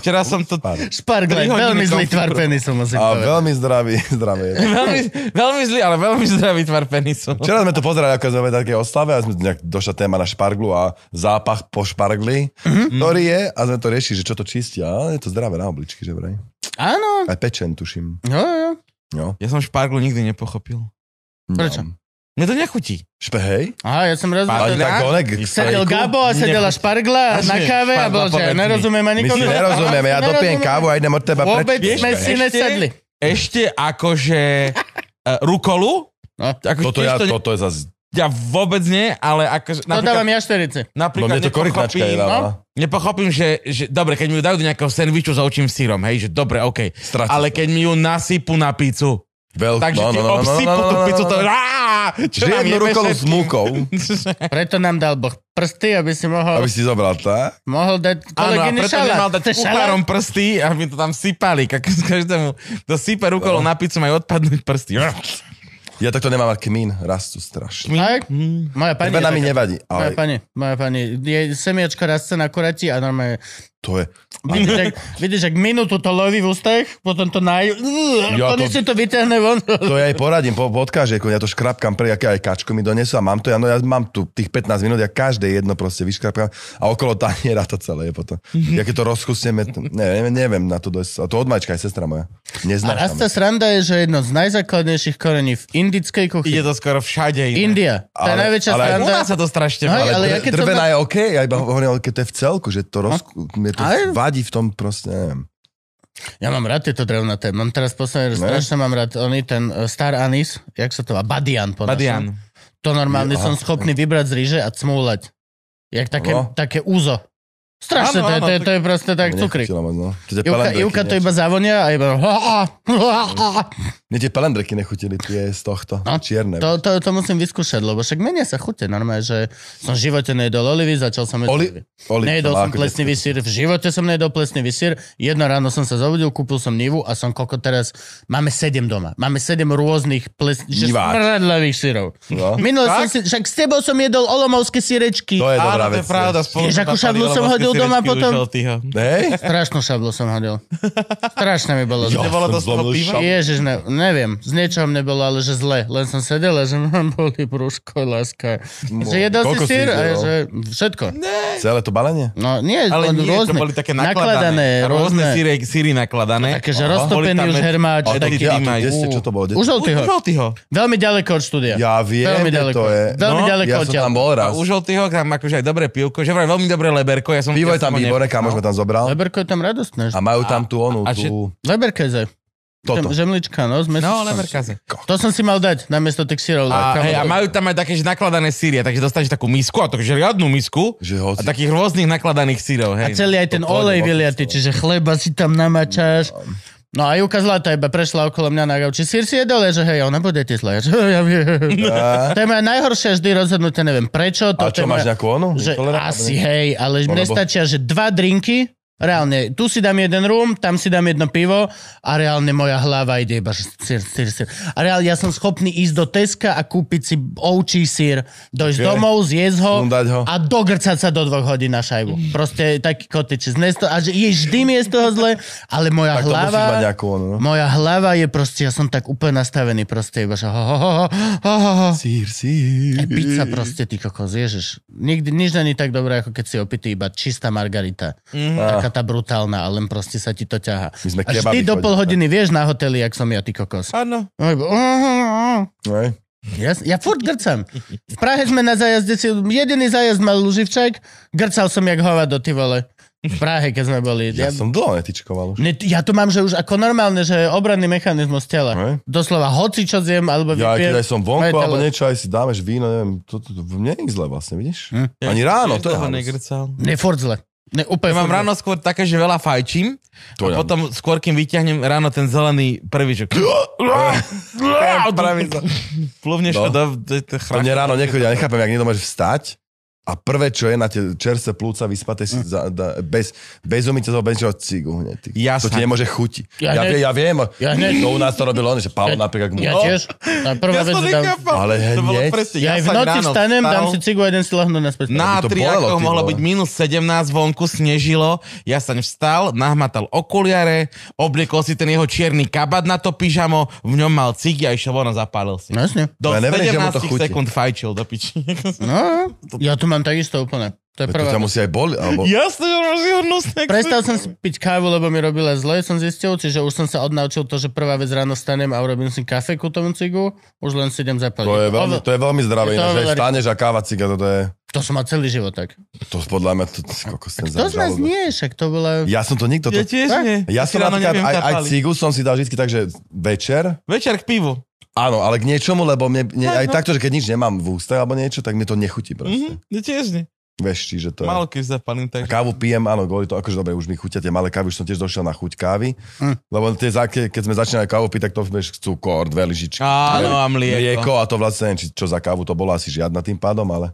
včera som to, Špargla, Tri hodiny veľmi zlý konfliktu. tvar penisu musím A povedať. veľmi zdravý, zdravé. veľmi, veľmi zlý, ale veľmi zdravý tvar penisu. Včera sme to pozerali, ako sme boli na takej oslave a sme nejak došla téma na šparglu a zápach po špargli, ktorý je, a sme to riešili, že čo to čistia. A je to zdravé na obličky, že vraj. Áno. Aj pečen, tuším. Jo, jo. Jo. Ja som šparglu nikdy nepochopil. Prečo? No. Mne to nechutí. Špehej? Aha, ja som raz Ale Pargla? tak onek, sedel Gabo a sedela špargla Až na nie, káve a špargla, bol, že povedz mi. nerozumiem ani my si kondomom. nerozumieme, ja dopijem Nerozumieme. kávu a idem od teba preč. Vôbec Vieš, sme si ešte- nesadli. Ešte akože e, rukolu. No. Ako, Toto, ja, to, ne- toto je zase... ja vôbec nie, ale akože... To dávam ja 40. No napríklad mne to korytnačka je nepochopím, dáva. nepochopím, že, že dobre, keď mi ju dajú do nejakého sandviču s ovčím sírom, hej, že dobre, okej. Stratil Ale keď mi ju nasypú na pizzu, Veľkú, takže No, ti no, obsypú tú pizzu, to... Á, Čo nám Žiadnu jeme rukolu s všetkým? múkou, Preto nám dal Boh prsty, aby si mohol, aby si zobral tak. mohol dať Áno, a kolegyni preto šalát. nemal To je dať šalát? kuchárom prsty, aby to tam sypali. Kak, každému, to sype rukolo No. na pizzu, majú odpadnúť prsty. Ja takto nemám ale kmín, rastú strašne. Tak? Mm. Moja pani, Tebe je mi taká. nevadí, moja ale pani, moja pani, jej semiačko rastce na kurati a normálne, to je... vidíš, ak, vidíš, ak minútu to loví v ústach, potom to naj... Ja Ja to... to- si to vyťahne von. To ja aj poradím po, po odkáže, ako ja to škrapkám pre, aké aj kačku mi donesú a mám to, ja, no ja mám tu tých 15 minút, ja každé jedno proste vyškrapkám a okolo taniera to celé je potom. Mhm. Ja keď to rozkusneme, to, neviem, neviem na to dojsť. A to od Mačka aj sestra moja. A Neznáš rastca sranda je, že jedno z najzákladnejších korení v indickej kuchyni. Ide to skoro všade. Iné. India. Tá Ale- najväčšia ale U aj sranda. nás sa to strašne Hej, veľa. ale ja keď som No. Drvená na- je OK, ja iba hovorím, ale keď to je v celku, že to rozku, mne to Aj. vadí v tom proste, neviem. Ja mám rád tieto drevnaté. Mám teraz posledné, Ne? strašne mám rád oný ten e, star anís, jak sa to volá, badian po našom. Badian. To normálne Aha. som schopný vybrať z ríže a cmúľať. Jak také, No. také úzo. Strašne, to, Áno, je- áno, to, je- to je proste tak Mne cukrik. nechutilo moc, no. To tie Ivka, pelendreky Ivka to niečo. iba zavonia a iba... Mne tie pelendreky nechutili, tie z tohto, No, čierne. To, to, to musím vyskúšať, lebo však menia sa chute. Normálne, že som v živote nejedol olivy, začal som jesť Oli- olivy. Oli, Nejedol to má som ako plesnivý sír, v živote som nejedol plesnivý sír. Jedno ráno som sa zobudil, kúpil som nivu a som koľko teraz... Máme sedem doma. Máme sedem rôznych ples... že Divák. smradlavých sírov. No. Minul som si... Však s tebou som jedol olomovské sírečky. To je Áno, dobrá to vec. je pravda. spolu Ježiš, sme akú papali, šablu lebo som ste hodil si doma večky potom. užil týho. Hej? Strašnú šablu som hodil. Strašne mi bolo Jo, zle. Nebolo to som zlomil skoro pivo? šablu. Ježiš, ne, neviem, z niečoho mne bolo, ale že zle. Len som sedel a že mám boli brúško, láska. Že jedol si Koľko si sír a jedol? je, že všetko. Celé to balenie? No nie, Ale len nie, rôzne, to boli také nakladané, nakladané. rôzne, Rôzne síry, síry nakladané. Také, že Aha. Boli roztopený tam už med- hermáč. Ale taký, ty Ja, Dýmaj. kde ste, čo to bolo? Kde- už žltýho. Užoltyho. Veľmi ďaleko od štúdia. Ja viem, Veľmi kde ďaleko. to je. Veľmi No, ďaleko Ja od som ťa. tam bol A raz. užoltyho, tam akože aj dobré pivko, že vraj veľmi dobré leberko. Ja som, ja Pivo je tam som ho ne- výborné, kamož ma tam zobral. Leberko je tam radostné. A majú tam tú onu, a- a tú... Leberkeze. Toto. Žem- Žemlička, no. Sme si- No, leberkaze. To som si mal dať, namiesto tých sírov. A, Kam- hej, a majú tam aj také, že nakladané sírie, takže dostaneš takú misku, a to že riadnu misku, Že hoci... a takých rôznych nakladaných sírov, A hej. celý aj ten to pôjde no. olej vo- vyliatý, čiže chleba si tam namačáš. No a Juka Zlata iba prešla okolo mňa na gauči. Sír si jedol, Ja, že hej, ona bude ti zle. Ja, že, ja viem. Á, To je moje najhoršie vždy rozhodnutie, neviem prečo. No. A To čo, máš nejakú onu? že Intolerantnú? asi, hej, ale No, mne lebo- stačia, že dva drinky Reálne, tu si dám jeden rum, tam si dám jedno pivo a reálne moja hlava ide iba, že sír, sír, sír. A reálne ja som schopný ísť do Teska a kúpiť si ovčí sír, dojsť Ok. domov, zjesť ho, Sundať ho. a dogrcať sa do dvoch hodín na šajbu. Proste taký kotič. Znesto, a že je vždy mi je z toho zle, ale moja Tak to hlava... musíš mať nejakú ono, no. Moja hlava je proste, ja som tak úplne nastavený proste, iba že ho, ho, ho, ho, ho, ho, ho. Sír, sír. E, Pizza proste, ty kokos, ježiš. Nikdy, nič není tak dobré, ako keď si opitý iba čistá margarita. Mm. Taká tá brutálna, ale len proste sa ti to ťahá. Mhm. My sme A vždy kebaby do chodili, pol hodiny vieš na hoteli, jak som ja, ty kokos. Áno. Ne? Ja, ja furt grcam. V Prahe sme na zajazde si... Jediný zajazd mal Luživčák, grcal som jak hovado, ty vole. V Prahe, keď sme boli. Ja som dlho netičkoval už. Ne, t- ja to mám, že už ako normálne, že obranný mechanizmus tela. Hej. Doslova hoci čo zjem, alebo No. Ja aj vypijem. keď aj som vonku moje telo- alebo niečo, aj si dámeš víno, neviem, to, to, to mne je zle vlastne, vidíš? Hm. Ani ráno, to je toho halus. negrcal. Ne, furt zle. Ne, úplne Ja mám furt zle. ráno skôr také, že veľa fajčím To a ja potom skôr, kým vyťahnem ráno ten zelený prvý, že... Pravím sa. Plúvneš No. ho do, do, do To mne ráno nechodí, ja nechápem, jak niekto môže vstať a prvé, čo je na tie čerstvé plúca vyspaté si za, da, bez, bez umytia toho, bez ničoho cigu hneď. ty. Jasné. To ti nemôže chuti. Ja Ja, ja, hneď- vie- ja viem, ja hneď- to u nás to robil on, že Pavel napríklad mu... Ja No, tiež. A prvá Ja vec, som že dám, nechápal. Ale To bolo hneď? presne, ja aj v sa noci ráno vstanem, dám vstal. si cigu a jeden si lahnu naspäť. Na Aby to tri, bolelo, ako ty mohlo vole. byť minus 17, vonku snežilo, ja sa vstal, nahmatal okuliare, obliekol si ten jeho čierny kabát na to pyžamo, v ňom mal cigy a išiel von a zapálil si. No jasne. Do Ja neverím, že mu to 17 chutí. sekúnd fajčil do piči. No, ja to mám takisto úplne. To je To prvá ťa vec. musí aj boli, alebo... Jasne, že máš jeho hnusné. Prestal som si piť kávu, lebo mi robila zle, som zistil, čiže už som sa odnaučil to, že prvá vec ráno stanem a urobím si kafe ku tomu cigu, už len si idem zapaliť. To je veľmi, to je veľmi zdravé, Je to ináč, že aj oveľa- staneš a káva ciga, to, to je... to som mal celý život tak. To podľa mňa, to, to, kokos, ten To z nás žalúdok. nie, však to bola... Ja som to nikto... To, Ja tiež Tak? nie. ja si som ráno napríklad neviem aj, aj zapáliť. cigu som si dal vždy tak, že večer, Večer k pivu. áno, ale k niečomu, lebo mne, mne, aj takto, že keď nič nemám v ústach alebo niečo, tak mi to nechutí proste. Mhm, ja tiež nie. Mm-hmm. Vieš, čiže to je... Málo keď zapalím, A takže... kávu pijem, áno, kvôli to, akože dobre, už mi chutia tie malé kávy, už som tiež došiel na chuť kávy, Hm. lebo tie, za- ke- keď sme začínali kávu piť, tak to vieš, cukor, dve lyžičky, Áno, a mlieko. mlieko a to vlastne, neviem, či, čo za kávu to bolo, asi žiadna tým pádom, ale...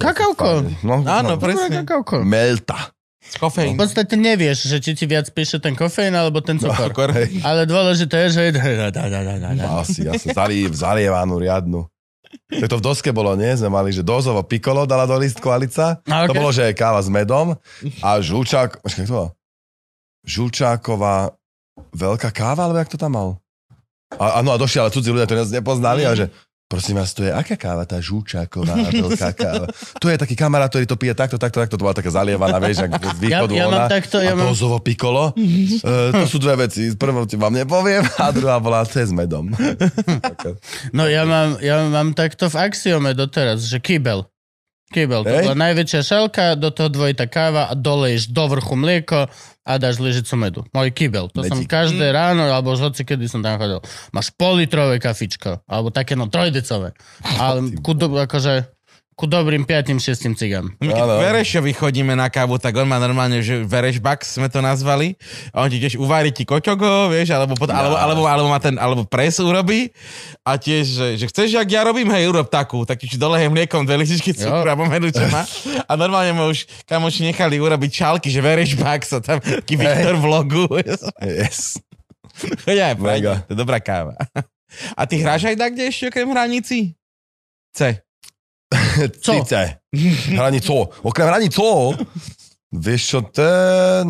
Kakauko. No, Áno, no, Dobré presne. kakauko. Melta. V Kofeín. podstate nevieš, že či ti viac píše ten kofeín alebo ten cukor. Cukor. Hej. no, Ale dôležité je, že... Da, da, da, da, da. Asi, asi, zali, zalievanú riadnu. Tak to v doske bolo, nie? Sme mali, že dozovo pikolo dala do listku Alica. A, Okay. To okay. bolo, že je káva s medom a žulčák... Počkaj, jak to bolo? Žulčáková veľká káva, alebo jak to tam mal? A, áno, a došli, ale cudzí ľudia to nás nepoznali a že prosím vás, to je aká káva, tá žulčáková veľká káva? To je taký kamarát, ktorý to pije takto, takto, takto, to bola taká zalievaná, vieš, ak z Ja, východu ja ona. mám takto, A ja mám... dozovo pikolo? E, to sú dve veci. Prvú ti vám nepoviem a druhá bola to je s medom. No ja mám, ja mám takto v axiome doteraz, že kybel. Kybel, to Hej. bola najväčšia šalka, do toho dvojitá káva a doleješ do vrchu mlieko a dáš lyžicu medu. Môj kybel. To som Medík. každé ráno, alebo už hoci kedy som tam chodil. Máš politrové kafičko, alebo také no trojdecové. Ale ku, do, akože, ku dobrým 5-6 cigám. My keď Áno. k Verešovi chodíme na kávu, tak on má normálne, že Vereš Bax sme to nazvali. A on ti tiež uvarí ti koťogo, vieš, alebo, pot, alebo, alebo, alebo, má ten, alebo pres urobí. A tiež, že, že chceš, jak ja robím, hej, urob takú. Tak ti dolehem mliekom dve lyžičky cukru a pomenú, čo má. A normálne mu už kamoši nechali urobiť čalky, že Vereš Bax a tam taký Viktor v logu. Yes. Chodia aj prajde. Mega. To je dobrá káva. A ty hráš aj tak, kde ešte okrem hranici? C. Co? Cice. Hranico. Okrem hranico. Vieš čo, to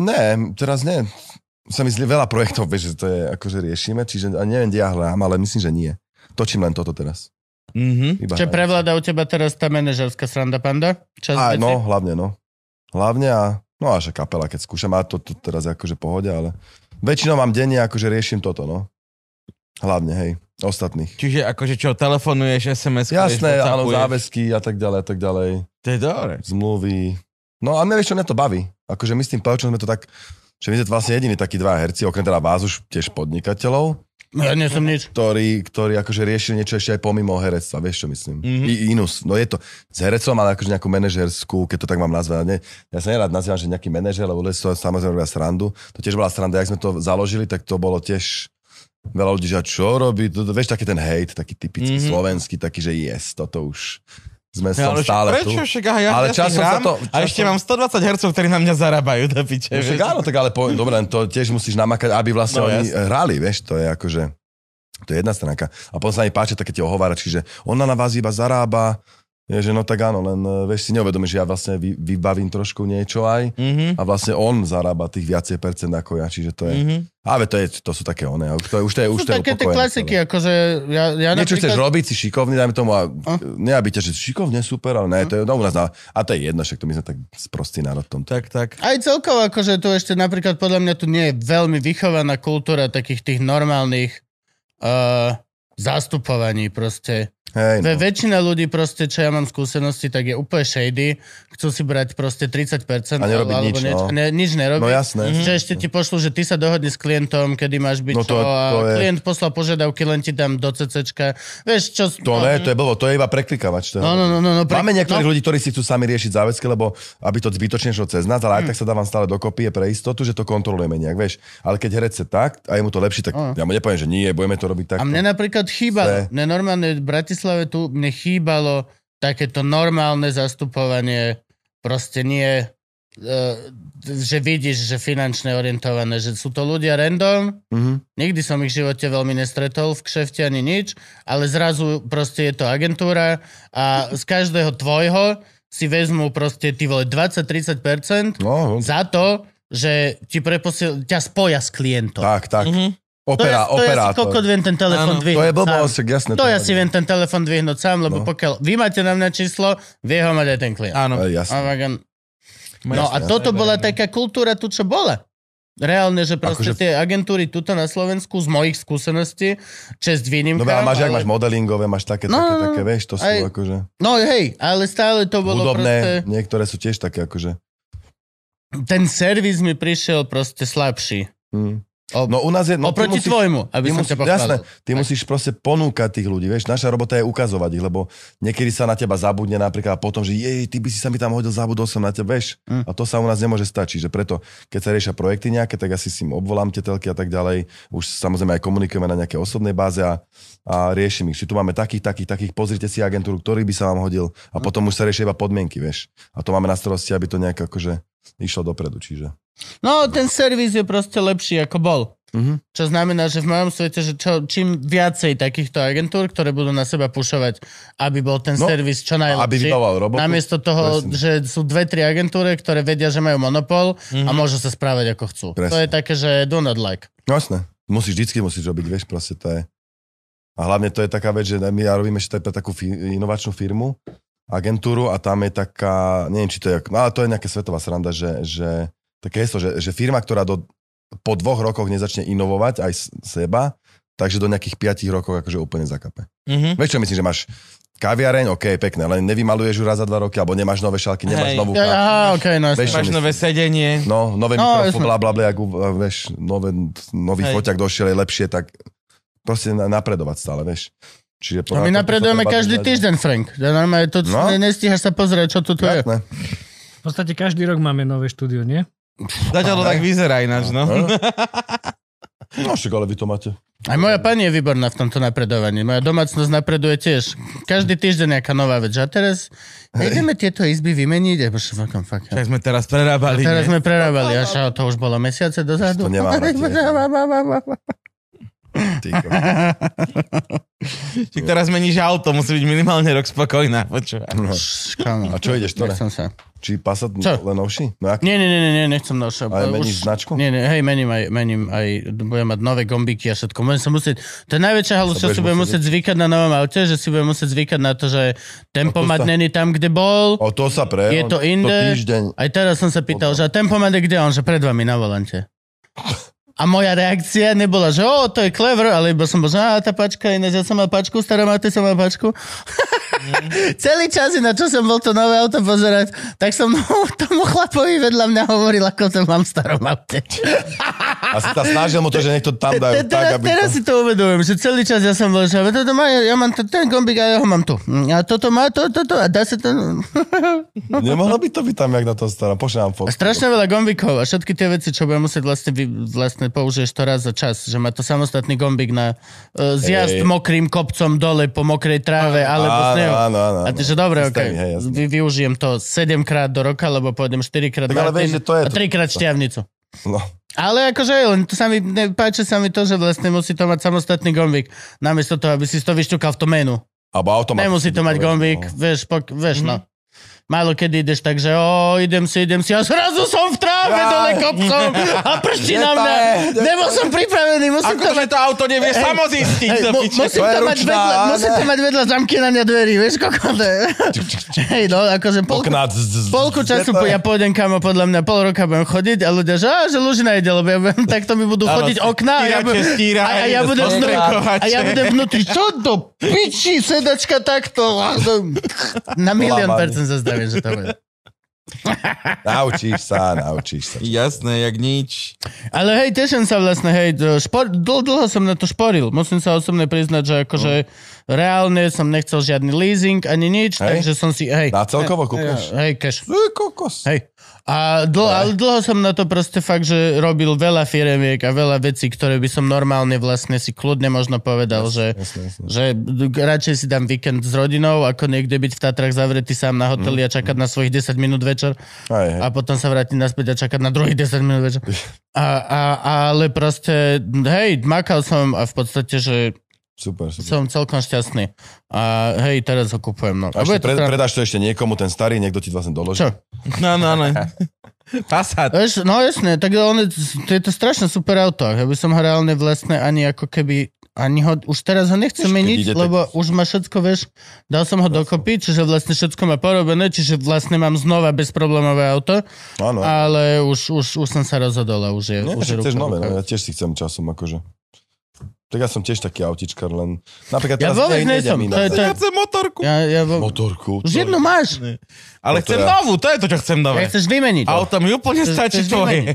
ne, teraz ne. Sa mi zlie veľa projektov, vieš, že to je akože riešime, čiže a neviem, kde ja hrám, ale myslím, že nie. Točím len toto teraz. Mhm. Iba Čo hrám. prevláda u teba teraz tá manažerská sranda panda? Čas veci? Aj, no, hlavne, no. Hlavne a, no a že kapela, keď skúšam, a to, to teraz je akože pohode, ale väčšinou mám denne, akože riešim toto, no. Hlavne, hej, ostatných. Čiže akože čo, telefonuješ, SMS-kuješ, Jasné, áno, WhatsAppuješ. záväzky a tak ďalej, a tak ďalej. To je dobre. zmluvy. No a mne vieš, čo mňa to baví. Akože my s tým Pavčom sme to tak, že my sme vlastne jediní takí dva herci, okrem teda vás už tiež podnikateľov, Ja nie som nič. ktorí, ktorí akože riešili niečo ešte aj pomimo herectva, vieš čo Mhm. myslím. Mm-hmm. I, inus, no je to s herecom, ale akože nejakú manažerskú, keď to tak mám nazvať. Ne, ja sa nerad nazývam, že nejaký manažer, lebo ľudia si to samozrejme robia srandu. To tiež bola sranda, jak sme to založili, tak to bolo tiež veľa ľudí, že a čo robí, to, to, vieš, taký ten hate, taký typický Mhm. slovenský, taký, že yes, toto už Sme Ja, som ale však stále prečo? tu. Však, aha, ja Ale ja si časom hrám sa to- A časom- No ešte mám 120 hercov, ktorí na mňa zarábajú do piče. Však vieš. áno, tak ale poviem, dobre, len to tiež musíš namakať, aby vlastne No, no, oni jasne. hrali, vieš, to je akože, to je jedna stránka. A potom sa mi páči také tie ohováračky, že ona na vás iba zarába, je, že no tak áno, len eh, vieš si neuvedomíš, že ja vlastne vy, vybavím trošku niečo aj Mhm. a vlastne on zarába tých viacej percent ako ja, čiže to je, Mhm. ale to, je, to sú také one, to je, už to je, už Sú to je také tie upokojené klasiky, celé. akože ja, ja Niečo chceš robiť, si šikovný, dajme tomu, a ne aby ťa, že šikovne, super, ale ne, to je no, u nás, na, a to je jedno, však to my sme tak sprostý národ v tomto. Tak, tak. Aj celkovo, akože tu ešte napríklad podľa mňa tu nie je veľmi vychovaná kultúra takých tých normálnych uh, zastupovaní proste. Hej, no. Ve, väčšina ľudí proste, čo ja mám skúsenosti, tak je úplne shady. Chcú si brať proste 30% A nerobiť alebo nič, niečo, no. ne, nič nerobiť. No jasné. Že ešte ti pošlú, že ty sa dohodni s klientom, kedy máš byť No čo, to- a to je- klient poslal požiadavky, len ti dám do CCčka. Vieš, čo... To ne, to je blbo, to je iba preklikavač. To je No, no, no, no, no, pre- Máme niektorých no. ľudí, ktorí si chcú sami riešiť záväzky, lebo aby to zbytočne šlo cez nás, Hm. ale aj tak sa dávam stále dokopy je pre istotu, že to kontrolujeme nejak, vieš. Ale keď herec sa tak a je mu to lepšie, tak Mm. ja mu nepoviem, že nie, budeme to robiť tak. A mne napríklad chýbalo, Se- mne normálne v Bratislave tu mne chýbalo takéto normálne zastupovanie, proste nie, e, že vidíš, že finančne orientované, že sú to ľudia random, Mhm. nikdy som ich v živote veľmi nestretol v kšefte ani nič, ale zrazu proste je to agentúra a z každého tvojho si vezmú proste ty vole 20-30% No, za to, že ti preposiel, ťa spoja s klientom. tak, tak. Mhm. To ja, to ja Opera, si operátor. kokot viem ten telefón Áno. To je dvihnúť sám. blbosť, jasné. To ja si viem ten telefon dvihnúť sám, lebo No. pokiaľ vy máte na mňa číslo, vie ho mať aj ten klient. Áno. E, A Jasné. vagan- No a toto bola taká kultúra tu, čo bola. Reálne, že proste Akože- tie agentúry tuto na Slovensku z mojich skúseností, čest výnimkám. No a máš, ale... máš modelingové, máš také, No, také, no, no. také, vieš, to sú Aj- akože No hej, ale stále to bolo proste... hudobné, niektoré sú tiež také akože. Ten servis mi prišiel proste slabší. Hm. O- No u nás je... No, ty Oproti musíš- tvojmu, aby Ty som musíš, ťa pochválil. jasné, ty musíš proste ponúkať tých ľudí, vieš, naša robota je ukazovať ich, lebo niekedy sa na teba zabudne napríklad potom, že jej, ty by si sa mi tam hodil, zabudol som na teba, vieš, Mm. mm. a to sa u nás nemôže stačiť, že preto, keď sa riešia projekty nejaké, tak asi si im obvolám tie telky a tak ďalej, už samozrejme aj komunikujeme na nejakej osobnej báze a, a riešim ich, či tu máme takých, takých, takých, pozrite si agentúru, ktorý by sa vám hodil Hm. a potom už sa riešia iba podmienky, vieš, a to máme na starosti, aby to nejak akože išlo dopredu, čiže. No, ten servis je proste lepší, ako bol. Mhm. Čo znamená, že v mojom svete, že čo, čím viacej takýchto agentúr, ktoré budú na seba pušovať, aby bol ten No, servis čo najlepší. Aby vydával robotu. Namiesto toho, Presne. že sú dve, tri agentúry, ktoré vedia, že majú monopol a môžu sa správať ako chcú. To Mhm. Presne. je také, že do not like. No jasné. Musíš, vždycky musíš robiť, vieš, proste to je. A hlavne to je taká vec, že my ja robíme ešte takú fi- inovačnú firmu, agentúru a tam je taká, neviem, či to je, no ale to je nejaká svetová sranda, že, že také heslo, že, že firma, ktorá do, po dvoch rokoch nezačne inovovať aj s- seba, takže do nejakých piatich rokov akože úplne zakape. Mhm. Vieš čo myslím, že máš kaviareň, OK, pekné, len nevymaluješ ju raz za dva roky, alebo nemáš nové šálky, nemáš Hej. novú Ja, ka- aha, okay, no, Vieš, jasné. Máš nové sedenie. No, nové No, no, mikrofón, jasné. bla, bla, bla, jak, u- vieš, nové, nový Hej. foťak došiel, je lepšie, tak proste na- napredovať stále, vieš. Čiže no, my napredujeme každý týždeň, Frank. Ja normálne, to No. ne, nestíhaš sa pozrieť, čo tu tu je. Jasné. V podstate každý rok máme nové štúdio, nie? Zatiaľ to tak vyzerá ináč, no. No, však, ale vy to máte. Aj moja pani je výborná v tomto napredovaní. Moja domácnosť napreduje tiež. Každý týždeň nejaká nová vec. A teraz ideme tieto izby vymeniť. Ebo šo, fucking, fuck. Tak sme teraz prerábali, Teraz nie? sme prerábali. Až a to už bolo mesiace dozadu. To nemám rád, tiež. Ty, kokos. Čiže teraz meníš auto, musí byť minimálne rok spokojná, počúvaj. No. A čo ideš, ktoré? Nechcem sa. Či Passat Čo? len novší? No, jak? Nie, nie, nie, nie, nie, nechcem naša. Ale meníš značku? Nie, nie, hej, mením aj, mením aj, budem mať nové gombiky a všetko. Budem sa musieť, to je najväčšia halus, čo si Sa budeš budem musieť- musieť zvykať na novom aute, že si budem musieť zvykať na to, že tempomat sa- není tam, kde bol. O, to sa pre... Je to inde. To týždeň. Aj teraz som sa pýtal, že a tempomat je kde on, že pred vami na volante. A moja reakcia nebola, že o, to je clever, ale iba som bol, že á, tá pačka, ináč ja som mal pačku, stará má, ty som mal pačku. Mhm. Celý čas, na čo som bol to nové auto pozerať, tak som tomu, tomu chlapovi vedľa mňa hovoril, ako to mám v starom aute. A sa tá- snažil mu to, že niekto tam dajú Teraz, tak, aby... teraz si to uvedomujem, že celý čas ja som bol, že toto má, ja mám to, ten gombík a ja ho mám tu. A toto má to, toto a dá sa to... Nemohlo by to byť tam, jak na to stará. Pošlem vám A fotku. strašne veľa gombíkov a všetky tie veci, čo budem musieť vlastne, vy, vlastne použiješ to raz za čas, že má to samostatný gombík na uh, zjazd Hej. mokrým kopcom dole po mokrej tráve alebo áno, snehu. áno, áno, a áno. ty, že dobre, ok, Systémy, hej, jasné. vy, využijem to 7 krát do roka, lebo pôjdem 4 krát Tak ale Martin vieš, že to je a to- 3 krát šťavnicu. No. Ale akože, len to sa mi, ne, páči sa mi to, že vlastne musí to mať samostatný gombík, namiesto toho, aby si si to vyšťukal v tom menu. Alebo automat. No. Nemusí to mať gombík, vieš, pok, vieš Mhm. no. Málo kedy ideš tak, že o, idem si, idem si a zrazu som v tráve Á. dole kopcom a prší Kde na to mňa. je? Kde Nebol som pripravený, musím Ako to, to že mať... to auto nevie samo zistiť? Hej, do mu- piče? musím, to je to mať ručná, vedľa, áno. musím to mať vedľa zamkynania dverí, vieš, koľko to je. Hej, no, akože polku, Okná. z- z- z- polku kde času to po, je? ja pôjdem kamo, podľa mňa pol roka budem chodiť a ľudia, že, á, že Lužina ide, lebo ja budem, takto mi budú Áno, chodiť okná a ja stírače, budem, a, a stírače, ja budem vnútri, postrekovače. a ja budem vnútri, čo do piči, sedačka takto. Na milión Lámaný. percent sa zdravím, že to bude. Naučíš sa, naučíš sa. Jasné, jak nič. Ale hej, teším sa vlastne, hej, to špor, dl, dlho som na to šporil. Musím sa osobne priznať, že akože Mm. reálne som nechcel žiadny leasing ani nič, Hej. takže som si, hej, Na celkovo kúkaš? hej, cash. Ty kokos. Hej. A dl- ale dlho som na to proste fakt, že robil veľa firemiek a veľa vecí, ktoré by som normálne vlastne si kľudne možno povedal, že, jasné, jasné. že d- radšej si dám víkend s rodinou, ako niekde byť v Tatrach zavretý sám na hoteli a čakať na svojich 10 minút večer Hej, Mm. hej. a potom sa vrátiť naspäť a čakať na druhých 10 minút večer. A, a, ale proste, hej, makal som a v podstate, že Super, super. som celkom šťastný. A hej, teraz ho kupujem. No. A A ešte bude to pre, tra- predáš to ešte niekomu, ten starý, niekto ti to vlastne doloží. Čo? No, no, no. Passat. Vieš, no jasne, tak on, to je to strašne super auto. Ja by som ho reálne vlastne ani ako keby ani ho, už teraz ho nechcem Keď meniť, ide, tak- lebo už ma všetko, vieš, dal som ho dokopy, čiže vlastne všetko má porobené, čiže vlastne mám znova bezproblémové auto, Áno. ale už, už, už som sa rozhodol a už je, Nie, už je však chceš ruka v nové, ruke. no, ja tiež si chcem časom akože. Tak ja som tiež taký autičkar, len... Napríklad Ja teraz vôbec nej- nejdem nejsem, inak. to je- to je- Ja chcem motorku. Ja, ja vo... Motorku. Už jednu máš. Ale to chcem ja. novú, to je to, čo chcem Ja nové. chceš vymeniť. Auto mi úplne Chceš- stačí chceš tvoje.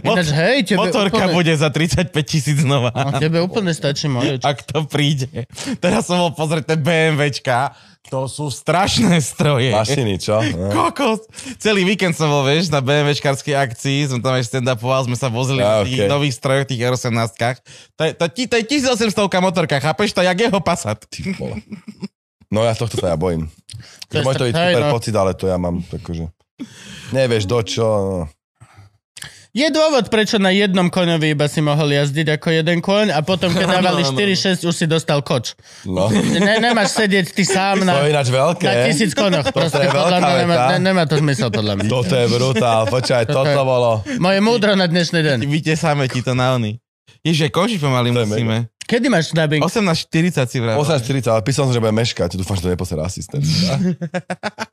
Ináč, hej, tebe Motorka úplne- bude za 35 tisíc nová. A No. tebe úplne stačí moje. čo- ak to príde. Teraz som bol pozrieť tie BMWčka, to sú strašné stroje. Mašiny, čo? No. Kokos. Celý víkend som bol, vieš, na BMWčkarskej akcii, sme tam aj stand-upoval, sme sa vozili na A, tých okej. nových strojoch, tých R18-kách. To je, to, ti- to je 1800 motorka, chápeš? To je jak jeho Passat. Vole. No ja tohto sa ja bojím. To je To môj to je str- hej, super no. pocit, ale to ja mám akože... Nevieš do čo, no. Je dôvod, prečo na jednom koňovi iba si mohol jazdiť ako jeden koň a potom, keď dávali 4-6, už si dostal koč. no. Ne, nemáš sedieť ty sám To na, je ináč veľké. na tisíc koňoch. Proste je podľa mňa veľká nemá, veta. ne, nemá to zmysel, podľa mňa. Toto je brutál, počkaj, toto bolo. Moje múdro na dnešný deň. Vytesáme ti to na ony. Ježe, končí pomaly To je musíme. Kedy máš dubbing? 18.40 si No vravel. 8.40, ale písal som, že budem meškať, dúfam, že to neposera asistent. teda.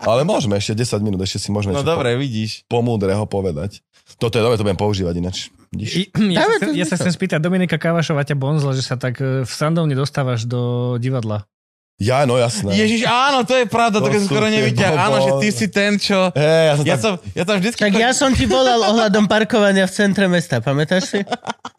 ale môžeme ešte 10 minút, ešte si môžeme No niečo dobre, vidíš. po múdreho povedať. Toto je dobre, to budem používať ináč. Vidíš? I- Ja, Dáme sa, to chcem- ja sa zmysel. chcem spýtať Dominika Kávašova ťa bonzla, že sa tak e, v sandovne dostávaš do divadla. Ja, no jasné. Ježiš, áno, to je pravda, to To keď som sú skoro tie nevidel. Áno, že ty blbosť. si ten, čo... Hej, ja som Ja tam... som, ja tam vždycky... Tak ja som ti volal ohľadom parkovania v centre mesta, pamätáš si?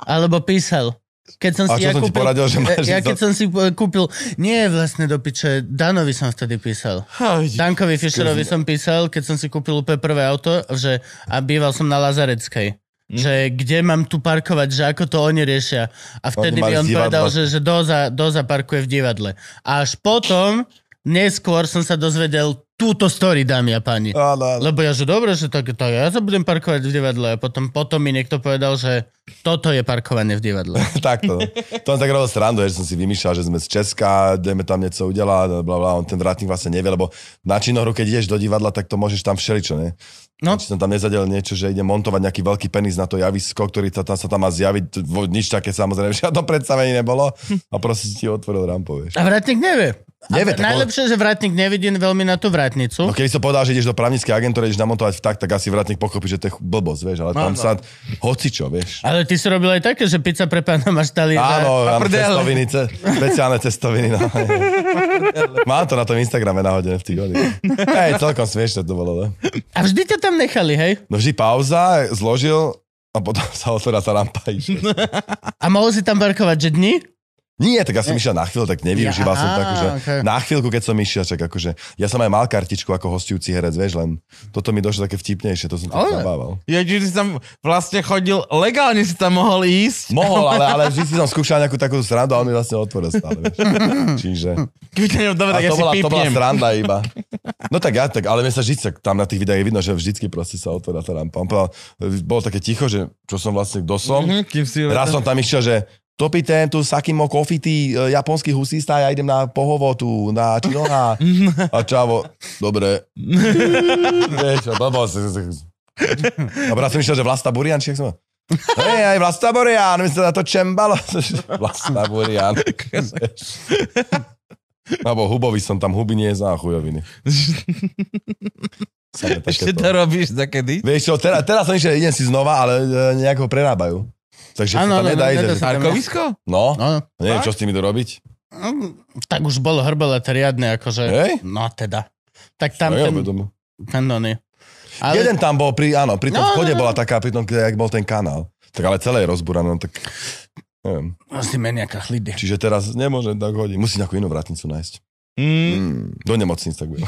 Alebo písal. Keď som A si čo ja som ti kúpil, poradil, že máš ja keď ísť do- som si e, kúpil, nie vlastne do piče, Danovi som vtedy písal. Ha, vidíš. Dankovi Fischerovi som písal, keď som si kúpil úplne prvé auto, že a býval som na Lazareckej. Hm? Že kde mám tu parkovať, že ako to oni riešia. A vtedy mi mali on divadlo. povedal, že, že doza, doza parkuje v divadle. A až potom, neskôr som sa dozvedel túto story, dámy a páni. Áno, áno. Lebo ja, že dobre, že tak, tak ja sa budem parkovať v divadle. A potom, potom mi niekto povedal, že toto je parkovanie v divadle. Takto. no. To on tak robil srandu, že som si vymýšľal, že sme z Česka, ideme tam niečo udelať, bla, bla, on ten vrátnik vlastne nevie, lebo na činohru, keď ideš do divadla, tak to môžeš tam všeličo, ne? No. Či som tam nezadel niečo, že ide montovať nejaký veľký penis na to javisko, ktorý sa tam, sa tam má zjaviť, vo- nič také samozrejme, žiadno predstavenie nebolo a proste ti otvoril rampu, vieš. A vrátnik nevie. A Nevie, tak on- najlepšie, že vrátnik nevidí veľmi na tú vrátnicu. No keby som povedal, že ideš do právnickej agentúry, ideš namontovať vták, tak asi vrátnik pochopí, že to je ch- blbosť, vieš, ale tam sa hocičo, vieš. Ale ty si robil aj také, že pizza pre pána máš talier. Áno, Na mám prdele. cestoviny, ce, speciálne cestoviny. No. mám to na tom Instagrame nahodené v tých hodinách. Hej, celkom smiešne to bolo. No. A vždy ťa tam nechali, hej? no vždy pauza, zložil a potom sa otvorila tá rampa a išla. A mohol si tam parkovať, že dni? Nie, tak ja som išiel na chvíľu, tak nevyužíval Ja, som to aha, akože. okay. Na chvíľku, keď som išiel, čak akože. Ja som aj mal kartičku ako hostujúci herec, vieš, len toto mi došlo také vtipnejšie, to som tak Ale- zabával. Ja, čiže si tam vlastne chodil, legálne si tam mohol ísť. Mohol, ale, ale vždy si som skúšal nejakú takú srandu a on mi vlastne otvoril stále, vieš. Čiže... Keby ťa nebol- dobre, A tak ja to, si bola, to bola pípnem. sranda iba. No tak ja, tak, ale mne sa vždy, tak tam na tých videách je vidno, že vždycky proste sa otvorila tá rampa. On povedal, bolo také ticho, že čo som vlastne, kto som. Mhm, kým si ju- Raz som tam išiel, že Topi ten tu Sakimo Kofity, e, japonský husista, ja idem na pohovo tu, na Činoha. A čavo, dobre. Vieš, a blbo, s- s- s- a potom som išiel, že Vlasta Burian, či jak som Hej, aj Vlasta Burian, my sa na to čembalo. Vlasta Burian. Abo hubovi som tam, huby nie za chujoviny. Samé Ešte takéto. to robíš za kedy? Vieš čo, teraz, teraz som išiel, idem si znova, ale e, nejako prerábajú. Takže Áno, ano, sa tam áno, nedá nedá ísť. sa že- tam. Parkovisko? No, No, neviem, čo s tými dorobiť. tak už bolo hrbelete riadne, akože. Hej? No teda. Tak Tam tam no, ten, ten... ten oný. ale... Ale Jeden tam bol, pri, áno, pri tom No, no, vchode no. bola taká, pri tom, kde- jak bol ten kanál. Tak ale celé je rozbúrané, no tak neviem. asi meniaka chlidy. Čiže teraz nemôžem tak hodiť. Musí nejakú inú vratnicu nájsť. Mm. Mm. Do nemocnic tak bude.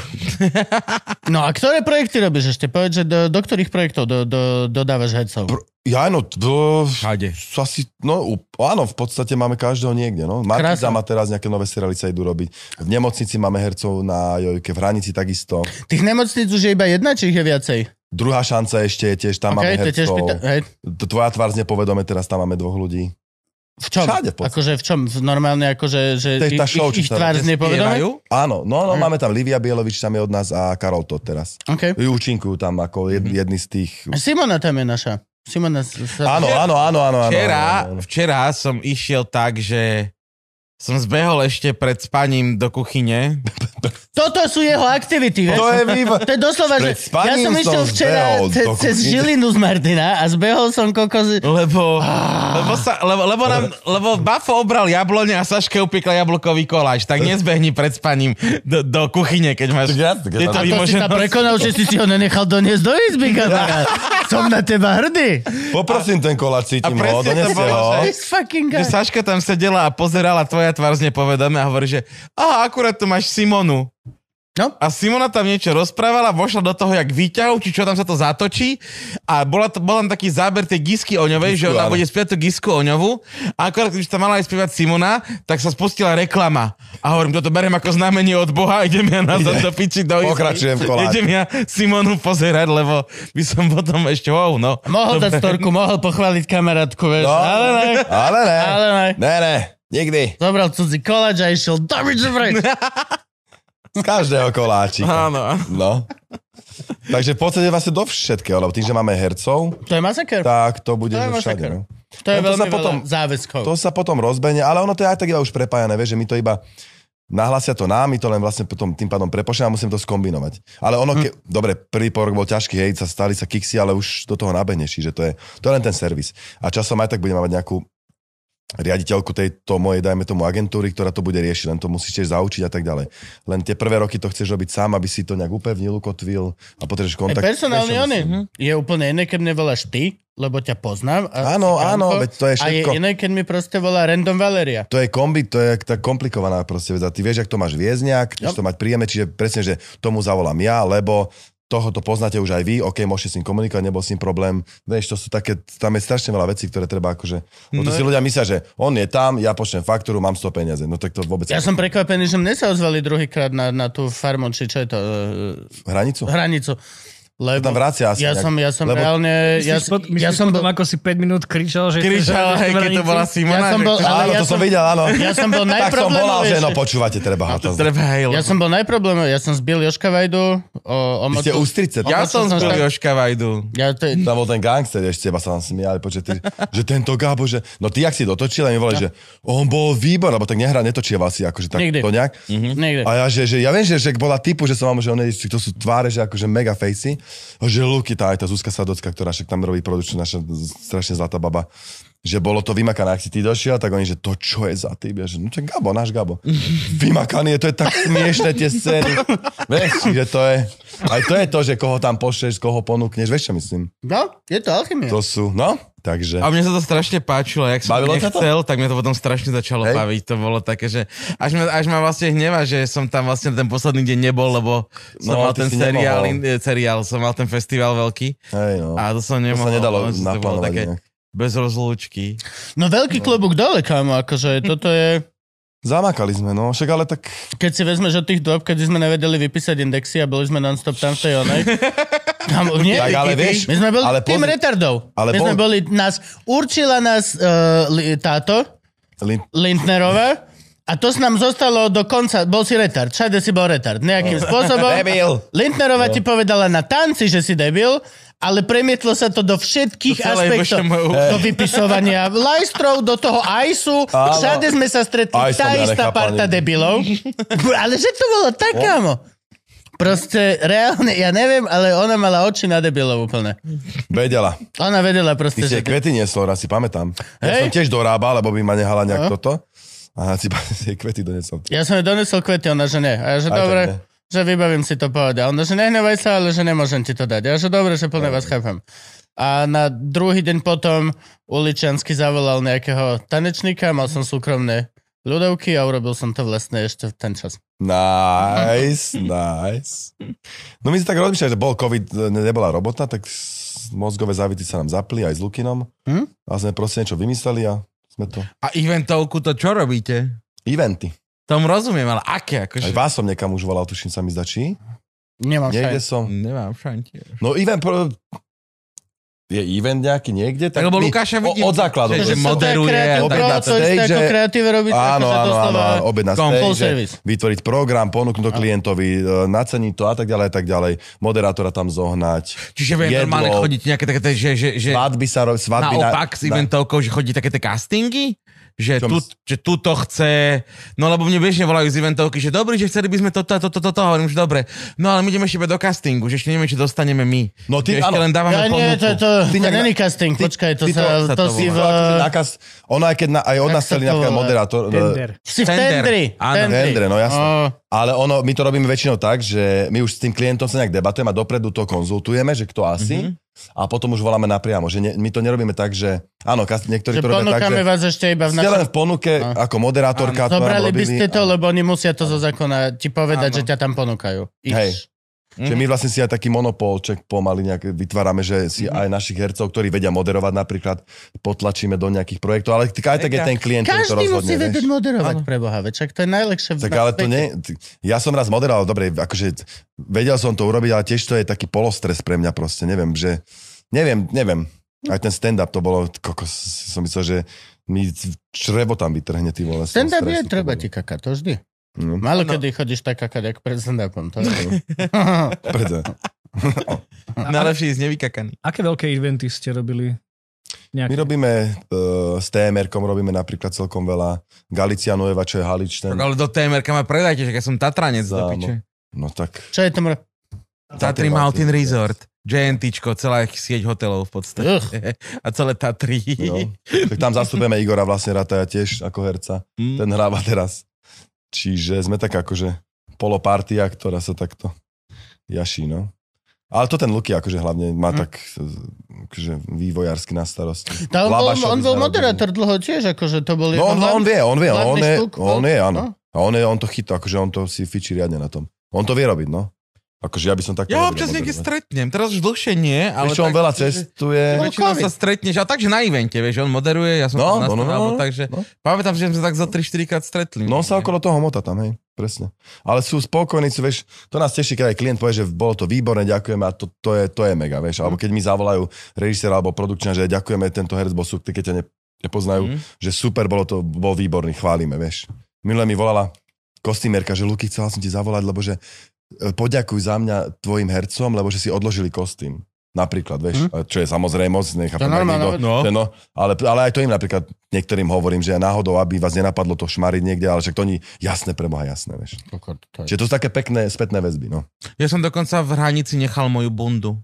No a ktoré projekty robíš ešte? Povedz, že do, do ktorých projektov do, do, dodávaš hercov? Pr- Ja, no, to... Hade. Sú asi, no up- áno, v podstate máme každého niekde, no. Markiza Krása. má teraz nejaké nové seriály sa idú robiť. V nemocnici máme hercov na Jojke, v Hranici takisto. Tých nemocníc už je iba jedna, či ich je viacej? Druhá šanca ešte je tiež, tam Okej, máme to je tiež hercov. pýta- hej, T- Tvoja tvár z nepovedome, teraz tam máme dvoch ľudí. v čom? Všade v podstate. akože v čom? V normálne akože, že To je ich, tá show, ich, ich čo sa tvár robí. znepovedomí? Spievajú? Áno, no, Mhm. no, máme tam Livia Bielovič, tam je od nás a Karol Todd teraz. Okay. Účinkujú tam ako Mhm. jed, jedni z tých... Simona tam je naša. Simona s- sa... Áno, áno, áno, áno. áno, Včera, áno, áno. včera som išiel tak, že som zbehol ešte pred spaním do kuchyne. Toto sú jeho aktivity, vieš? To je výba- To je doslova, že Pred spaním ja som som išiel včera zbehol ce, do cez kuchyne. No, Žilinu z Martina a zbehol som kokos... Lebo, Ah. lebo, sa, lebo, lebo, nám, lebo Bafo obral jablone a Saške upiekla jablkový koláč. Tak nezbehni pred spaním do, do kuchyne, keď máš Tak jasne, keď To tieto tam- si sa vymoženosti. prekonal, že si si ho nenechal doniesť do izby, kamarát. Som na teba hrdý. Poprosím ten koláč, a cítim presne ho, to doneste bolo, ho. že- This fucking guy. Že Saška tam sedela a pozerala tvoja tvár z nepovedome a hovorí, že aha, akurát tu máš Simonu. No. A Simona tam niečo rozprávala, vošla do toho, jak výťahu, či čo tam sa to zatočí. A bola to, bol tam taký záber tej Gisky Oňovej, Gisku, že ona áno. bude spievať tú Gisku Oňovu. A akorát, keď už tam mala aj spievať Simona, tak sa spustila reklama. A hovorím, toto berem ako znamenie od Boha, idem ja na to do piči do izby. Pokračujem v koláči. Idem ja Simonu pozerať, lebo by som potom ešte, wow, no. Mohol dať storku, mohol pochváliť kamarátku, vieš. No. Ale ne. Ale ne. Ale ne. Ne, ne, nikdy. Zobral cudzí koláč a išiel do piče preč. Z každého koláčika. Áno, áno. No. Takže v podstate vlastne do všetkého, lebo tým, že máme hercov, To je masaker. tak to To bude je že všade. masaker. No. To je No to veľmi sa potom- veľa záväzkov. To sa potom rozbehne, ale ono to je aj tak iba už prepájané, vieš, že my to iba nahlasia to nám, my to len vlastne potom tým pádom prepošlem a musím to skombinovať. Ale ono, ke, dobre, prvý porok bol ťažký, hej, sa stali sa kiksy, ale už do toho nabehneš, že to je, to je len ten servis. A časom aj tak budem mať nejakú riaditeľku tejto mojej, dajme tomu, agentúry, ktorá to bude riešiť, len to musíš tiež zaučiť a tak ďalej. Len tie prvé roky to chceš robiť sám, aby si to nejak upevnil, ukotvil a potrebuješ Aj kontakt. personálny hm. Vieš, čo ony. myslím? Je úplne iné, keď mne voláš ty, lebo ťa poznám. A Áno, si áno, Janko. veď to A je je všetko. iné, keď mi proste volá random Valeria. To je kombi, to je tak komplikovaná proste vec. A ty vieš, ak to máš viesť nejak, chceš to mať príjemné, čiže presne, že tomu zavolám ja, lebo toho to poznáte už aj vy, OK, môžete s ním komunikovať, nebol s ním problém. Vieš, to sú také, tam je strašne veľa vecí, ktoré treba akože... No to si ľudia myslia, že on je tam, ja pošlem faktúru, mám 100 peniaze. No tak to vôbec... Ja som prekvapený, že mne sa ozvali druhýkrát na, na tú farmu, či čo je to, e, Hranicu? hranicu. Lebo Tam vracia asi ja nejak. som, ja som Lebo- reálne, ja, Myslíš, pod, myslíš ja som potom, bol, ako si 5 minút kričal, že... Kričala, hej, keď to bola Simona. Ja som že- bol- ale Áno, ja to som som- videl, áno. ja som bol tak som volal, že najproblemovejší. no počúvate, treba ho tam. Treba, hej, ja lebo- som bol najproblemovejší. Ja som zbil Joška Vajdu. O, o Vy ste motu- ústrice. Ja Ono, čo som som zbil tak- Joška Vajdu. Ja to, Tam bol ten gangster, ešte teba sa tam smiali, počuť, ty, že tento Gabo, že... No ty, ak si dotočil, a mi volali, že on bol výbor, lebo tak nehrá, netočieval si, akože tak Nikdy. to nejak. niekde. A ja, že, že ja viem, že, že bola typu, že som vám, že on je, to sú tváre, že akože mega facey. A že Luky, tá aj tá Zuzka Sadocka, ktorá však tam robí produkčnú, naša z- strašne zlatá baba že bolo to vymakané, ak si ty došiel, tak oni, že to čo je za tým, ja, že no to je Gabo, náš Gabo. Vymakaný je, to je tak smiešne tie scény. Vieš, že to je, aj to je to, že koho tam pošleš, koho ponúkneš, vieš čo myslím? No, je to alchymia. To sú, no, Takže... A mne sa to strašne páčilo, jak som Bavilo ťa to? nechcel, tak mňa to potom strašne začalo Hej. Hej. baviť. To bolo také, že až ma, až ma vlastne hneva, že som tam vlastne ten posledný deň nebol, lebo som No, mal ty ten si seriál, nemohol. in- eh, seriál, som mal ten festival veľký Hej, no. a to som to sa nemohol. nedalo že to bolo naplánovať. také nejak. bez rozlúčky. No veľký klobúk dole, kámo, akože toto je... Zamakali sme, no. Však ale tak... Keď si vezmeš od tých dob, keď sme nevedeli vypísať indexy a boli sme non-stop tam v tej onej. Tam, nie, Tak ale vieš, my sme boli ale tým pozri- retardov. ale my sme bol- boli, nás, určila nás uh, li, táto, Lim... Lindnerová, a to s nám zostalo do konca, bol si retard, všade si bol retard, No. nejakým spôsobom. Debil. Lindnerová No. ti povedala na tanci, že si debil, ale premietlo sa to do všetkých Do celej aspektov. BŠMU. Do vypisovania lajstrov, do toho ajsu, Áno. všade sme sa stretli, Aj som tá ja istá nechápal parta nikdy. debilov. Ale že to bolo tak, No. kámo? Proste, reálne, ja neviem, ale ona mala oči na debilov úplne. Vedela. Ona vedela proste, Ty si že... jej kvety niesol, raz si pamätám. Ja Hej. som tiež dorábal, lebo by ma nehala nejak toto. A si pa- si jej kvety donesol. Ja som jej donesol kvety, ona že nie. A ja že Aj tak dobre, ne. že vybavím si to povedať. A Ona že nehnevaj sa, ale že nemôžem ti to dať. Ja že dobre, že plne vás chápem. A na druhý deň potom uličansky zavolal nejakého tanečníka, mal som súkromné ľudovky a urobil som to vlastne ešte v ten čas. Nice, nice. No my si tak rozmýšľali, že bol COVID, ne- nebola robota, tak s- mozgové závity sa nám zapli aj s Lukinom. Hm? A sme proste niečo vymysleli a sme to... A eventovku to čo robíte? Eventy. Tomu rozumiem, ale aké Aj akože? vás som niekam už volal, tuším sa mi zdačí. Nemám Niekde šajn. som. Nemám šante. No event... Pro... Je event nejaký niekde? Tak, lebo Lukáša vidím, o- od základu. že, že sa Že to je moderuje. kreatív- a opäť tak. na bro, to je stage, ako že- kreatív robiť. Áno, akože to áno, áno, slova- áno, obed na Kom- stage, full že service. vytvoriť program, ponúknuť to klientovi, e, naceniť to a tak ďalej, a tak ďalej, moderátora tam zohnať, Čiže vy Jedlo. normálne chodíte nejaké také, tie, že, že, že svadby sa robiť, svadby naopak s eventovkou, že chodí také tie castingy? Že, Čo tu, mys- že tuto chce, no lebo mne bežne volajú z eventovky, že dobrý, že chceli by sme toto, a toto, toto, hovorím, že dobre. No ale my ideme ešte iba do castingu, že ešte nevieme, či dostaneme my. No ty- že ešte áno. len dávame Ja nie, ponuku. to, to, Ty to nejak na- není casting, ty- počkaj, to, ty to- akože sa, sa to, to si v... volá. Nakaz, ona aj keď na, aj od Jak sa nás chceli to napríklad volá? moderátor, e, Tender. Si v Tender. tendri. Áno. Tendre, no jasné. Ó. Ale ono, my to robíme väčšinou tak, že my už s tým klientom sa nejak debatujeme a dopredu to konzultujeme, že kto Mhm. asi. A potom už voláme napriamo, že ne, my to nerobíme tak, že... Áno, kas- Že niektorí to robia tak, ponúkame že... vás ešte iba v Ste len našom... v ponuke Áno. ako moderátorka. to nám Zobrali by robili ste to, a- lebo oni musia to zo zákona ti povedať, Áno. že ťa tam ponúkajú. Iš. Hej. Mhm. Čiže my vlastne si aj taký monopolček pomaly nejak vytvárame, Mhm. že si aj našich hercov, ktorí vedia moderovať napríklad, potlačíme do nejakých projektov, ale t- aj tak je ten klient, ktorý to Každý rozhodne. musí vedieť vieš. moderovať pre Boha, veď však to je najlepšie v Tak na ale to svete. nie, t- ja som raz moderoval, dobre, akože t- vedel som to urobiť, ale tiež to je taký polostres pre mňa proste, neviem, že, neviem, neviem. Aj ten stand-up to bolo, kokos, som myslel, že mi c- črevo tam vytrhne, ty vole. som Stand-up je stresný, to treba bolo. ti kakať, to vždy. No, Málo kedy chodíš tak kakať, ako pred stand-upom. To je. preto. Mhm. Najlepší ísť nevykakaný. Aké veľké eventy ste robili? My Nejaké? robíme uh, s TMR-kom, robíme napríklad celkom veľa. Galicia Nueva, čo je Halič, ten... Ale do TMR ma predajte, že keď som Tatranec do Áno. piče. No tak... No, Čo je to mra... Tatry Tatry Mountain Mountain Resort. JNTčko, celá ich sieť hotelov v Ugh. podstate. A celé Tatry. Jo. Tak tam zastupujeme Igora vlastne Rataja tiež ako herca. Mm. Ten hráva teraz. Čiže sme tak akože polopartia, ktorá sa takto jaší, no. Ale to ten Luky akože hlavne má Mhm. tak eh, akože vývojársky na starosti. Tá, on, bol, Labašovi on bol sme moderátor dlho tiež, akože to boli... No on, on vie, on vie, on hlavný je, štúk, no. on je, áno. No. A on, je, on to chytá, akože on to si fičí riadne na tom. On to vie robiť, no. Akože ja by som tak... Ja ho občas niekde stretnem, teraz už dlhšie nie, ale... Vieš čo, on tak, veľa že- cestuje. Väčšinou COVID. sa stretneš, a takže na evente, vieš, on moderuje, ja som No, tam no, no, no, alebo no. takže... No. Pamätám, že sme sa tak za 3-4 krát stretli. No on sa okolo toho mota tam, hej, presne. Ale sú spokojní, sú, vieš, to nás teší, keď aj klient povie, že bolo to výborné, ďakujeme a to, to, je, to je mega, Mhm. vieš. Alebo keď mi zavolajú režisér alebo produkčná, že ďakujeme, tento herec bol super, keď ťa ne, Mhm. nepoznajú, Mm. že super, bolo to, bol výborný, chválime, vieš. Minule mi volala kostýmerka, že Luky, chcela som ti zavolať, lebo že e, poďakuj za mňa tvojim hercom, lebo že si odložili kostým. Napríklad, vieš, A čo je samozrejmosť, Mhm. To je nechápem, ak normálna niekto- vec. No. že No, ale, ale aj to im napríklad niektorým hovorím, že náhodou, aby vás nenapadlo to šmariť niekde, ale však to oni jasné preboha, jasné, vieš. Čiže to sú také pekné spätné väzby, no. Ja som dokonca v hranici nechal moju bundu.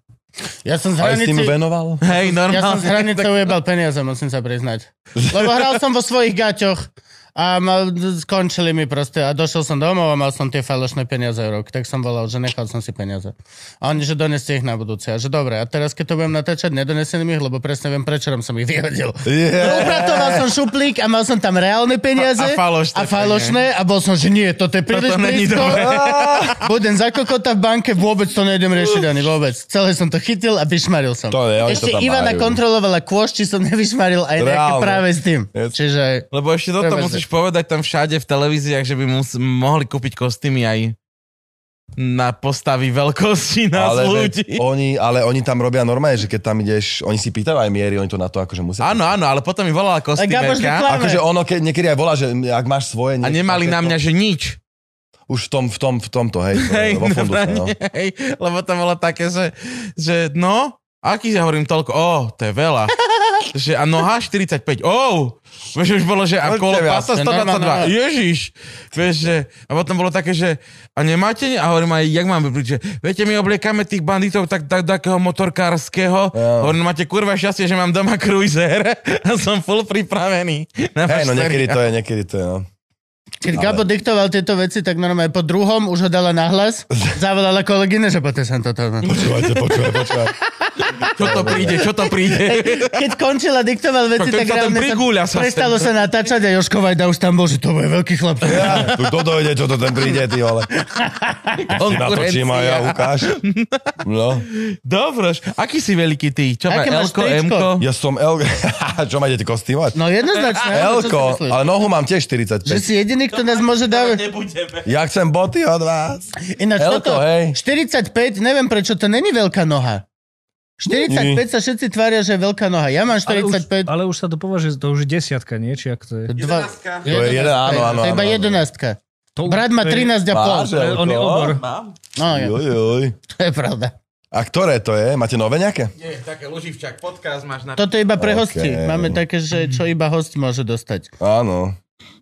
Ja som z Ale s hranici... tým venoval? Ja som Hej, z normálne. hranice ujebal peniaze, musím sa priznať. Lebo hral som vo svojich gaťoch a ma, skončili mi proste a došiel som domov a mal som tie falošné peniaze rok, tak som volal, že nechal som si peniaze. A oni, že doneste ich na budúce. A že dobre, a teraz keď to budem natáčať, nedonesiem ich, lebo presne viem, prečo som ich vyhodil. Yeah. Upratoval som šuplík a mal som tam reálne peniaze. Eh. A- a falošné A falošné a bol som, že nie, toto je príliš Toto není blízko. dobré. Budem za kokota v banke, vôbec to nejdem riešiť ani vôbec. Celé som to chytil a vyšmaril som. To nie, oni Ešte to tam Ivana majú. kontrolovala kôš, či som nevyšmaril aj nejaké Reálne. práve s tým. Yes. Čiže... Lebo ešte toto Prevezli. musíš povedať tam všade v televíziách, že by mus, mohli kúpiť kostýmy aj na postavy veľkosti nás ale, ale veď ľudí. oni, ale oni tam robia normálne, že keď tam ideš, oni si pýtajú aj miery, oni to na to akože musia. Áno, áno, ale potom mi volala Gaboš, kostýmerka neklame. Akože ono keď, niekedy aj volá, že ak máš svoje... a niečo nemali na takéto. mňa, že nič. Už v tom, v tom, v tomto, hej. to- Hej, vo funduse, normálne, no. hej, lebo to bolo také, že, že no, aký ja hovorím toľko, o, to je veľa. že a noha 45, o, vieš, už bolo, že a No, kolo to je viac, pasa to je normálne. 122, ježiš, vieš, že, a potom bolo také, že a nemáte, ne? a hovorím aj, jak máme byť, že viete, my obliekame tých banditov tak, tak takého motorkárskeho, Jo. hovorím, "No máte kurva šťastie, že mám doma cruiser a som full pripravený. na váš Hej, no niekedy seriál. to je, niekedy to je, no. Keď Gabo diktoval tieto veci, tak normálne po druhom už ho dala nahlas, zavolala kolegyne, že poté som toto. Počúvajte, počúvajte, počúvajte. Čo to príde, čo to príde. Keď končila diktoval veci, Tak tak, keď sa tam reálne prigúľa sa prestalo sa natáčať a Joško Vajda už tam bol, že to bude veľký chlap. Tu kto dojde, čo to ten príde, ty vole. Ty natočím a ja ukáž. No. Dobroš, aký si veľký ty? Čo má Aké máš L-ko, tričko? M-ko? Ja som L... čo ma idete kostýmovať? No jednoznačne. áno, čo si Elko, myslíš? ale nohu mám tiež Že 45. si jediný, kto nás môže dávať. Nebudeme. Ja chcem boty od vás. Ináč Elko, toto, hej. 45, neviem prečo, to není veľká noha. 45 sa všetci tvária, že je veľká noha. Ja mám Ale už, 45. ale už sa to považuje, to už je desiatka, nie? Či ako to je? Dva, To je jeden, áno, áno. to je iba áno. jedenástka. To, Brat má to je- 13 a pol. Máš, to je- On je Elko? obor. No, ja, Juj, juj. to je pravda. A ktoré to je? Máte nové nejaké? Nie, také Luživčak podcast máš na... Toto je iba pre OK. hosti. Máme také, že čo iba host môže dostať. Áno.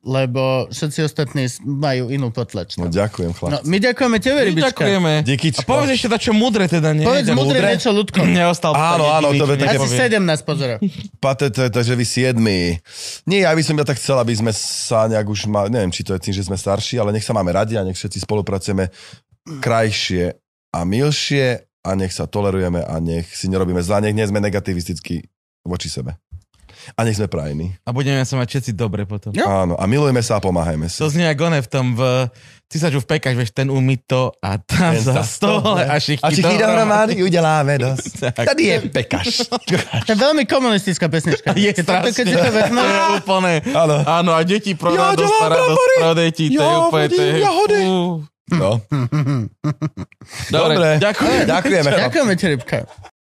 Lebo všetci ostatní s- majú inú No potlačku. ďakujem, No, chlap. my ďakujeme tebe, Rybička. Ďakujeme. Díky, A povedz ešte dačo mudré teda, nie? Povedz Idem- mudré niečo, Ľudko. Neostal Áno, áno, to je také- Asi také... 7 nás pozera. Pate, to je tak, že vy siedmi. Nie, ja by som ja tak chcel, aby sme sa nejak už ma, neviem, či to je tým, že sme starší, ale nech sa máme radi a nech všetci spolupracujeme krajšie a milšie a nech sa tolerujeme a nech si nerobíme zla, nech nie sme negativistickí voči sebe. A nech sme prajní. A budeme sa mať všetci dobre potom. Jo. Áno, a milujme sa a pomáhajme To sa. znie ako one v tom v... Ty sa v pekač, vieš, ten umí to a tam Ten za sa stole stole a šichty A všichni dohromady udeláme dosť. Tak. Tady je pekaš. To je veľmi komunistická pesnička. Je Keď to- keď si to strašné. vezmú, To je úplne... Áno. Áno, a deti Ja prodajú do delám starosti brambory. pro deti. To je Ja úplne... to je- hodím jahody. Fú. No. Dobre, Dobre. ďakujem. Ďakujeme. chlapci. Ďakujeme ti, Rybka.